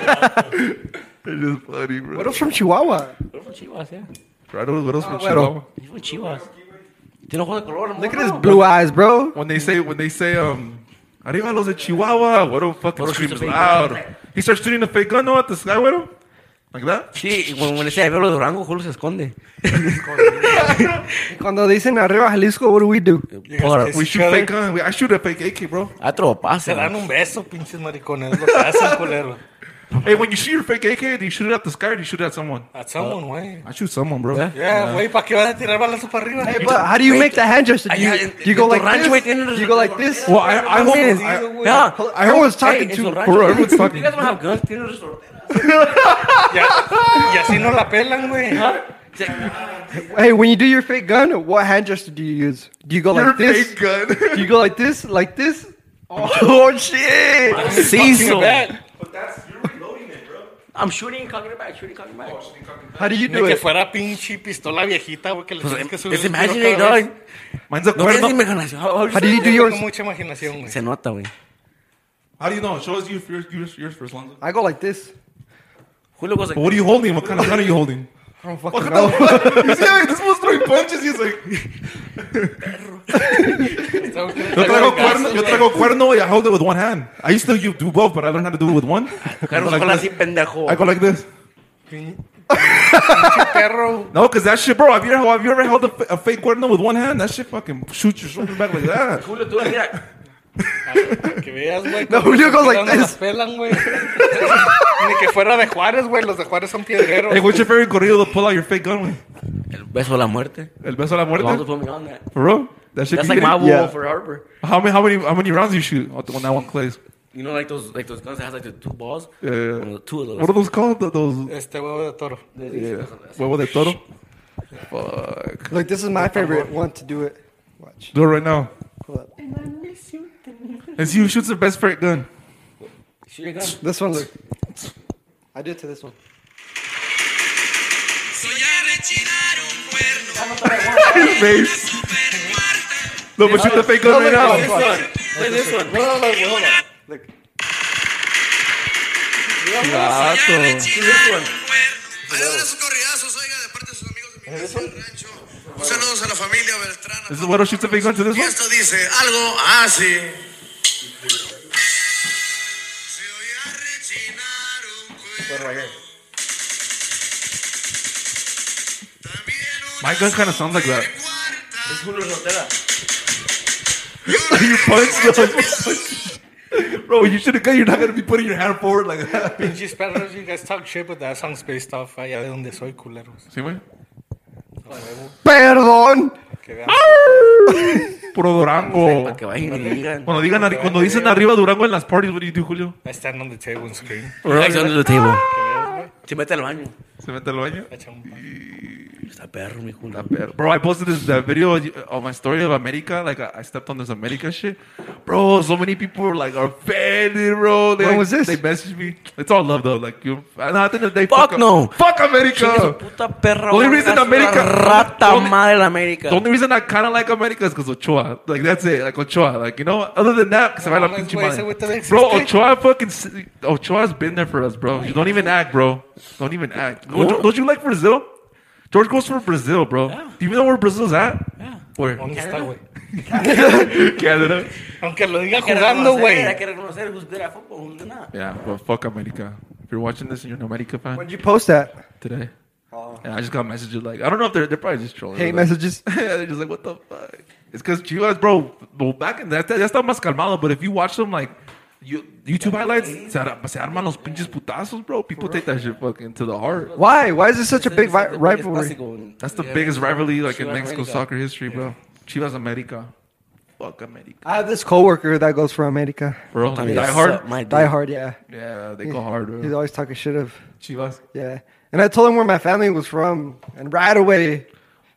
Speaker 2: It is funny, bro.
Speaker 4: What else from Chihuahua?
Speaker 5: Fue from Chivas, yeah.
Speaker 2: Right, what else from
Speaker 4: Ah, bueno.
Speaker 2: Chihuahwa?
Speaker 5: He from Chivas. Tiene ojo de color.
Speaker 4: Look at his blue eyes, bro.
Speaker 2: When they say, when they say, um, arriba los de Chihuahua, Güero fucking
Speaker 5: Güero
Speaker 2: screams
Speaker 5: screams a fake
Speaker 2: loud. He starts shooting a fake gun no, at the sky, Güero. Like that?
Speaker 5: Sí, when, when they say, I veo lo de Durango, Julio se esconde.
Speaker 4: Cuando dicen arriba Jalisco, what do we do?
Speaker 5: Por,
Speaker 2: We
Speaker 3: Each
Speaker 2: shoot
Speaker 3: other.
Speaker 2: fake gun. We, I shoot a fake AK, bro.
Speaker 5: otro pase.
Speaker 3: Se dan un beso, pinches maricones. Lo que hacen, culero.
Speaker 2: Hey, when you shoot your fake AK, do you shoot it at the sky or do you shoot it at someone?
Speaker 3: A someone, güey.
Speaker 2: I shoot someone, bro.
Speaker 5: Yeah.
Speaker 3: Yeah, güey, ¿para qué vas a tirar balazos para arriba?
Speaker 4: Hey, but how do you make the hand gesture? Do you,
Speaker 5: Allá en-
Speaker 4: do you go
Speaker 5: en tu
Speaker 4: like
Speaker 5: rancho, güey,
Speaker 4: this?
Speaker 5: tienen-
Speaker 4: Do you go like this?
Speaker 2: Well, I, I hope.
Speaker 3: Mames,
Speaker 2: I-
Speaker 3: digo, güey.
Speaker 5: Yeah.
Speaker 4: I was talking
Speaker 5: Hey, en
Speaker 4: to.
Speaker 5: su rancho.
Speaker 2: Bro, everyone's talking.
Speaker 5: You guys don't have guns. Tiene un restaurante.
Speaker 3: Ya- Y así no la pelan, güey.
Speaker 4: Hey, when you do your fake gun, what hand gesture do you use? Do you go like
Speaker 2: your
Speaker 4: this?
Speaker 2: fake gun.
Speaker 4: Do you go like this? Like this? Oh shit!
Speaker 5: Cecil.
Speaker 3: Fucking bad.
Speaker 2: but that's you're reloading it, bro.
Speaker 5: I'm shooting, cocking it back, shooting, cocking it back.
Speaker 4: How do you
Speaker 3: Ni
Speaker 4: do
Speaker 3: que
Speaker 4: it?
Speaker 3: fuera pinche pistola viejita, güey, que
Speaker 4: Pues,
Speaker 3: le tienes que subir.
Speaker 5: It's
Speaker 3: el tiro
Speaker 5: imaginary,
Speaker 3: cada vez.
Speaker 5: dog.
Speaker 2: Mine's a
Speaker 5: No tienes ni
Speaker 2: cuerno.
Speaker 5: imaginación. How- how-
Speaker 4: How do you do
Speaker 3: Yo
Speaker 4: yours?
Speaker 3: tengo mucha imaginación, güey.
Speaker 5: Se nota, güey.
Speaker 2: How do you know? Show us you yours, yours, yours first, Lonzo.
Speaker 4: I go like this.
Speaker 5: Julio goes
Speaker 2: But
Speaker 5: like,
Speaker 2: what are you holding? What kind of gun are you holding?
Speaker 4: I don't fucking know.
Speaker 2: you see, like, this was throwing punches. He's like, yo traigo cuerno, yo traigo cuerno, and I hold it with one hand. I used to you do both, but I learned how to do it with one. I go
Speaker 5: Carlos
Speaker 2: like
Speaker 5: Cola
Speaker 2: this.
Speaker 5: así, pendejo.
Speaker 2: I go like this.
Speaker 3: Pin- Pinche perro.
Speaker 2: No, because that shit, bro. Have you ever, have you ever held a, fa- a fake cuerno with one hand? That shit fucking shoots your shoulder back like that.
Speaker 5: Julio, tú mira.
Speaker 3: Que veas, güey.
Speaker 4: No,
Speaker 3: cómo
Speaker 4: Julio
Speaker 3: se
Speaker 4: goes like
Speaker 3: pelan, no
Speaker 4: this.
Speaker 3: las pelan, güey. Ni que fuera de Juárez, güey. Los de Juárez son piedreros.
Speaker 2: Hey, what's your favorite corrido to pull out your fake gun with?
Speaker 5: El beso de la muerte. pues,
Speaker 2: El beso a la
Speaker 5: Lonzo
Speaker 2: muerte?
Speaker 5: put me on that.
Speaker 2: For real? That shit
Speaker 5: That's
Speaker 2: be
Speaker 5: like my
Speaker 2: hitting?
Speaker 5: rule
Speaker 4: Yeah.
Speaker 5: for Harper.
Speaker 2: How many, how many, how many rounds you shoot on that one place?
Speaker 5: You know, like those, like those guns that has like the two balls.
Speaker 2: Yeah, yeah.
Speaker 5: Well, Two of those.
Speaker 2: What are those called? Th- Those
Speaker 3: Este huevo de toro.
Speaker 2: yeah. huevo de toro. Fuck.
Speaker 4: Look, this is my favorite one to do it. Watch.
Speaker 2: Do it right now.
Speaker 4: Hold up.
Speaker 2: And see who shoots the best fake gun.
Speaker 5: Shoot your gun.
Speaker 4: This one, look. I did to this one.
Speaker 2: Face. No, but shoot the fake gun right now.
Speaker 5: Play this one.
Speaker 2: Gato.
Speaker 6: Valedora sus corridazos, oiga, de parte de sus amigos de mi casa del rancho. Un saludos a la familia Beltrán.
Speaker 2: This is what shoots the fake gun to this
Speaker 6: Y
Speaker 2: one.
Speaker 6: esto dice algo así. Se oía rechinar un cuerno. También un
Speaker 2: My gun kind of sounds like that.
Speaker 6: cuarta.
Speaker 2: you punch the Bro, you should have got. You're not gonna be putting your hand forward like that.
Speaker 3: Pinches perros, you guys talk shit, but that sounds based off allá de donde soy, culeros.
Speaker 2: See me?
Speaker 4: Perdón.
Speaker 3: Que vean.
Speaker 2: Puro Durango.
Speaker 5: Para que vayan y digan.
Speaker 2: Cuando digan arri- cuando dicen arriba Durango en las parties, what do you do, Julio?
Speaker 3: I stand on the table and scream.
Speaker 5: Relax under the table. Se mete al baño.
Speaker 2: Se mete al baño.
Speaker 3: Echa un pa-
Speaker 5: Está perro, mi Julio.
Speaker 2: Bro, I posted this that video of my story of America. Like, I, I stepped on this America shit. Bro, so many people were like offended, bro. They,
Speaker 4: When
Speaker 2: like,
Speaker 4: was this?
Speaker 2: They messaged me. It's all love, though. Like, you. I know, at the end of the day,
Speaker 5: Fuck no.
Speaker 2: Fuck
Speaker 5: Chingue su
Speaker 2: America.
Speaker 5: puta perra.
Speaker 2: Only
Speaker 5: güey.
Speaker 2: reason
Speaker 5: Es una
Speaker 2: America-
Speaker 5: Rata
Speaker 2: Only-
Speaker 5: madre de la América.
Speaker 2: The only reason I kind of like America is because Ochoa. Like, that's it. Like, Ochoa. Like, you know, other than that, because I
Speaker 3: No,
Speaker 2: love
Speaker 3: mames,
Speaker 2: pinche
Speaker 3: güey, ese
Speaker 2: madre.
Speaker 3: güey todavía
Speaker 2: Bro,
Speaker 3: existe.
Speaker 2: Ochoa fucking. s- Ochoa's been there for us, bro. You don't even act, bro. Don't even act. Don't, don't you like Brazil? George goes for Brazil, bro.
Speaker 5: Yeah.
Speaker 2: Do you know where Brazil's at?
Speaker 5: Yeah.
Speaker 2: Where?
Speaker 3: ¿Dónde está, güey?
Speaker 2: Canada.
Speaker 3: Aunque lo diga
Speaker 5: Hay que
Speaker 3: jugando,
Speaker 5: reconocer,
Speaker 3: güey.
Speaker 5: Hay que reconocer who's good at football, who's not.
Speaker 2: Yeah, but fuck America. If you're watching this and you're an America fan
Speaker 4: When did you post that?
Speaker 2: today,
Speaker 5: Oh.
Speaker 2: and I just got messages like, I don't know if they're, they're probably just trolling.
Speaker 4: Hate
Speaker 2: Like,
Speaker 4: messages.
Speaker 2: they're just like, what the fuck? It's because Chivas, bro. Well, back in that, that's not más calmado, but if you watch them like you, YouTube highlights, se, ar- se arman los pinches putazos, bro. People take that shit fucking to the heart.
Speaker 4: Why? Why is this such a big vi-
Speaker 5: It's the biggest
Speaker 4: rivalry?
Speaker 5: clásico in-
Speaker 2: That's the
Speaker 5: yeah,
Speaker 2: biggest rivalry like in
Speaker 5: Chivas
Speaker 2: Mexico
Speaker 5: America.
Speaker 2: soccer history, bro. Chivas America. Fuck America,
Speaker 4: I have this coworker that goes for America.
Speaker 2: bro.
Speaker 5: I mean,
Speaker 2: Die
Speaker 5: that's
Speaker 2: hard.
Speaker 5: up my dick.
Speaker 4: Die hard, yeah.
Speaker 2: Yeah, they go hard,
Speaker 4: He's
Speaker 2: bro.
Speaker 4: always talking shit of,
Speaker 2: Chivas.
Speaker 4: yeah. And I told him where my family was from, and right away,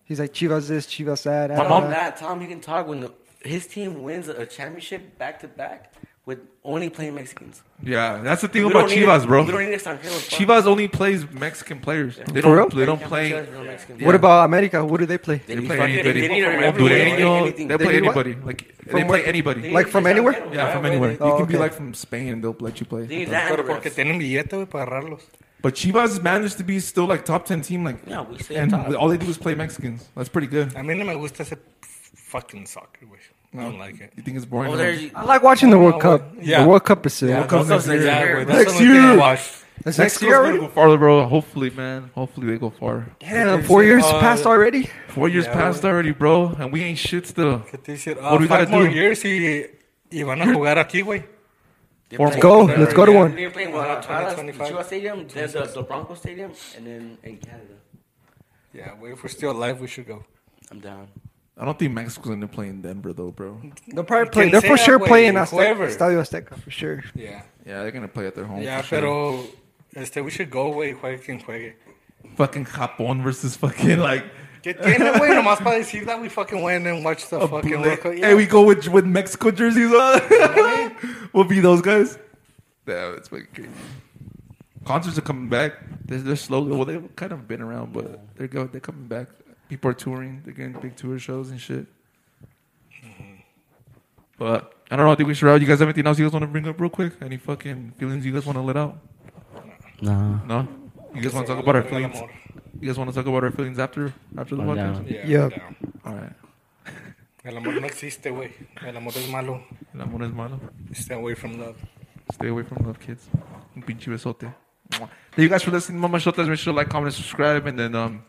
Speaker 4: he's like, Chivas this, Chivas that. uh, I
Speaker 2: My
Speaker 4: don't
Speaker 2: mom-
Speaker 4: know.
Speaker 5: That Tom, he can talk when the, his team wins a championship back to back. with only playing Mexicans.
Speaker 2: Yeah, that's the thing
Speaker 5: We
Speaker 2: about
Speaker 5: don't need-
Speaker 2: Chivas, bro.
Speaker 5: We don't need extranjeros. fuck.
Speaker 2: Chivas only plays Mexican players. They
Speaker 4: For
Speaker 2: don't.
Speaker 4: real?
Speaker 2: They don't
Speaker 5: Chivas
Speaker 2: play.
Speaker 5: is real Mexican.
Speaker 4: What about America? Who do they play?
Speaker 2: They
Speaker 5: need
Speaker 2: play
Speaker 5: fucking-
Speaker 2: anybody.
Speaker 5: They need everyone.
Speaker 2: Hondureño.
Speaker 5: Anything.
Speaker 2: They
Speaker 4: They
Speaker 2: play
Speaker 4: need what?
Speaker 2: anybody. Like they
Speaker 4: From
Speaker 2: play
Speaker 4: where?
Speaker 2: anybody.
Speaker 4: Like from anywhere?
Speaker 2: Yeah, from anywhere.
Speaker 4: Oh,
Speaker 2: you can be
Speaker 4: okay.
Speaker 2: like from Spain and they'll let you play.
Speaker 5: They need
Speaker 3: Pero porque
Speaker 5: autographs.
Speaker 3: tienen billete, güey, para agarrarlos.
Speaker 2: But Chivas managed to be still like top ten team. Like
Speaker 5: Yeah, we stay
Speaker 2: and
Speaker 5: top.
Speaker 2: all they do is play Mexicans. That's pretty good.
Speaker 3: A mí no me gusta ese fucking soccer, güey. I don't like it.
Speaker 2: You think it's boring?
Speaker 5: Oh,
Speaker 2: man?
Speaker 5: there's
Speaker 4: I like watching the World
Speaker 3: well,
Speaker 4: Cup.
Speaker 3: yeah.
Speaker 4: The World Cup is sick.
Speaker 2: World Cup's
Speaker 3: That's
Speaker 2: next year.
Speaker 3: the- yeah, güey, that's the
Speaker 4: Next
Speaker 3: only thing I
Speaker 4: year.
Speaker 3: watch.
Speaker 4: That's next
Speaker 2: Mexico's
Speaker 4: year
Speaker 2: gonna
Speaker 4: already?
Speaker 2: go farther, bro. Hopefully, man. Hopefully they go far.
Speaker 4: Damn, four years
Speaker 3: Uh,
Speaker 4: passed already?
Speaker 2: Four years
Speaker 3: Yeah,
Speaker 2: passed already, bro, and we ain't shit still.
Speaker 3: ¿Qué te dicen?
Speaker 2: What
Speaker 3: Ah,
Speaker 2: do we
Speaker 3: five
Speaker 2: gotta
Speaker 3: more
Speaker 2: do?
Speaker 3: years y, y van a jugar aquí, güey.
Speaker 2: Four
Speaker 4: Let's go. Let's go to one.
Speaker 5: They're playing Guadalajara,
Speaker 3: 25.
Speaker 5: Chivas Stadium, then the, the Bronco Stadium, and then in Canada.
Speaker 3: Yeah, güey, if we're still alive, we should go.
Speaker 5: I'm down.
Speaker 2: I don't think Mexico's gonna play in Denver though, bro.
Speaker 4: They're probably playing. They're
Speaker 3: Quien
Speaker 4: for
Speaker 3: sea,
Speaker 4: sure
Speaker 3: güey,
Speaker 4: playing
Speaker 3: whoever.
Speaker 4: Azteca, Estadio Azteca for sure.
Speaker 3: Yeah,
Speaker 2: Yeah, they're gonna play at their home.
Speaker 3: yeah,
Speaker 2: for sure.
Speaker 3: pero este, we should go, güey, juegue quien juegue.
Speaker 2: fucking Japón versus fucking like
Speaker 3: ¿Qué tiene, güey? Nomás para decir that we fucking went and watch the
Speaker 2: a
Speaker 3: fucking
Speaker 2: bootleg.
Speaker 3: World Cup.
Speaker 2: Hey, we go with with Mexico jerseys on. we'll be those guys. Yeah, it's fucking crazy. Concerts are coming back. They're, they're slowly. Well, they've kind of been around, but they're go. They're coming back. People are touring. They're getting big tour shows and shit. But I don't know. I think we should wrap. You guys have anything else you guys want to bring up real quick? Any fucking feelings you guys want to let out?
Speaker 5: No.
Speaker 2: No. You guys want to talk about our feelings? You guys want to talk about our feelings after after the
Speaker 5: I'm
Speaker 2: podcast?
Speaker 5: down.
Speaker 3: Yeah,
Speaker 4: Yeah.
Speaker 3: down.
Speaker 2: All right.
Speaker 3: El amor no existe, güey. El amor es malo.
Speaker 2: El amor es malo.
Speaker 3: Stay away from love.
Speaker 2: Stay away from love, kids. Un pinche besote. Mwah. Thank you guys for listening to Mama's Shotas. Make sure to like, comment, and subscribe. And then um,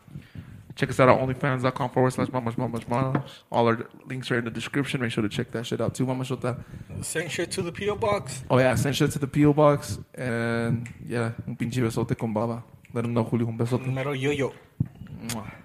Speaker 2: check us out at onlyfans.com forward slash Mama's Mama's Mama's. All our links are in the description. Make sure to check that shit out too, Mama Shota.
Speaker 3: Send shit to the P.O. box.
Speaker 2: Oh, yeah. Send shit to the P.O. Box. And yeah, un pinche besote con baba. Let them know, Julio, un besote.
Speaker 3: Número yo-yo.
Speaker 2: Mwah.